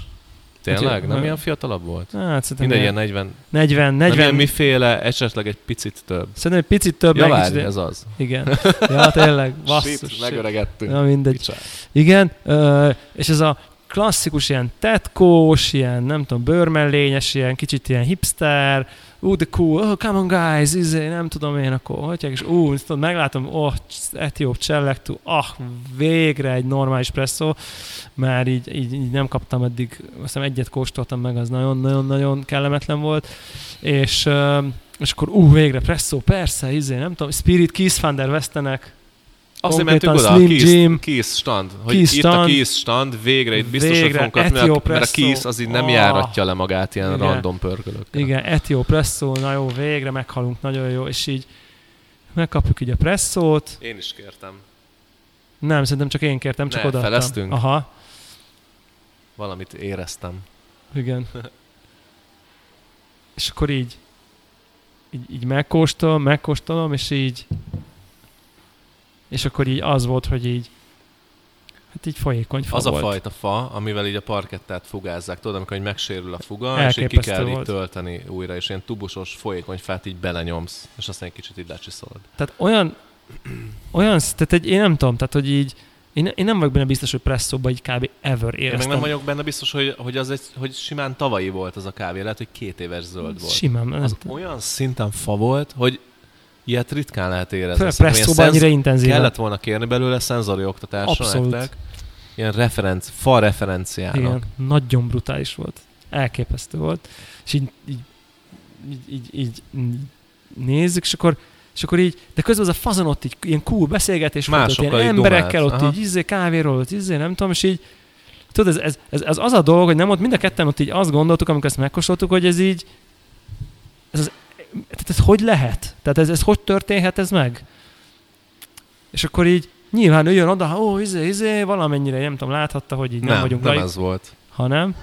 S2: Tényleg?
S1: Úgyhogy-
S2: Nem ilyen fiatalabb volt?
S1: hát szerintem
S2: Mindegy, ilyen
S1: ilyen
S2: 40,
S1: 40,
S2: 40...
S1: 40,
S2: Nem miféle, esetleg egy picit több.
S1: szerintem egy picit több.
S2: Ja,
S1: meg is,
S2: várj,
S1: de-
S2: ez az.
S1: Igen. Ja, tényleg, basszus. shit.
S2: megöregettünk.
S1: Na mindegy. Igen, ö, és ez a klasszikus ilyen tetkós, ilyen nem tudom, bőrmellényes, ilyen kicsit ilyen hipster, ú, de cool, oh, come on guys, izé, nem tudom én, akkor hagyják, és ú, mit tudom, meglátom, oh, etióp csellektú, ah, végre egy normális presszó, mert így, így, így nem kaptam eddig, azt hiszem egyet kóstoltam meg, az nagyon-nagyon-nagyon kellemetlen volt, és, ö, és akkor ú, végre presszó, persze, izé, nem tudom, Spirit Kiss van der Westenek,
S2: Azért
S1: konkrétan
S2: mentünk oda,
S1: Slim
S2: a
S1: Jim.
S2: Kiss, Kiss stand. Hogy
S1: Kiss
S2: itt a
S1: stand.
S2: Kiss stand, végre itt biztos,
S1: Végre,
S2: végre, hogy fogunk kapni, mert,
S1: Etiopresso.
S2: mert a Kiss az így nem
S1: Ah.
S2: oh. járatja le magát ilyen
S1: Igen.
S2: Igen. random pörgölökkel.
S1: Igen, etió presszó, na jó, végre meghalunk, nagyon jó, és így megkapjuk így a presszót.
S2: Én is kértem.
S1: Nem, szerintem csak én kértem, csak
S2: Ne,
S1: odaadtam.
S2: feleztünk?
S1: Aha,
S2: Valamit éreztem.
S1: igen. és akkor így, így, így megkóstolom, megkóstolom, és így, és akkor így az volt, hogy így, hát így folyékony fa
S2: Az a
S1: volt.
S2: fajta fa, amivel így a parkettát fugázzák, tudod, amikor hogy megsérül a fuga, és így ki
S1: Elképesztő
S2: kell
S1: volt.
S2: így tölteni újra, és ilyen tubusos, folyékony fát így belenyomsz, és aztán egy kicsit így lecsiszolod.
S1: Tehát olyan, olyan, tehát egy, én nem tudom, tehát hogy így, én, én nem vagyok benne biztos, hogy presszóba így kb. ever
S2: Én meg
S1: éreztem.
S2: nem vagyok benne biztos, hogy, hogy, az egy, hogy simán tavalyi volt az a kávé, lehet, hogy két éves zöld volt.
S1: Simán. nem
S2: Az
S1: tudom.
S2: olyan szinten fa volt, hogy ilyet ritkán lehet érezni.
S1: Főleg
S2: Szerintem ilyen
S1: presszóban annyira intenzíven.
S2: Kellett volna kérni belőle szenzori oktatásra
S1: Abszolút.
S2: nektek. Ilyen referenc, fa referenciának.
S1: Igen, nagyon brutális volt. Elképesztő volt. És így, így, így, így, így nézzük, és akkor, és akkor így, de közben az a fazon ott így ilyen cool beszélgetés volt, ott
S2: Másokkal
S1: ilyen
S2: így
S1: emberekkel,
S2: dumált.
S1: ott
S2: Aha.
S1: így izé, kávéról, ott izé, nem tudom, és így, tudod, ez, ez, ez, ez, az a dolog, hogy nem ott mind a ketten ott így azt gondoltuk, amikor ezt megkóstoltuk, hogy ez így, ez, az, tehát ez hogy lehet? Tehát ez, ez hogy történhet ez meg? És akkor így nyilván ő jön oda, ha, ó, izé, izé, valamennyire, nem tudom, láthatta, hogy így nem,
S2: Nem,
S1: vagyunk
S2: nem
S1: laik-
S2: ez volt.
S1: hanem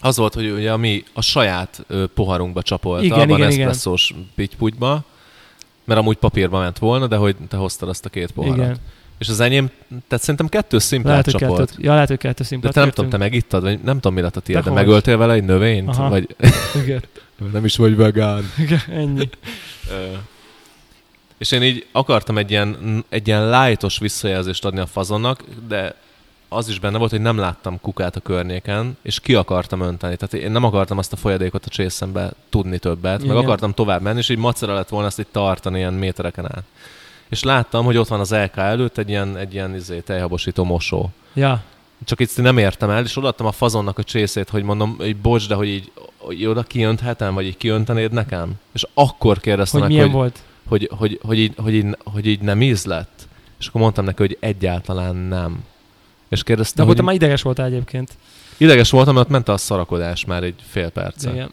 S2: Az volt, hogy ugye mi a saját ö, poharunkba csapolta,
S1: Igen,
S2: igen, abban
S1: igen,
S2: igen,
S1: igen.
S2: eszpresszós pityputyba, mert amúgy papírba ment volna, de hogy te hoztad azt a két poharat.
S1: Igen.
S2: Igen. És az enyém, tehát szerintem kettő
S1: Lehet,
S2: szimplát
S1: hogy
S2: csapolt.
S1: kettőt, ja, lehet, hogy kettő
S2: De
S1: szimpát
S2: te nem tudom, te megittad, vagy nem tudom, mi lett a tiéd, de
S1: Dehogy.
S2: megöltél vele egy növényt?
S1: Aha.
S2: Vagy
S1: Igen,
S2: nem is vagy vegán.
S1: igen, ennyi.
S2: Ö, És én így akartam egy ilyen, egy ilyen lightos visszajelzést adni a fazonnak, de az is benne volt, hogy nem láttam kukát a környéken, és ki akartam önteni. Tehát én nem akartam azt a folyadékot a csészembe tudni többet, Igen. meg
S1: Igen.
S2: akartam tovább menni, és így macera lett volna ezt így tartani ilyen métereken át. És láttam, hogy ott van az LK előtt egy ilyen, egy ilyen izé, tejhabosító mosó.
S1: Ja,
S2: Csak itt nem értem el, és odaadtam a fazonnak a csészét, hogy mondom, hogy bocs, de hogy így hogy oda kiönthetem, vagy így kiöntenéd nekem? És akkor kérdeztem,
S1: hogy
S2: meg,
S1: milyen volt.
S2: hogy, hogy, hogy, így, hogy, így, hogy így nem ízlett. És akkor mondtam neki, hogy egyáltalán nem. És
S1: De
S2: kérdeztem,
S1: akkor
S2: hogy
S1: te már ideges voltál egyébként.
S2: ideges voltam, mert ment a szarakodás már egy fél perce.
S1: Igen.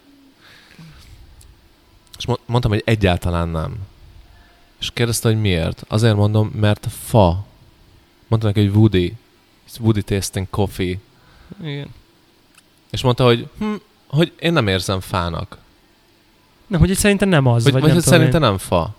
S2: És mo- mondtam, hogy egyáltalán nem. És kérdezte, hogy miért. Azért mondom, mert fa. Mondtam neki, hogy Woody. It's Woody tasting coffee.
S1: Igen.
S2: És mondta, hogy hm, hogy én nem érzem fának.
S1: Nem, hogy itt szerintem nem az,
S2: Vagy,
S1: vagy, nem
S2: vagy, hogy
S1: tudom
S2: szerintem
S1: szerintem... én.
S2: nem fa.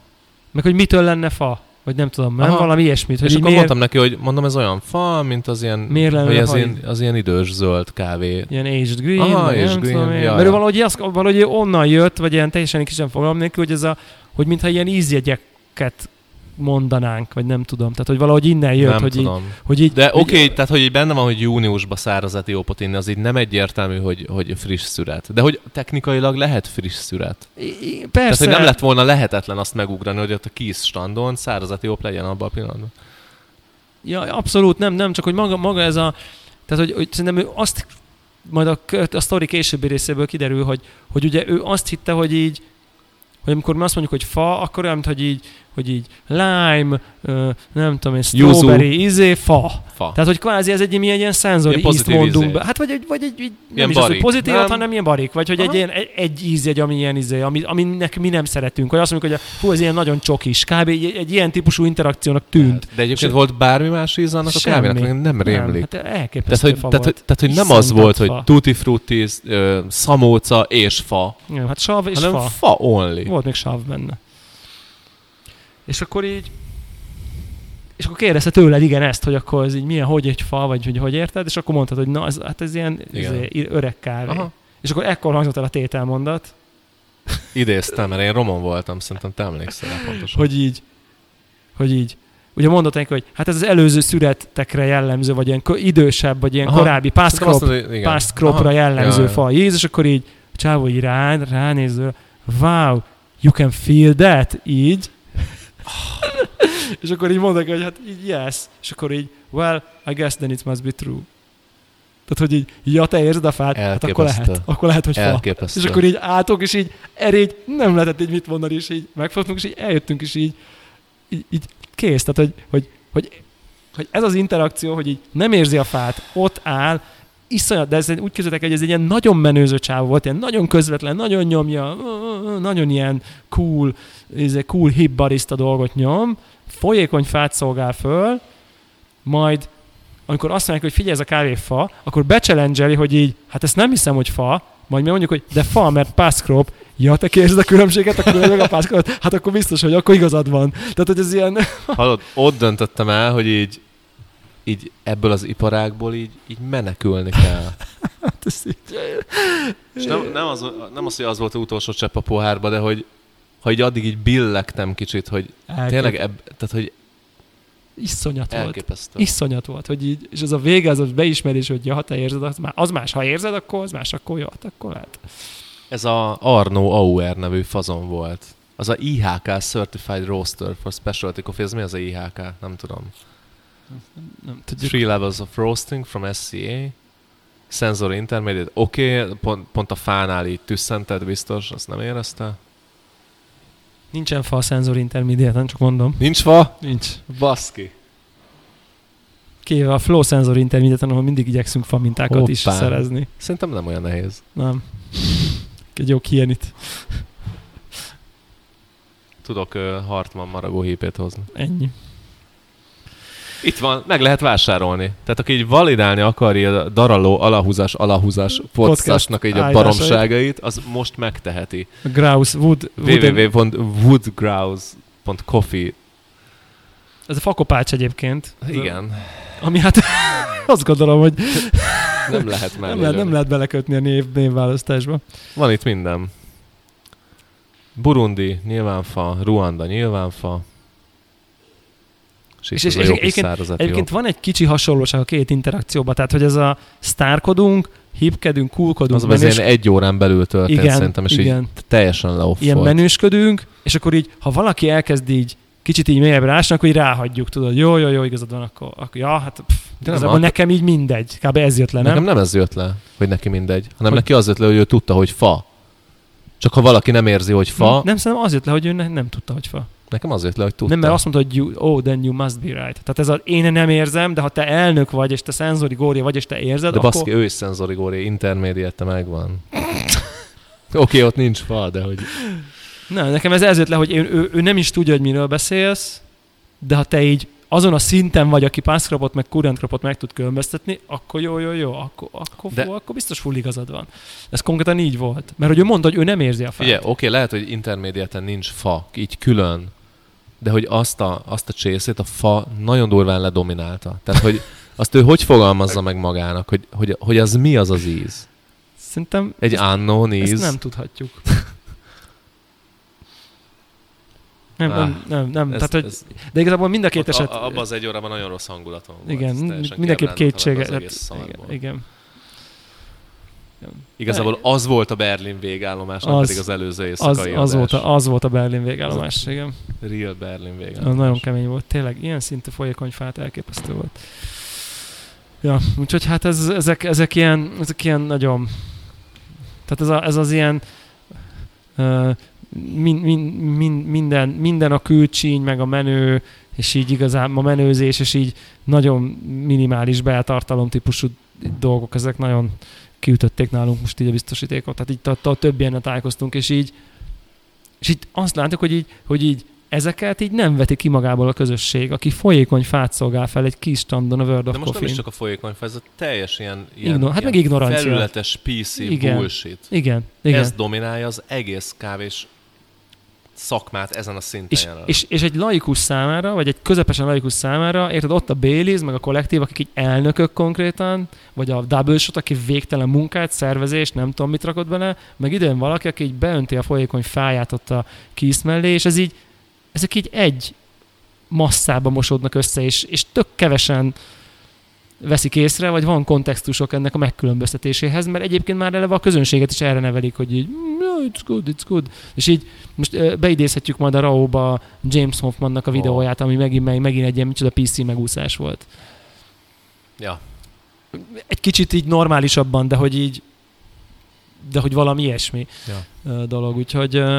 S1: Meg hogy mitől lenne fa, vagy nem tudom, nem
S2: Aha.
S1: valami ilyesmit, hogy
S2: és
S1: így
S2: akkor
S1: miért,
S2: mondtam neki, hogy mondom, ez olyan fa, mint az ilyen,
S1: Miért lenne
S2: hogy az
S1: fa
S2: ilyen, az ilyen idős zöld kávé.
S1: ilyen aged green,
S2: Aha,
S1: vagy nem
S2: aged green,
S1: tudom én.
S2: ja,
S1: Mert ő
S2: ja.
S1: valahogy, az, valahogy onnan jött, vagy ilyen teljesen kicsen fogalom nélkül, hogy ez a, hogy mintha ilyen ízjegyeket mondanánk, vagy nem tudom. Tehát, hogy valahogy innen jött,
S2: nem
S1: hogy, így,
S2: tudom.
S1: hogy így...
S2: De oké,
S1: hogy-
S2: okay, tehát hogy így benne van, hogy júniusban száraz etiópot inni, az így nem egyértelmű, hogy, hogy friss szüret. De hogy technikailag lehet friss szüret.
S1: I- i-
S2: Tehát,
S1: Persze.
S2: hogy nem lett volna lehetetlen azt megugrani, hogy ott a kis standon száraz etióp legyen abban a pillanatban.
S1: Ja, abszolút nem, nem, csak hogy maga, maga ez a... Tehát, hogy, hogy szerintem ő azt, majd a, kö- a sztori későbbi részéből kiderül, hogy, hogy ugye ő azt hitte, hogy így, hogy amikor mi azt mondjuk, hogy fa, akkor olyan, mint hogy így, hogy így lime, ö, nem tudom én,
S2: Yuzu.
S1: strawberry, izé, fa.
S2: Fa.
S1: Tehát, hogy kvázi ez egy milyen ilyen szenzori
S2: Ilyen
S1: ízt
S2: pozitív
S1: mondunk
S2: ízé.
S1: be. Hát, vagy egy, vagy egy így, nem
S2: Ilyen
S1: is az, hogy
S2: barik,
S1: pozitív, hát,
S2: nem?
S1: hanem ilyen barik, vagy hogy egy,
S2: Aha.
S1: ilyen, egy, egy ízjegy, ami ilyen izé, ami, aminek mi nem szeretünk. Vagy azt mondjuk, hogy a, hú, ez ilyen nagyon csokis. Kb. egy, egy ilyen típusú interakciónak tűnt.
S2: De egyébként
S1: Sőt-
S2: volt bármi más íz annak a
S1: Semmi.
S2: kávénak, meg nem rémlik.
S1: hát elképesztő
S2: tehát, hogy,
S1: fa volt.
S2: tehát, hogy, tehát, hogy nem
S1: Iszonyat
S2: az volt,
S1: fa.
S2: hogy tutti frutti, ö, szamóca és fa,
S1: Nem, hát sav és
S2: hanem
S1: fa.
S2: fa, fa only.
S1: Volt még sav benne. És akkor így... És akkor kérdezte tőled, igen, ezt, hogy akkor ez így milyen, hogy egy fa, vagy hogy hogy érted, és akkor mondtad, hogy na, ez, hát ez ilyen
S2: Igen.
S1: izé, i- öreg kávé.
S2: Aha.
S1: És akkor ekkor hangzott el a tételmondat,
S2: Idéztem, mert én romon voltam, szerintem te emlékszel rá pontosan.
S1: hogy így, hogy így, ugye mondott neki, hogy hát ez az előző születekre jellemző, vagy ilyen kö- idősebb, vagy ilyen
S2: Aha.
S1: Aha. korábbi
S2: Szerintem azt
S1: pászkrop,
S2: mondod, hogy igen.
S1: past cropra
S2: Aha.
S1: jellemző
S2: Ja, ja.
S1: fa. Jézus, akkor így a csávó így rád, ránéző, wow, you can feel that,
S2: *laughs*
S1: így. és akkor így mondok, hogy hát így yes, és akkor így, well, I guess then it must be true. Tehát, hogy így, ja, te érzed a fát, hát akkor
S2: Elképesztő.
S1: lehet, akkor lehet, hogy fa.
S2: Elképesztő.
S1: És akkor így álltok, és így erégy, nem lehetett így mit mondani, és így megfogtunk, és így eljöttünk, és így, így, így kész. Tehát, hogy, hogy, hogy, hogy ez az interakció, hogy így nem érzi a fát, ott áll, iszonyat, de ez egy- úgy képzeltek, hogy ez egy ilyen nagyon menőző csáv volt, ilyen nagyon közvetlen, nagyon nyomja, nagyon ilyen cool, ez egy cool hip barista dolgot nyom, folyékony fát szolgál föl, majd amikor azt mondják, hogy figyelj, ez a kávé fa, akkor becselengeli, hogy így, hát ezt nem hiszem, hogy fa, majd mi mondjuk, hogy de fa, mert pászkrop, ja, te kérzed a különbséget, akkor meg a pászkrop, hát akkor biztos, hogy akkor igazad van. Tehát, hogy ez ilyen, *laughs*
S2: Hallod, ott döntöttem el, hogy így, így ebből az iparágból így, így menekülni kell.
S1: hát ez így,
S2: És nem, nem, az, nem az, hogy az volt az utolsó csepp a pohárba, de hogy ha így addig így billegtem kicsit, hogy tényleg, ebb, tehát hogy
S1: iszonyat volt.
S2: elképesztő.
S1: Iszonyat volt, hogy így, és ez a vége, az a beismerés, hogy ja, ha te érzed, az, má, az más, ha érzed, akkor az más, akkor jó, hát akkor lehet.
S2: Ez a Arno Auer nevű fazon volt. Az a IHK Certified Roaster for Specialty Coffee. Ez mi az a IHK? Nem tudom.
S1: Nem tudjuk.
S2: Three levels of roasting from SCA. Sensory intermediate. Oké, okay, pont, pont a fánál így tüsszented biztos, azt nem érezte.
S1: Nincsen fa a szenzor intermediate, nem csak mondom.
S2: Nincs fa?
S1: Nincs.
S2: Baszki.
S1: Kéve a flow szenzor intermediate, ahol mindig igyekszünk fa mintákat is
S2: Hoppá.
S1: szerezni.
S2: Szerintem nem olyan nehéz.
S1: Nem. Egy jó kienit.
S2: Tudok ö, Hartmann maragó hépét hozni.
S1: Ennyi.
S2: Itt van, meg lehet vásárolni. Tehát aki így validálni akarja a daraló alahúzás, alahúzás podcastnak így a
S1: állításait.
S2: baromságait, az most megteheti.
S1: A Grouse Wood. wood
S2: www.woodgrouse.coffee
S1: Ez a fakopács egyébként.
S2: Igen,
S1: Ami hát *laughs* azt gondolom, hogy
S2: nem lehet már.
S1: nem lehet, nem
S2: lelőni.
S1: lehet belekötni a név, névválasztásba.
S2: Van itt minden. Burundi, nyilvánfa, Ruanda, nyilvánfa, És, és, és, és jó kis száraz
S1: Egyébként van egy kicsi hasonlóság a két interakcióban, tehát hogy ez a sztárkodunk, hipkedünk, kulkodunk,
S2: Az az ilyen egy órán belül történt
S1: Igen,
S2: szerintem, és
S1: igen.
S2: így teljesen leoff
S1: ilyen
S2: volt.
S1: menősködünk, és akkor így, ha valaki elkezd így kicsit így mélyebbre ásni, akkor így ráhagyjuk, tudod, jó, jó, jó, igazad van, akkor, akkor ja, hát pff,
S2: nem
S1: igazából
S2: ad-
S1: nekem így mindegy, kb. ez jött le, nem?
S2: Nekem nem ez jött le, hogy neki mindegy, hanem
S1: Hogy-
S2: neki az jött le, hogy ő tudta, hogy fa. Csak ha valaki nem érzi, hogy fa,
S1: Nem, szerintem az jött le, hogy ő ne, nem tudta, hogy fa.
S2: nekem az jött le, hogy tudta.
S1: Nem, mert azt mondta, hogy you, oh, then you must be right. Tehát ez az én nem érzem, de ha te elnök vagy, és te szenzori gória vagy, és te érzed,
S2: De
S1: akkor...
S2: baszki, ő is szenzorigóri, intermédiette megvan. *laughs* Oké, okay, ott nincs fa, de hogy...
S1: Nem, nekem ez ez jött le, hogy ő, ő, ő nem is tudja, hogy miről beszélsz, de ha te így azon a szinten vagy, aki pászkropot meg kurentkropot meg tud különböztetni, akkor jó, jó, jó, akkor, akkor, de...
S2: De-
S1: fú, akkor biztos full igazad van. Ez konkrétan így volt. Mert hogy ő mondta, hogy ő nem érzi a fát.
S2: Figyelj, oké, okay, lehet, hogy intermédiáten nincs fa, így külön, de hogy azt a, azt a csészét a fa nagyon durván ledominálta. Tehát,
S1: *laughs*
S2: hogy azt ő hogy fogalmazza meg magának, hogy, hogy, hogy az mi az az íz?
S1: Szerintem
S2: Egy unknown íz?
S1: ezt nem
S2: *laughs*
S1: tudhatjuk. Nem,
S2: Ah,
S1: nem, nem, nem.
S2: Ez-
S1: Tehát, hogy,
S2: ez-
S1: de igazából mind a két
S2: ott a-
S1: eset...
S2: a- Abban az egy órában nagyon rossz hangulatom volt.
S1: igen,
S2: ez teljesen
S1: mindenképp
S2: kiábrándult
S1: kétsége.
S2: az
S1: hát-
S2: egész szarból.
S1: igen, igen.
S2: Igazából az volt a Berlin végállomás, nem
S1: Az-
S2: pedig az előző
S1: Az,
S2: éjszakai
S1: az, volt
S2: adás.
S1: a, az volt a Berlin végállomás, igen.
S2: Real Berlin
S1: Az
S2: végállomás.
S1: nagyon kemény volt, tényleg ilyen szintű folyékony fát elképesztő volt. Ja, úgyhogy hát ez, ezek, ezek, ilyen, ezek ilyen nagyon... Tehát ez, a, ez az ilyen uh, min, min, min, minden, minden a külcsíny, meg a menő, és így igazán a menőzés, és így nagyon minimális beltartalom típusú dolgok, ezek nagyon kiütötték nálunk most így a biztosítékot. Tehát így a, a több ilyennel találkoztunk, és így és itt azt látjuk, hogy így, hogy így ezeket így nem veti ki magából a közösség, aki folyékony fát szolgál fel egy kis standon a World
S2: De
S1: of
S2: most nem is
S1: Coffee.
S2: csak a folyékony fa, ez a teljes ilyen, ilyen,
S1: Igno- hát
S2: ilyen
S1: meg ignorancia.
S2: felületes PC
S1: Igen.
S2: bullshit.
S1: Igen,
S2: Igen.
S1: igen.
S2: Ez dominálja az egész kávés szakmát ezen a szinten
S1: és,
S2: jelenleg.
S1: és, és, egy laikus számára, vagy egy közepesen laikus számára, érted, ott a Baileys, meg a kollektív, akik így elnökök konkrétan, vagy a double shot, aki végtelen munkát, szervezést, nem tudom mit rakott bele, meg idén valaki, aki így beönti a folyékony fáját ott a kisz mellé, és ez így, ezek így egy masszába mosódnak össze, és, és tök kevesen veszik észre, vagy van kontextusok ennek a megkülönböztetéséhez, mert egyébként már eleve a közönséget is erre nevelik, hogy így, "Mm, yeah, it's good, it's good. És így most ö, beidézhetjük majd a Raóba James Hoffmannak a
S2: Ó.
S1: videóját, ami megint, meg- megint egy ilyen micsoda PC megúszás volt.
S2: Ja.
S1: Egy kicsit így normálisabban, de hogy így, de hogy valami ilyesmi
S2: Ja.
S1: ö, dolog. Úgyhogy ö,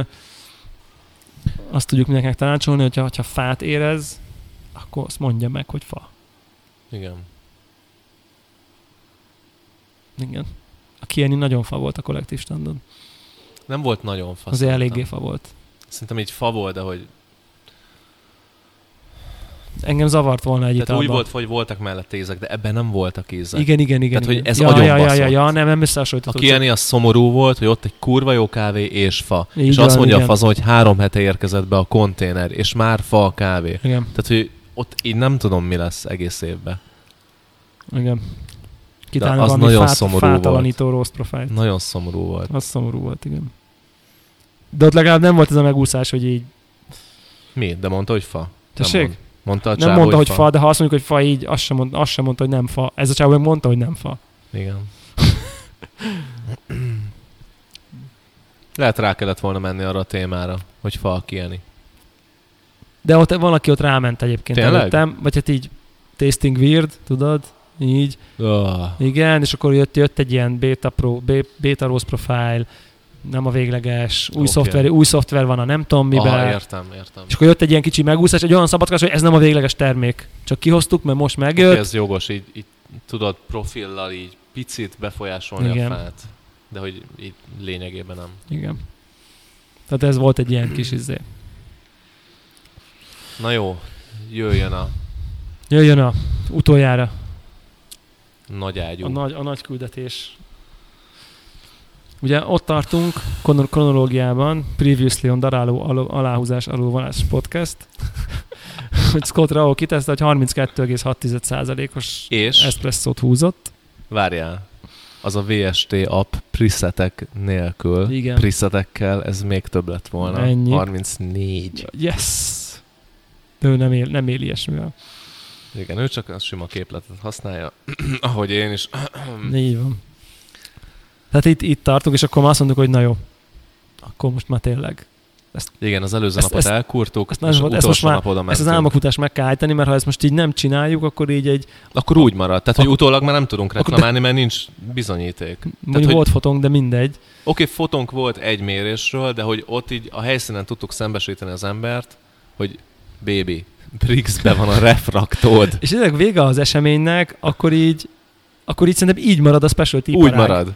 S1: azt tudjuk mindenkinek tanácsolni, hogyha, hogyha fát érez, akkor azt mondja meg, hogy fa.
S2: Igen.
S1: Igen. A Kieni nagyon fa volt a kollektív standon.
S2: Nem volt nagyon fa.
S1: Azért
S2: szerintem.
S1: eléggé fa volt.
S2: Szerintem így fa volt, de hogy...
S1: Engem zavart volna egy
S2: Tehát úgy
S1: italban.
S2: volt, hogy voltak mellette ízek, de ebben nem voltak ízek.
S1: Igen, igen, igen.
S2: Tehát, hogy
S1: igen.
S2: ez
S1: ja,
S2: agyon
S1: ja, ja, ja,
S2: baszott.
S1: ja, nem, nem
S2: A
S1: összehasonlítható.
S2: Kieni az szomorú volt, hogy ott egy kurva jó kávé és fa.
S1: Így
S2: és
S1: van,
S2: azt mondja
S1: igen.
S2: a fazon, hogy három hete érkezett be a konténer, és már fa a kávé.
S1: csak- Igen,
S2: Tehát, hogy ott így nem tudom, mi lesz egész évben.
S1: igen. Kitálnak
S2: az
S1: valami
S2: nagyon
S1: fát,
S2: szomorú
S1: fátalanító rossz profilt.
S2: Nagyon szomorú volt.
S1: Az szomorú volt, igen. De ott legalább nem volt ez a megúszás, hogy így...
S2: Mi? De mondta, hogy fa? Nem
S1: Tessék?
S2: mond- mondta a
S1: Nem,
S2: csávó,
S1: mondta, hogy fa. de ha azt mondjuk, hogy fa, így azt sem, mond, azt sem mondta, hogy nem fa. Ez a csávó meg mondta, hogy nem fa.
S2: Igen. Lehet rá kellett volna menni arra a témára, hogy fa a kieni.
S1: De ott valaki ott ráment egyébként
S2: Tényleg?
S1: előttem, vagy hát így tasting weird, tudod? Így.
S2: Oh.
S1: Igen, és akkor jött, jött egy ilyen beta, pro, be- beta rose profile, nem a végleges, új, okay.
S2: Oké.
S1: szoftver, új szoftver van a nem tudom miben.
S2: Aha, értem, értem.
S1: és akkor jött egy ilyen kicsi megúszás, egy olyan szabadkás, hogy ez nem a végleges termék. Csak kihoztuk, mert most megjött.
S2: Oké, ez jogos, így, így tudod profillal így picit befolyásolni
S1: Igen.
S2: Igen. a fát. De hogy így lényegében nem.
S1: Igen. Tehát ez volt egy ilyen kis izé.
S2: Na jó, jöjjön a
S1: Jöjjön a utoljára
S2: nagy ágyú.
S1: a nagy, a nagy küldetés. Ugye ott tartunk konor- kronológiában, previously on daráló aló, aláhúzás alulvonás podcast, *laughs* hogy Scott Rao kiteszte, hogy 32,6%-os
S2: És
S1: eszpresszót húzott.
S2: várjál, az a VST app priszetek nélkül,
S1: Igen.
S2: priszetekkel ez még több lett volna.
S1: Ennyi.
S2: 34.
S1: Yes! de ő nem él, nem él ilyesmivel.
S2: Igen, ő csak a sima képletet használja, *clears throat* ahogy én is. Hm.
S1: Így van. Tehát itt, itt tartunk, és akkor már azt mondjuk, hogy na jó, akkor most már tényleg.
S2: Igen, az előző
S1: Ezt-
S2: napot
S1: ezt-
S2: elkurtuk,
S1: ezt
S2: ezt,
S1: nem
S2: és
S1: volt,
S2: utolsó
S1: ezt most már-
S2: nap oda
S1: Ezt az
S2: mentünk.
S1: álmokfutást meg kell állítani, mert ha ezt most így nem csináljuk, akkor így egy,
S2: Akkor úgy marad, tehát hogy utólag már nem tudunk
S1: Akkor de-
S2: reklamálni, mert nincs bizonyíték.
S1: mondjuk
S2: hogy-
S1: volt fotónk, de mindegy.
S2: Oké, okay, fotónk volt egy mérésről, de hogy ott így a helyszínen tudtuk szembesíteni az embert, hogy bébi, Brixbe van a refraktód.
S1: *laughs* És ezek vége az eseménynek, akkor így, akkor így szerintem így marad a specialty
S2: Úgy
S1: iparág.
S2: marad.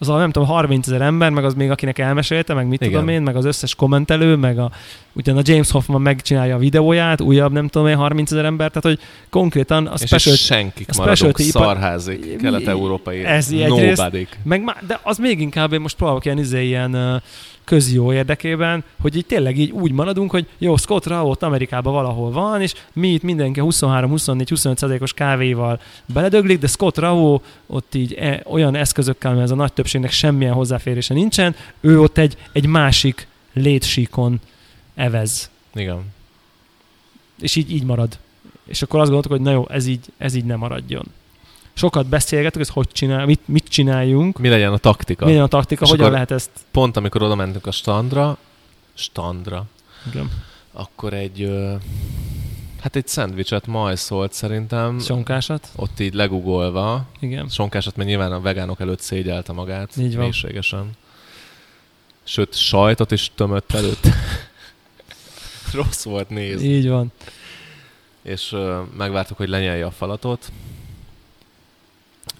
S1: Az a nem tudom, 30 ezer ember, meg az még akinek elmesélte, meg mit Igen.
S2: Igen.
S1: tudom én, meg az összes kommentelő, meg a, ugyan a James Hoffman megcsinálja a videóját, újabb nem tudom én, 30 ezer ember, tehát hogy konkrétan a
S2: A és special...
S1: specialty
S2: senkik
S1: a
S2: maradunk,
S1: specialty ipar-
S2: szarházik, kelet-európai,
S1: Ez így egyrészt-
S2: nobodyk.
S1: Meg má, de az még inkább, én most próbálok ilyen, izé, ilyen ö, közjó érdekében, hogy így tényleg így úgy maradunk, hogy jó, Scott Raut Amerikában valahol van, és mi itt mindenki 23-24-25%-os kávéval beledöglik, de Scott Rao ott így e, olyan eszközökkel, mert ez a nagy többségnek semmilyen hozzáférése nincsen, ő ott egy, egy másik létsíkon evez.
S2: Igen.
S1: És így, így marad. És akkor azt gondoltuk, hogy na jó, ez így, ez így nem maradjon. Sokat beszélgetünk, ez hogy csinál, mit, mit csináljunk,
S2: Mi legyen a taktika?
S1: milyen a taktika,
S2: És
S1: hogyan
S2: akkor-
S1: lehet ezt
S2: Pont amikor oda mentünk a standra, standra,
S1: Igen.
S2: akkor egy, ö, hát egy szendvicset majszolt szerintem,
S1: Sonkásat?
S2: ott így legugolva,
S1: Igen.
S2: Sonkásat, mert nyilván a vegánok előtt szégyelte magát.
S1: Így van.
S2: Mélységesen. Sőt, sajtot is tömött előtt. *laughs* Rossz volt nézni.
S1: Így van.
S2: És ö, megvártuk, hogy lenyelje a falatot.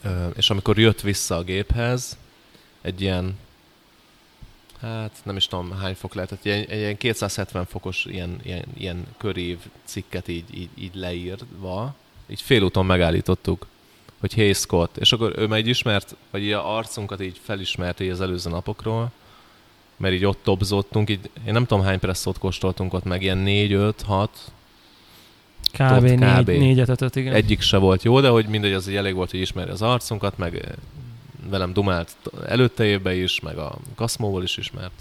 S2: Ö, és amikor jött vissza a géphez, egy ilyen, hát nem is tudom hány fok lehetett, egy, egy ilyen 270 fokos ilyen, ilyen, ilyen körív cikket így, így, így leírva, így félúton megállítottuk, hogy hey Scott, és akkor ő már így ismert, vagy így a arcunkat így felismert így az előző napokról, mert így ott tobzottunk, így, én nem tudom hány presszót kóstoltunk ott meg, ilyen 4, 5, 6,
S1: Kb.
S2: Tudod,
S1: négy-
S2: kb.
S1: négyet, ötöt, igen.
S2: egyik se volt jó, de hogy mindegy, az egy elég volt, hogy ismerje az arcunkat, meg eh, velem dumált előtte évben is, meg a kaszmóval is ismert.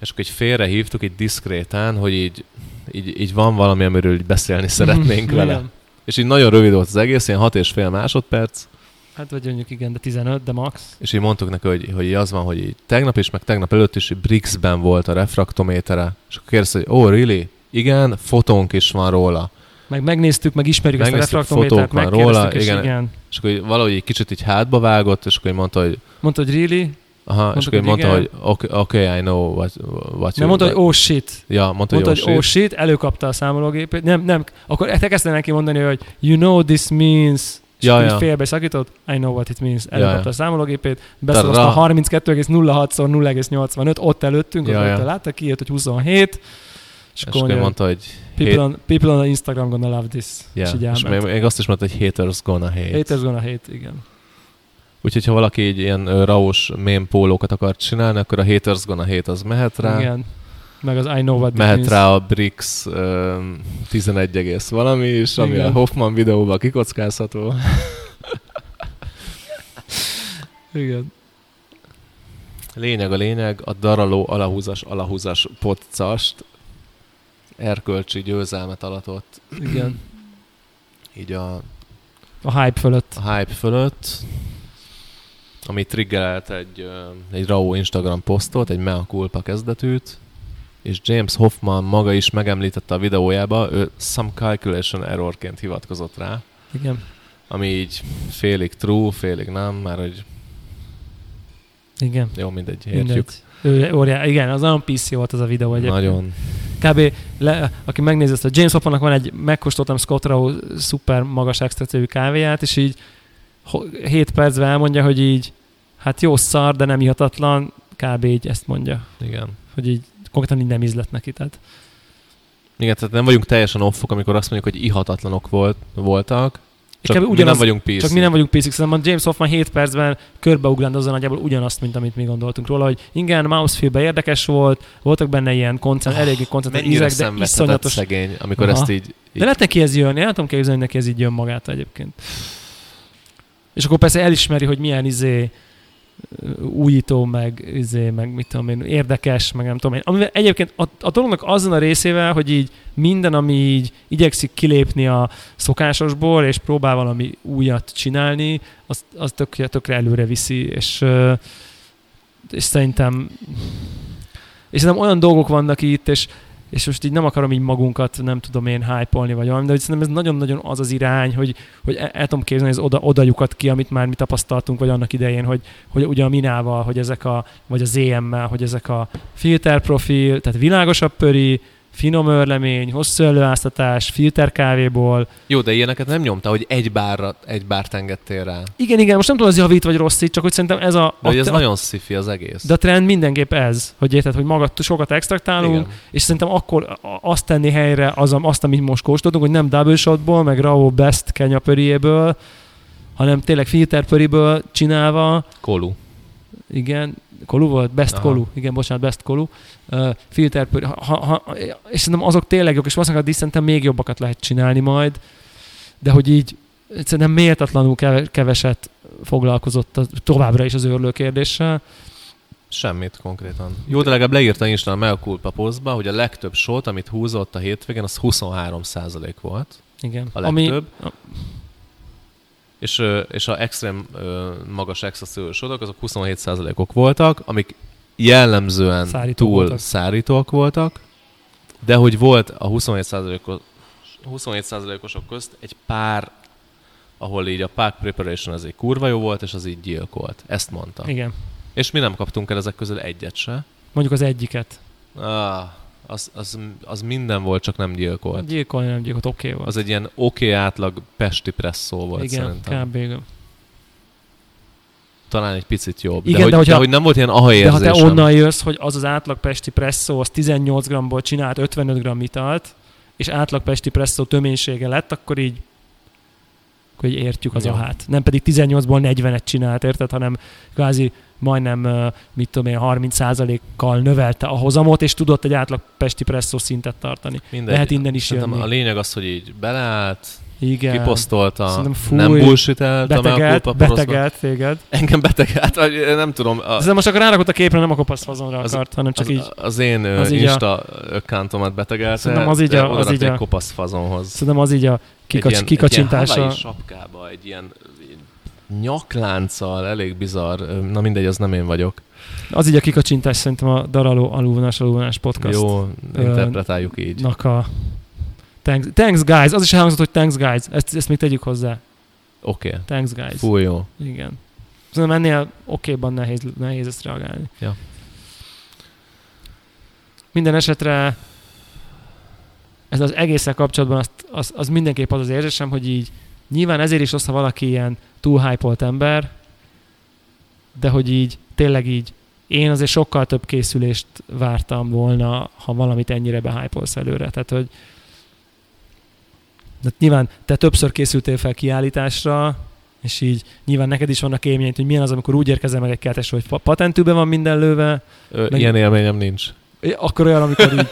S2: És akkor így félre hívtuk, így diszkrétán, hogy így, így, így van valami, amiről így
S1: *laughs*
S2: beszélni szeretnénk
S1: Igen.
S2: vele. És így nagyon rövid volt az egész, ilyen hat és fél másodperc,
S1: Hát vagy mondjuk igen, de 15, de max.
S2: és így mondtuk neki, hogy, hogy az van, hogy így tegnap is, meg tegnap előtt is így Brixben volt a refraktométere, és akkor kérdezte, hogy oh, really? Igen, fotónk is van róla.
S1: Meg megnéztük, meg ismerjük ezt a
S2: Megnéztük,
S1: refraktométert,
S2: fotók van
S1: megkérdeztük,
S2: róla,
S1: és igen.
S2: igen.
S1: igen.
S2: És akkor így valahogy egy kicsit így hátba vágott, és akkor így mondta, hogy
S1: Mondta, hogy really?
S2: Aha, mondtuk, és
S1: Mondtuk,
S2: akkor
S1: hogy
S2: így mondta,
S1: igen.
S2: hogy okay, okay, I know what, what
S1: Nem
S2: you...
S1: mondta, hogy oh shit.
S2: Ja, mondta,
S1: Mondta,
S2: hogy
S1: hogy oh shit, előkapta a számológépét. Nem, nem. Akkor te kezdte neki mondani, hogy you know this means... És
S2: Ja,
S1: akkor így
S2: ja.
S1: félbe szakított, I know what it means. Előkapta
S2: ja.
S1: a számológépét, beszorozta
S2: Tarra.
S1: a 32,06x0,85, ott előttünk,
S2: Ja,
S1: ott
S2: ja.
S1: ja. látta, kijött, hogy 27, és
S2: És
S1: akkor
S2: akkor
S1: mondja, hogy-
S2: mondta, hogy...
S1: People,
S2: hate-
S1: on, people on the Instagram gonna love this. és
S2: Yeah.
S1: így
S2: És még,
S1: elment.
S2: még azt is mondta, hogy haters gonna hate.
S1: Haters gonna hate, igen.
S2: Úgyhogy, ha valaki így ilyen ö, raós mém pólókat akar csinálni, akkor a haters gonna hate az mehet rá.
S1: Igen. hát Meg az I know what this
S2: Mehet
S1: means.
S2: rá a Brix ö, 11 egész valami is, ami
S1: Igen.
S2: a Hoffman videóban kikockázható.
S1: Igen.
S2: Lényeg a lényeg, a daraló alahúzas alahúzas poccast erkölcsi győzelmet alatott
S1: igen.
S2: így a
S1: A hype fölött.
S2: a hype fölött, ami triggerelt egy, ö, egy RAO Instagram posztot, egy mea culpa kezdetűt, és James Hoffman maga is megemlítette a videójába, ő some calculation errorként hivatkozott rá,
S1: Igen.
S2: ami így félig true, félig nem, már hogy
S1: Igen.
S2: jó, mindegy, értjük.
S1: Mindegy. Ő, óriá, igen, az olyan PC volt az a videó egyébként.
S2: Nagyon.
S1: Kb. Le, aki megnézi ezt a James Hoppannak van egy, megkóstoltam Scott Rao szuper magas extra célű kávéját, és így 7 percben elmondja, hogy így hát jó szar, de nem ihatatlan, kb. így ezt mondja.
S2: Igen.
S1: Hogy így konkrétan így nem ízlett neki. Tehát
S2: Igen, tehát nem vagyunk teljesen offok, amikor azt mondjuk, hogy ihatatlanok volt, voltak, csak
S1: Kb.
S2: mi nem
S1: ugyanaz-
S2: vagyunk PC.
S1: Csak mi nem vagyunk pc szerintem a James Hoffman 7 percben körbeugrandozza nagyjából ugyanazt, mint amit mi gondoltunk róla, hogy igen, Mousefieldben érdekes volt, voltak benne ilyen koncert, eléggé koncentrált
S2: Mennyire
S1: ízek, de
S2: szenvedhetett
S1: iszonyatos.
S2: szegény, amikor
S1: Aha.
S2: ezt így, így
S1: De lehet neki ez jön, én nem tudom képzelni, hogy neki ez így jön magát egyébként. És akkor persze elismeri, hogy milyen izé újító, meg, izé, meg mit tudom én, érdekes, meg nem tudom én. Amivel egyébként a, a dolognak azon a részével, hogy így minden, ami így igyekszik kilépni a szokásosból, és próbál valami újat csinálni, az, az tök, tökre előre viszi, és, és szerintem és szerintem olyan dolgok vannak itt, és, és most így nem akarom így magunkat, nem tudom én hype vagy valami, de hogy szerintem ez nagyon-nagyon az az irány, hogy, hogy e, el, el tudom képzelni az oda, odajukat ki, amit már mi tapasztaltunk, vagy annak idején, hogy, hogy ugye a Minával, hogy ezek a, vagy az EM-mel, hogy ezek a filter profil, tehát világosabb pöri, finom örlemény, hosszú előáztatás, filter kávéból.
S2: Jó, de ilyeneket nem nyomta, hogy egy bárra, egy bárt engedtél rá.
S1: Igen, igen, most nem tudom, az javít vagy rossz így, csak hogy szerintem ez a...
S2: De hogy
S1: a,
S2: ez
S1: a,
S2: nagyon szifi az egész.
S1: de a trend mindenképp ez, hogy érted, hogy magat sokat extraktálunk,
S2: Igen.
S1: és szerintem akkor a- azt tenni helyre az, azt, amit most kóstoltunk, hogy nem double shotból, meg raw best Kenya pörjéből, hanem tényleg filter pöriből csinálva,
S2: Kolu.
S1: igen, kolu volt, best
S2: Aha.
S1: kolu, igen, bocsánat, best kolu, uh, filter pöri, ha, ha, ha, és szerintem azok tényleg jók, és valószínűleg a szerintem még jobbakat lehet csinálni majd, de hogy így szerintem méltatlanul keve- keveset foglalkozott a, továbbra is az őrlő kérdéssel.
S2: Semmit konkrétan. Jó, de legalább leírtam is a Mea Culpa posztba, hogy a legtöbb sót, amit húzott a hétvégén, az 23 volt.
S1: Igen.
S2: A legtöbb.
S1: a-
S2: Ami... És, ö, és a extrém ö, magas extra sodok, azok 27%-ok -ok voltak, amik jellemzően
S1: Szárító
S2: túl
S1: voltak.
S2: voltak. szárítóak voltak, de hogy volt a 27%-os 27%-osok közt egy pár, ahol így a pack preparation az egy kurva jó volt, és az így gyilkolt. Ezt mondta.
S1: Ami, igen.
S2: És mi nem kaptunk el ezek közül egyet se.
S1: Mondjuk az egyiket.
S2: Ah, az, az, az minden volt, csak nem gyilkolt.
S1: Gyilkolni nem gyilkolt, oké okay volt.
S2: Az egy ilyen oké okay átlag pesti presszó volt
S1: igen,
S2: szerintem.
S1: kb. igen.
S2: talán egy picit jobb.
S1: Igen,
S2: de, hogy,
S1: de
S2: de,
S1: hogyha-
S2: hogy nem volt ilyen aha
S1: De ha
S2: érzésem.
S1: te onnan jössz, hogy az az átlag pesti presszó, az 18 g-ból csinált 55 g italt, és átlag pesti presszó töménysége lett, akkor így akkor így értjük az
S2: Jó.
S1: ahát. Nem pedig 18-ból 40-et csinált, érted? Hanem kvázi majdnem, ö, mit tudom én, 30%-kal növelte a hozamot, és tudott egy átlag pesti presszó szintet tartani.
S2: Mindegy.
S1: Lehet innen is
S2: Szerintem
S1: jönni.
S2: a lényeg az, hogy így beleállt,
S1: Igen.
S2: kiposztolta,
S1: Szerintem fúj,
S2: nem bullshitelt, a
S1: Betegelt,
S2: Mea Culpa poroszba.
S1: betegelt téged.
S2: Engem betegelt, vagy én nem tudom. A,
S1: Ez most csak rárakott a képre, nem a kopasz fazonra
S2: Az-
S1: akart, hanem csak
S2: az,
S1: így.
S2: az én
S1: az
S2: az
S1: így a-
S2: Insta accountomat betegelt,
S1: Szerintem az így a- az így a-
S2: kopasz fazonhoz.
S1: Szerintem az így a
S2: egy
S1: kikacs,
S2: ilyen, Egy
S1: kikacsintása.
S2: ilyen havai sapkába, egy ilyen nyaklánccal, elég bizarr. Na mindegy, az nem én vagyok.
S1: Az így a kikacsintás szerintem a daráló alulvonás alulvonás podcastnak
S2: Jó, interpretáljuk így.
S1: a... Thanks, thanks guys, az is elhangzott, hogy thanks guys. Ezt, ezt még tegyük hozzá.
S2: Oké, okay.
S1: Thanks guys.
S2: fú, jó.
S1: Igen. Szerintem ennél okéban nehéz, nehéz ezt reagálni.
S2: Ja.
S1: Minden esetre ez az egésszel kapcsolatban azt, az, az mindenképp az az érzésem, hogy így nyilván ezért is rossz, ha valaki ilyen túl hype ember, de hogy így tényleg így én azért sokkal több készülést vártam volna, ha valamit ennyire behypolsz előre. Tehát, hogy de nyilván te többször készültél fel kiállításra, és így nyilván neked is vannak élményeid, hogy milyen az, amikor úgy érkezel meg egy kertesről, hogy pa- patentűben van minden lőve,
S2: Ö,
S1: Meg-
S2: Ilyen élményem nincs.
S1: akkor olyan, amikor így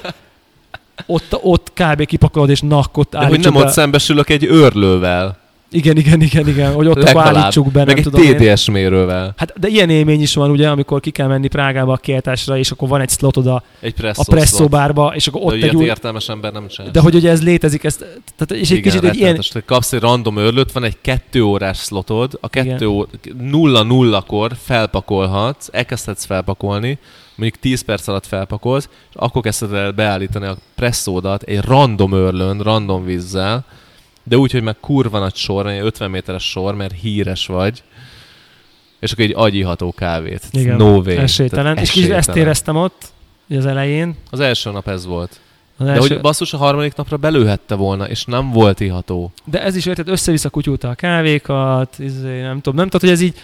S1: ott, ott kb. kipakolod, és na, akkor
S2: De hogy
S1: állítsuk
S2: nem ott
S1: be.
S2: szembesülök egy őrlővel,
S1: Igen, igen, igen, igen, hogy ott akkor
S2: Legalább.
S1: állítsuk be,
S2: meg
S1: nem
S2: egy
S1: tudom én.
S2: TDS mérővel.
S1: Hát, de ilyen élmény is van, ugye, amikor ki kell menni Prágába a kiáltásra, és akkor van egy slotod a,
S2: Egy
S1: a
S2: presszó
S1: presszóbárba, és akkor
S2: Ott
S1: ott
S2: de
S1: egy
S2: egy
S1: új...
S2: értelmes ember nem csinál.
S1: De hogy ugye ez létezik, ez, tehát, és egy
S2: Igen,
S1: kicsit egy ilyen,
S2: rettenetes. Tehát kapsz egy random őrlőt, van egy kettő órás slotod, a kettő
S1: Igen.
S2: ó- nulla nullakor felpakolhatsz, elkezdhetsz felpakolni, mondjuk 10 perc alatt felpakolsz, és akkor kezdted el beállítani a presszódat egy random őrlőn, random vízzel, de úgy, hogy meg kurva nagy sor, egy 50 méteres sor, mert híres vagy, és akkor egy agyiható kávét.
S1: Igen,
S2: no way.
S1: esélytelen.
S2: Tehát
S1: És kicsit ezt
S2: esélytelen.
S1: éreztem ott, így az elején.
S2: Az első nap ez volt.
S1: Az
S2: De
S1: első, de,
S2: hogy basszus a harmadik napra belőhette volna, és nem volt iható.
S1: de ez is érted, össze-vissza kutyulta a kávékat, izé, nem tudom, nem tudom, hogy ez így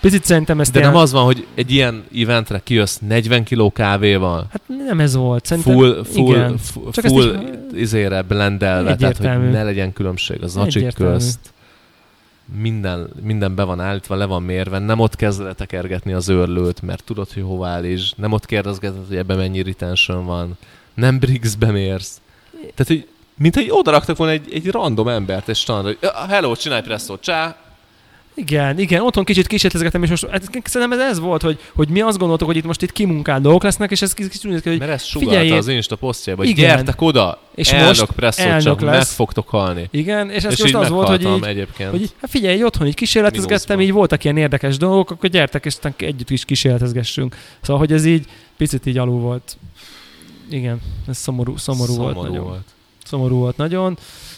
S1: picit szerintem ezt
S2: De
S1: ilyen,
S2: nem az van, hogy egy ilyen eventre kijössz 40 kiló kávéval,
S1: Hát nem ez volt, szerintem.
S2: full, full,
S1: igen.
S2: full,
S1: Csak ezt
S2: full
S1: is-
S2: izére blendelve, tehát
S1: Egyértelmű.
S2: hogy ne legyen különbség az acsik
S1: Egyértelmű.
S2: közt. Minden, minden be van állítva, le van mérve, nem ott kezded el tekergetni az őrlőt, mert tudod, hogy hova áll is, nem ott kérdezgeted, hogy ebben mennyi retention van, nem Briggsbe mérsz. Tehát, hogy "Ah, mint hogy odaraktak volna egy, egy random embert, és tanulni, hogy "Ja, hello, csinálj presszót, csá,
S1: Igen, igen, otthon kicsit kísérletezgetem, és most hát szerintem ez, ez volt, hogy, hogy mi azt gondoltuk, hogy itt most itt kimunkált dolgok lesznek, és ez kicsit úgy néz ki, hogy
S2: Mert ezt
S1: figyeljék-
S2: sugalta az Insta posztjába, hogy
S1: Igen.
S2: gyertek oda,
S1: És
S2: és
S1: most
S2: elnök presszol,
S1: elnök
S2: csak
S1: lesz.
S2: meg fogtok halni.
S1: igen, és ez
S2: És,
S1: most
S2: így
S1: az volt, hogy
S2: meghaltam
S1: így,
S2: egyébként.
S1: hogy így, hát figyelj, így otthon így kísérletezgettem,
S2: Mínuszban.
S1: így voltak ilyen érdekes dolgok, akkor gyertek, és aztán együtt is kísérletezgessünk. Szóval, hogy ez így picit így alul volt. Igen, ez szomorú, szomorú, szomorú volt nagyon. Szomorú volt nagyon,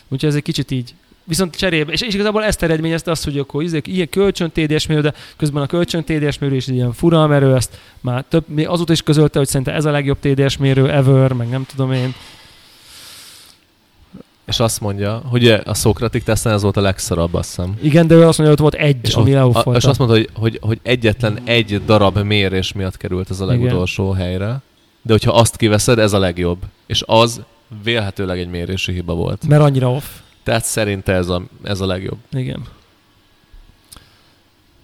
S1: úgyhogy ez egy kicsit így Viszont cserébe, és, és igazából ezt eredményezte azt, hogy akkor izék, ilyen kölcsön TDS mérő, de közben a kölcsön TDS mérő is egy ilyen fura, mert ő ezt már több, még azóta is közölte, hogy szerintem ez a legjobb TDS mérő ever, meg nem tudom én.
S2: És azt mondja, hogy a Szokratik tesztán ez volt a legszarabb, azt hiszem.
S1: Igen, de ő azt mondja, hogy ott volt egy, és
S2: ott-
S1: ami
S2: a,
S1: leufalt.
S2: és azt mondta, hogy, hogy, hogy egyetlen egy darab mérés miatt került ez a
S1: Igen.
S2: legutolsó Igen. helyre. De hogyha azt kiveszed, ez a legjobb. És az vélhetőleg egy mérési hiba volt.
S1: Mert annyira off.
S2: Tehát szerinte ez a, ez a legjobb.
S1: Igen.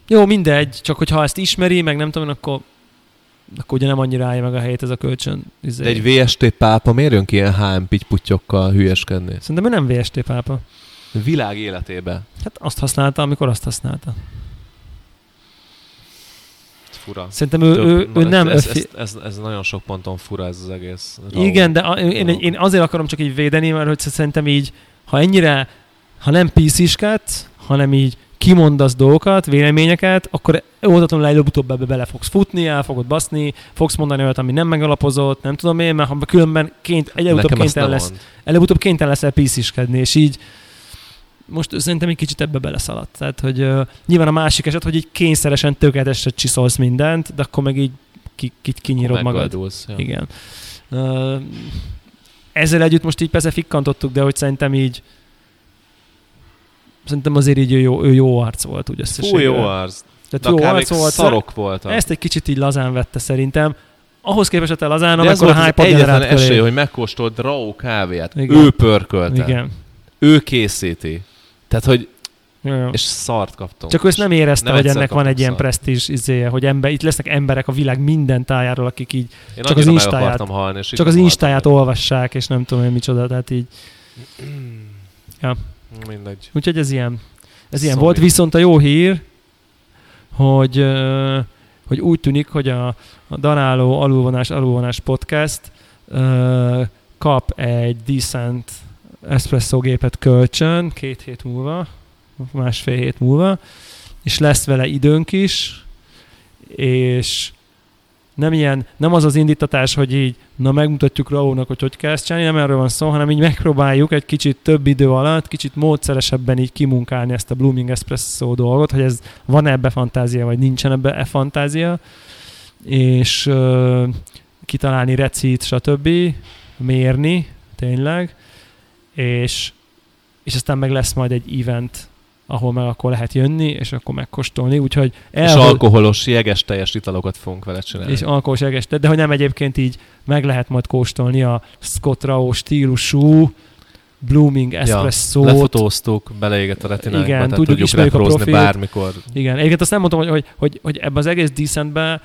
S1: Jó, mindegy, csak hogyha ezt ismeri, meg nem tudom, én, akkor, akkor ugye nem annyira állja meg a helyét ez a kölcsön. Izé.
S2: De egy VST pápa miért jön ki ilyen HM pittyutyokkal hülyeskedni?
S1: Szerintem ő nem VST pápa.
S2: Világ életébe.
S1: Hát azt használta, amikor azt használta.
S2: Fura.
S1: Szerintem ő, ő, ő nem...
S2: ez,
S1: ő
S2: ez,
S1: fi-
S2: ez, ez, nagyon sok ponton fura ez az egész. Raúl.
S1: Igen, de a, én,
S2: Raúl.
S1: én azért akarom csak így védeni, mert hogy szerintem így, ha ennyire, ha nem piszkát, hanem így kimondasz dolgokat, véleményeket, akkor oldatlanul előbb-utóbb ebbe bele fogsz futni, el fogod baszni, fogsz mondani olyat, ami nem megalapozott, nem tudom én, mert ha különben ként, előbb-utóbb
S2: Nekem ezt
S1: kénytelen
S2: nem
S1: lesz,
S2: mond.
S1: előbb-utóbb kénytelen leszel pisziskedni, és így most szerintem egy kicsit ebbe beleszaladt. Tehát, hogy uh, nyilván a másik eset, hogy így kényszeresen tökéletesre csiszolsz mindent, de akkor meg így ki, ki, kinyírod magad.
S2: Meggajdulsz, Ja.
S1: Igen. Ö, Ezzel együtt most így persze fikkantottuk, de hogy szerintem így szerintem azért így ő jó, ő jó arc volt úgy
S2: Fú,
S1: összességében.
S2: jó arz.
S1: Tehát hát
S2: De
S1: jó
S2: akár még
S1: arc volt.
S2: szarok voltak.
S1: Ezt egy kicsit így lazán vette szerintem. Ahhoz képest, hogy te lazán,
S2: De ez
S1: amikor
S2: volt
S1: a
S2: az
S1: hype
S2: egyetlen
S1: generált köré.
S2: esély, hogy megkóstold Rau kávéját.
S1: Igen.
S2: Igen. Ő pörkölte. Igen.
S1: Igen.
S2: Ő készíti. Tehát, hogy...
S1: Jó, jó.
S2: És szart kaptunk.
S1: Csak ő ezt nem érezte,
S2: nem
S1: hogy
S2: egyszer
S1: ennek van
S2: kapunk
S1: egy ilyen
S2: szart.
S1: presztízs izéje, hogy ember, itt lesznek emberek a világ minden tájáról, akik így
S2: Én
S1: csak
S2: csak
S1: az
S2: az
S1: Instáját-
S2: instáját. Akartam halni, és Mm,
S1: csak
S2: itt
S1: az
S2: haltam
S1: instáját
S2: meg.
S1: olvassák, és nem tudom én micsoda, tehát így. Ja.
S2: Mindegy.
S1: Úgyhogy ez ilyen, ez ilyen
S2: Szomorú.
S1: volt, viszont a jó hír, hogy, ö, hogy úgy tűnik, hogy a, a Daráló alulvonás, alulvonás podcast ö, kap egy decent espresso gépet kölcsön két hét múlva, másfél hét múlva, és lesz vele időnk is, és nem ilyen, nem az az indítatás, hogy így, na megmutatjuk Raúnak, hogy hogy kell ezt csinálni, nem erről van szó, hanem így megpróbáljuk egy kicsit több idő alatt, kicsit módszeresebben így kimunkálni ezt a Blooming Espresso dolgot, hogy ez van ebbe fantázia, vagy nincsen ebbe e fantázia, és ö, kitalálni recit, stb., mérni, tényleg, és, és aztán meg lesz majd egy event, ahol meg akkor lehet jönni, és akkor megkóstolni, úgyhogy
S2: És
S1: elhol-
S2: alkoholos, jeges teljes italokat fogunk vele csinálni.
S1: és alkoholos jeges, de, de hogy nem egyébként így meg lehet majd kóstolni a Scott Rao stílusú Blooming espresso ja,
S2: Lefotóztuk, beleégett a
S1: Igen,
S2: retinánk, Igen, tehát
S1: tudjuk,
S2: tudjuk, tudjuk
S1: ismerjük a
S2: reprózni
S1: profilt.
S2: bármikor.
S1: Igen, egyébként azt nem mondtam, hogy, hogy, hogy, hogy ebben az egész decentben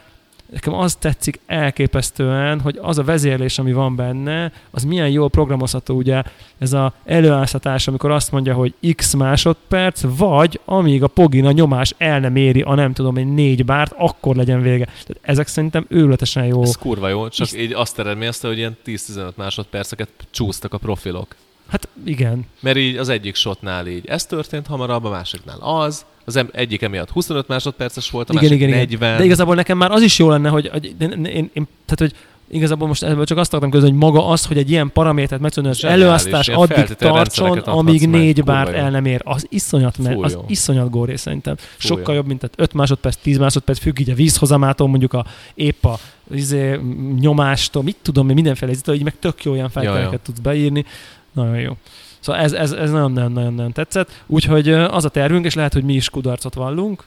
S1: nekem az tetszik elképesztően, hogy az a vezérlés, ami van benne, az milyen jól programozható, ugye ez a előáztatás, amikor azt mondja, hogy x másodperc, vagy amíg a pogina nyomás el nem éri a nem tudom én négy bárt, akkor legyen vége. Tehát ezek szerintem őrületesen jó.
S2: Ez kurva jó, csak így azt eredményezte, hogy ilyen 10-15 másodperceket csúsztak a profilok.
S1: Hát igen,
S2: Mert így az egyik shotnál így ez történt hamarabb, a másiknál az, az em- egyik emiatt 25 másodperces volt, a
S1: Igen,
S2: igen, másik
S1: igen,
S2: igen,
S1: igen.
S2: 40. Igen.
S1: De igazából nekem már az is jó lenne, hogy, hogy én, én, én, tehát, hogy igazából most ebből csak azt akartam közben, hogy maga az, hogy egy ilyen paramétert megtudni, hogy az
S2: Zseniális,
S1: előasztás
S2: ilyen
S1: addig
S2: feltétel
S1: tartson,
S2: rendszereket
S1: amíg
S2: adhatsz meg.
S1: négy
S2: Kurva
S1: bárt
S2: jó.
S1: el nem ér. Az iszonyat, mert
S2: Fú,
S1: az
S2: jó.
S1: iszonyat góré szerintem. Sokkal
S2: jó.
S1: jobb, mint tehát 5 másodperc, 10 másodperc, függ így a vízhozamától, mondjuk a épp a izé, m, nyomástól, mit tudom én, mindenféle izitől, így meg tök jó olyan feltételeket
S2: ja.
S1: tudsz beírni. Nagyon jó. Szóval ez, ez, ez nagyon-nagyon-nagyon tetszett. Úgyhogy ö, az a tervünk, és lehet, hogy mi is kudarcot vallunk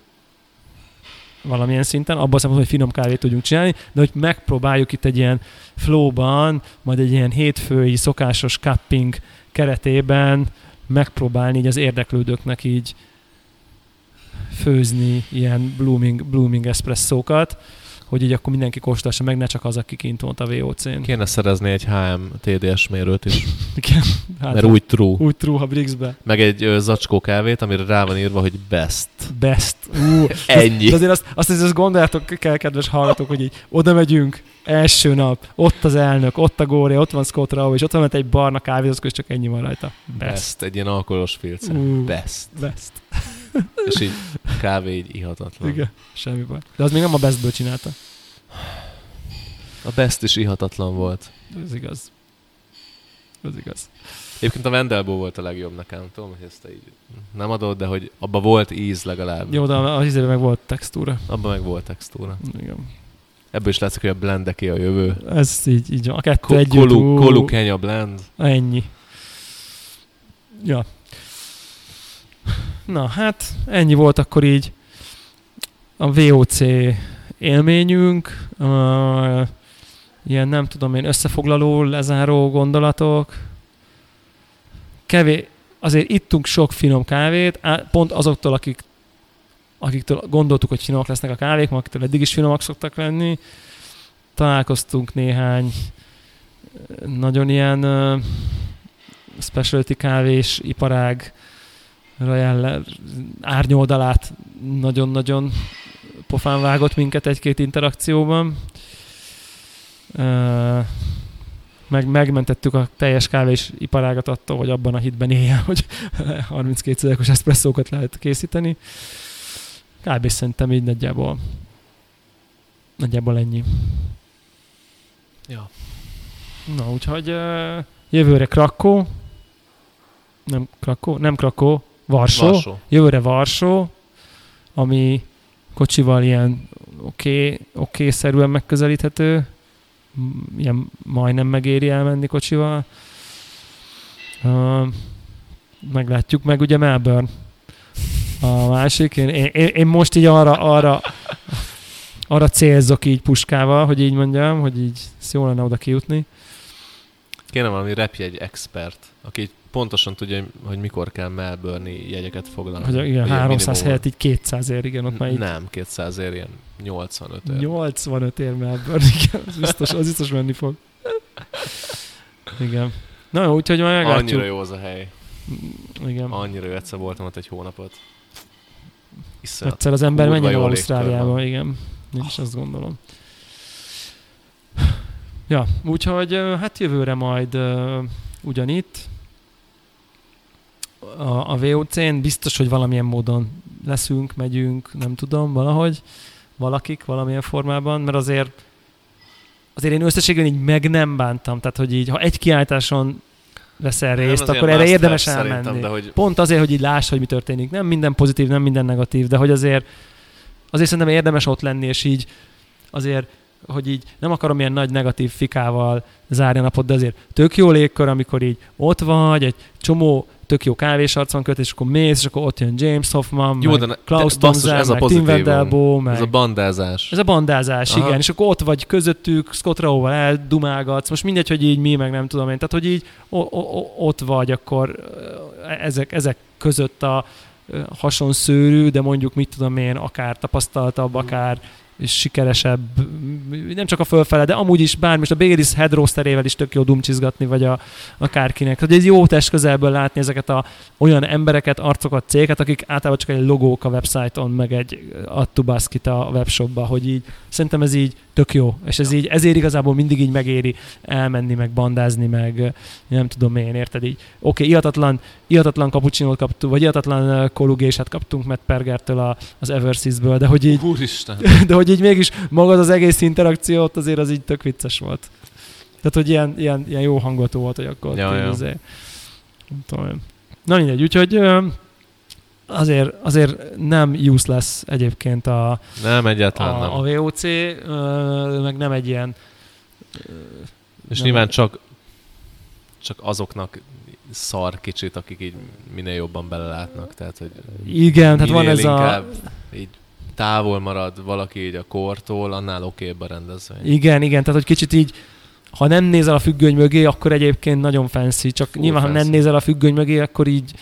S1: valamilyen szinten, abban a szempontból, hogy finom kávét tudjunk csinálni, de hogy megpróbáljuk itt egy ilyen flowban, majd egy ilyen hétfői szokásos cupping keretében megpróbálni így az érdeklődőknek így főzni ilyen blooming, blooming espresszókat, hogy így akkor mindenki kóstolsa meg, ne csak az, aki kint volt a VOC-n.
S2: Kéne szerezni egy HM TDS mérőt is,
S1: *laughs* Igen, hát,
S2: mert úgy true.
S1: úgy true, ha Brixbe.
S2: Meg egy ö, zacskó kávét, amire rá van írva, hogy best.
S1: Best.
S2: *laughs*
S1: Ú,
S2: Ennyi.
S1: De azért azt, azt, azért azt gondoljátok kell, kedves hallgatók, hogy így oda megyünk, első nap, ott az elnök, ott a gória, ott van Scott Rao, és ott van egy barna kávézózkó, és csak ennyi van rajta. Best.
S2: Best. Egy ilyen alkoholos filce.
S1: Ú.
S2: Best.
S1: Best.
S2: És így kávé így ihatatlan.
S1: Igen, semmi baj. De az még nem a bestből csinálta.
S2: A best is ihatatlan volt.
S1: Ez igaz. Ez igaz.
S2: Egyébként a Vendelbó volt a legjobb nekem, tudom, hogy ezt te így nem adod, de hogy abba volt íz legalább.
S1: Jó, de a a hízében meg volt textúra.
S2: Abban meg volt textúra.
S1: Igen.
S2: Ebből is látszik, hogy a blendeké a jövő.
S1: Ez így, így van. A kettő
S2: Ko-
S1: együtt.
S2: kolu,
S1: ú,
S2: kolu kenya blend.
S1: Ennyi. Ja. Na, hát ennyi volt akkor így a VOC élményünk, ö, ilyen nem tudom én összefoglaló, lezáró gondolatok. Kevé, azért ittunk sok finom kávét, á, pont azoktól, akik, akiktől gondoltuk, hogy finomak lesznek a kávék, akiktől eddig is finomak szoktak lenni. Találkoztunk néhány ö, nagyon ilyen ö, specialty kávés iparág Royal árnyoldalát nagyon-nagyon pofán vágott minket egy-két interakcióban. Ö, Meg, megmentettük a teljes kávés iparágat attól, hogy abban a hitben éljen, hogy *laughs* 32 os eszpresszókat lehet készíteni. Kb. szerintem így nagyjából, nagyjából ennyi.
S2: Ja.
S1: Na, úgyhogy ö, jövőre Krakó, nem Krakó, nem Krakó, Varsó. Varsó.
S2: Varsó.
S1: Jövőre Varsó, ami kocsival ilyen oké, okay, oké okay szerűen megközelíthető, M- ilyen majdnem megéri elmenni kocsival. Uh, meglátjuk, meg ugye Melbourne a másik. Én, én, én én most így arra, arra, arra célzok így puskával, hogy így mondjam, hogy így ezt jó lenne oda kijutni.
S2: Kéne valami repjegy expert, aki így pontosan tudja, hogy- hogy mikor kell melbourne jegyeket foglalni.
S1: Hogy igen,
S2: Ugye
S1: 300
S2: minimum.
S1: helyett így 200 ér, igen, ott már így
S2: Nem, 200 ér, ilyen 85 ér.
S1: 85 ér Melbourne, igen, az biztos, az biztos menni fog. Igen. Na jó, úgyhogy majd meglátjuk.
S2: Annyira jó az a hely.
S1: Igen.
S2: Annyira jó, egyszer voltam ott egy hónapot. Iszonyat.
S1: Egyszer az ember
S2: kurva
S1: menjen
S2: jó
S1: el
S2: légkör
S1: Ausztráliába,
S2: van.
S1: igen. Én is azt gondolom. Ja, úgyhogy ö, hát jövőre majd ö, ugyanitt a, a VOC-n biztos, hogy valamilyen módon leszünk, megyünk, nem tudom, valahogy, valakik valamilyen formában, mert azért azért én összességében így meg nem bántam, tehát hogy így, ha egy kiáltáson veszel
S2: Nem
S1: részt,
S2: az ilyen
S1: akkor erre
S2: must
S1: érdemes
S2: have szerintem,
S1: elmenni.
S2: De hogy
S1: Pont azért, hogy így láss, hogy mi történik. Nem minden pozitív, nem minden negatív, de hogy azért azért szerintem érdemes ott lenni, és így azért, hogy így nem akarom ilyen nagy negatív fikával zárni a napot, de azért tök jó légkör, amikor így ott vagy, egy csomó tök jó kávésarcon köt, és akkor mész, és akkor ott jön James Hoffman,
S2: jó,
S1: meg
S2: de ne-
S1: Klaus
S2: de basszus,
S1: Tomzer,
S2: ez a
S1: meg Tim
S2: pozitívum.
S1: Wendelbo, meg
S2: Ez a bandázás.
S1: ez a bandázás, Aha.
S2: Aha.
S1: igen, és akkor ott vagy közöttük, Scott Rowe-val eldumálgatsz, most mindegy, hogy így mi, meg nem tudom én, tehát hogy így o- o- o- ott vagy, akkor ö, e-, ezek, ezek között a ö, hasonszőrű, de mondjuk mit tudom én, akár tapasztaltabb, akár sikeresebb, m- m- nem csak a fölfele, de amúgy is bár most a Bélis head rosterével is tök jó dumcsizgatni, vagy a, akárkinek. Hogy ez jó test közelből látni ezeket a olyan embereket, arcokat, cégeket, akik általában csak egy logók a websájton, meg egy attubaskit a webshopba, hogy így szerintem ez így tök jó, és ez így, ezért igazából mindig így megéri elmenni, meg bandázni, meg nem tudom én, érted így. Oké, okay, ihatatlan, ihatatlan kapucsinót kaptunk, vagy ihatatlan ö, kolugésát kaptunk Matt Pergertől a, az Eversys-ből, de hogy így
S2: Úristen.
S1: de hogy így mégis magad az egész interakció ott azért az így tök vicces volt. Tehát, hogy ilyen, ilyen, ilyen jó hangulatú volt, hogy akkor
S2: Ja,
S1: ja,
S2: ja.
S1: ja. Azért, nem tudom én. Na mindegy, úgyhogy ö, azért, azért nem useless egyébként a,
S2: Nem,
S1: a,
S2: egyáltalán nem.
S1: a VOC, ö, meg nem egy ilyen ö,
S2: És
S1: nem.
S2: nyilván csak, csak azoknak szar kicsit, akik így minél jobban belelátnak. Tehát, hogy
S1: igen, tehát van
S2: minél
S1: ez a,
S2: inkább Így távol marad valaki így a kortól, annál okébb a rendezvény.
S1: Igen, igen, tehát hogy kicsit így, ha nem nézel a függöny mögé, akkor egyébként nagyon fancy, csak
S2: Full
S1: nyilván, ha nem
S2: fancy.
S1: nézel a függöny mögé, akkor így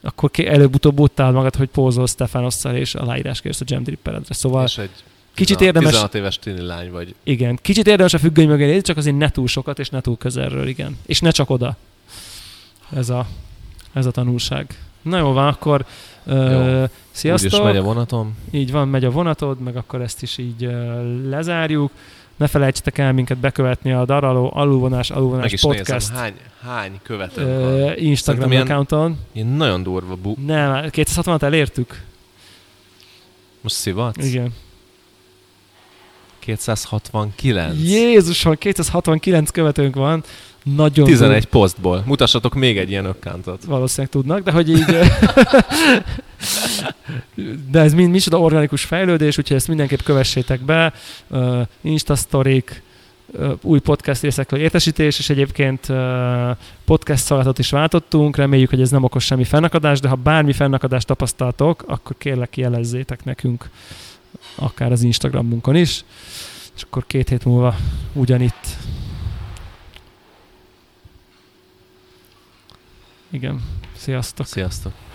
S1: akkor ké- előbb-utóbb ott áll magad, hogy pózol Stefanosszal, és aláírás kérsz a Jam Dripperedre. Szóval
S2: És egy
S1: Kicsit érdemes,
S2: 16 éves tini lány vagy.
S1: igen, kicsit érdemes a függöny mögé nézni, csak azért ne túl sokat, és ne túl közelről, igen. És ne csak oda. Ez a, ez a tanulság. Na jó van, akkor
S2: Jó.
S1: ö,
S2: Úgyis
S1: sziasztok!
S2: megy a vonatom.
S1: Így van, megy a vonatod, meg akkor ezt is így ö, lezárjuk. Ne felejtsetek el minket bekövetni a daráló alulvonás,
S2: Meg
S1: alulvonás
S2: is
S1: podcast
S2: nézem, hát, hány, hány követőnk van.
S1: ö, Instagram
S2: hát. Szerintem ilyen-
S1: accounton.
S2: Ilyen nagyon durva bu...
S1: Nem, 260-at elértük.
S2: Most szivatsz?
S1: Igen.
S2: 269.
S1: Jézusom, 269 követőnk van. Nagyon
S2: 11 posztból. Mutassatok még egy ilyen ökkantot.
S1: valószínűleg tudnak, de hogy így... *laughs* de ez mind micsoda organikus fejlődés, úgyhogy ezt mindenképp kövessétek be. Uh, Instastorik, uh, új podcast részekről értesítés, és egyébként uh, podcast szalatot is váltottunk. Reméljük, hogy ez nem okoz semmi fennakadást, de ha bármi fennakadást tapasztaltok, akkor kérlek jelezzétek nekünk akár az Instagramunkon is. És akkor két hét múlva ugyanitt. Igen. Sziasztok.
S2: Sziasztok.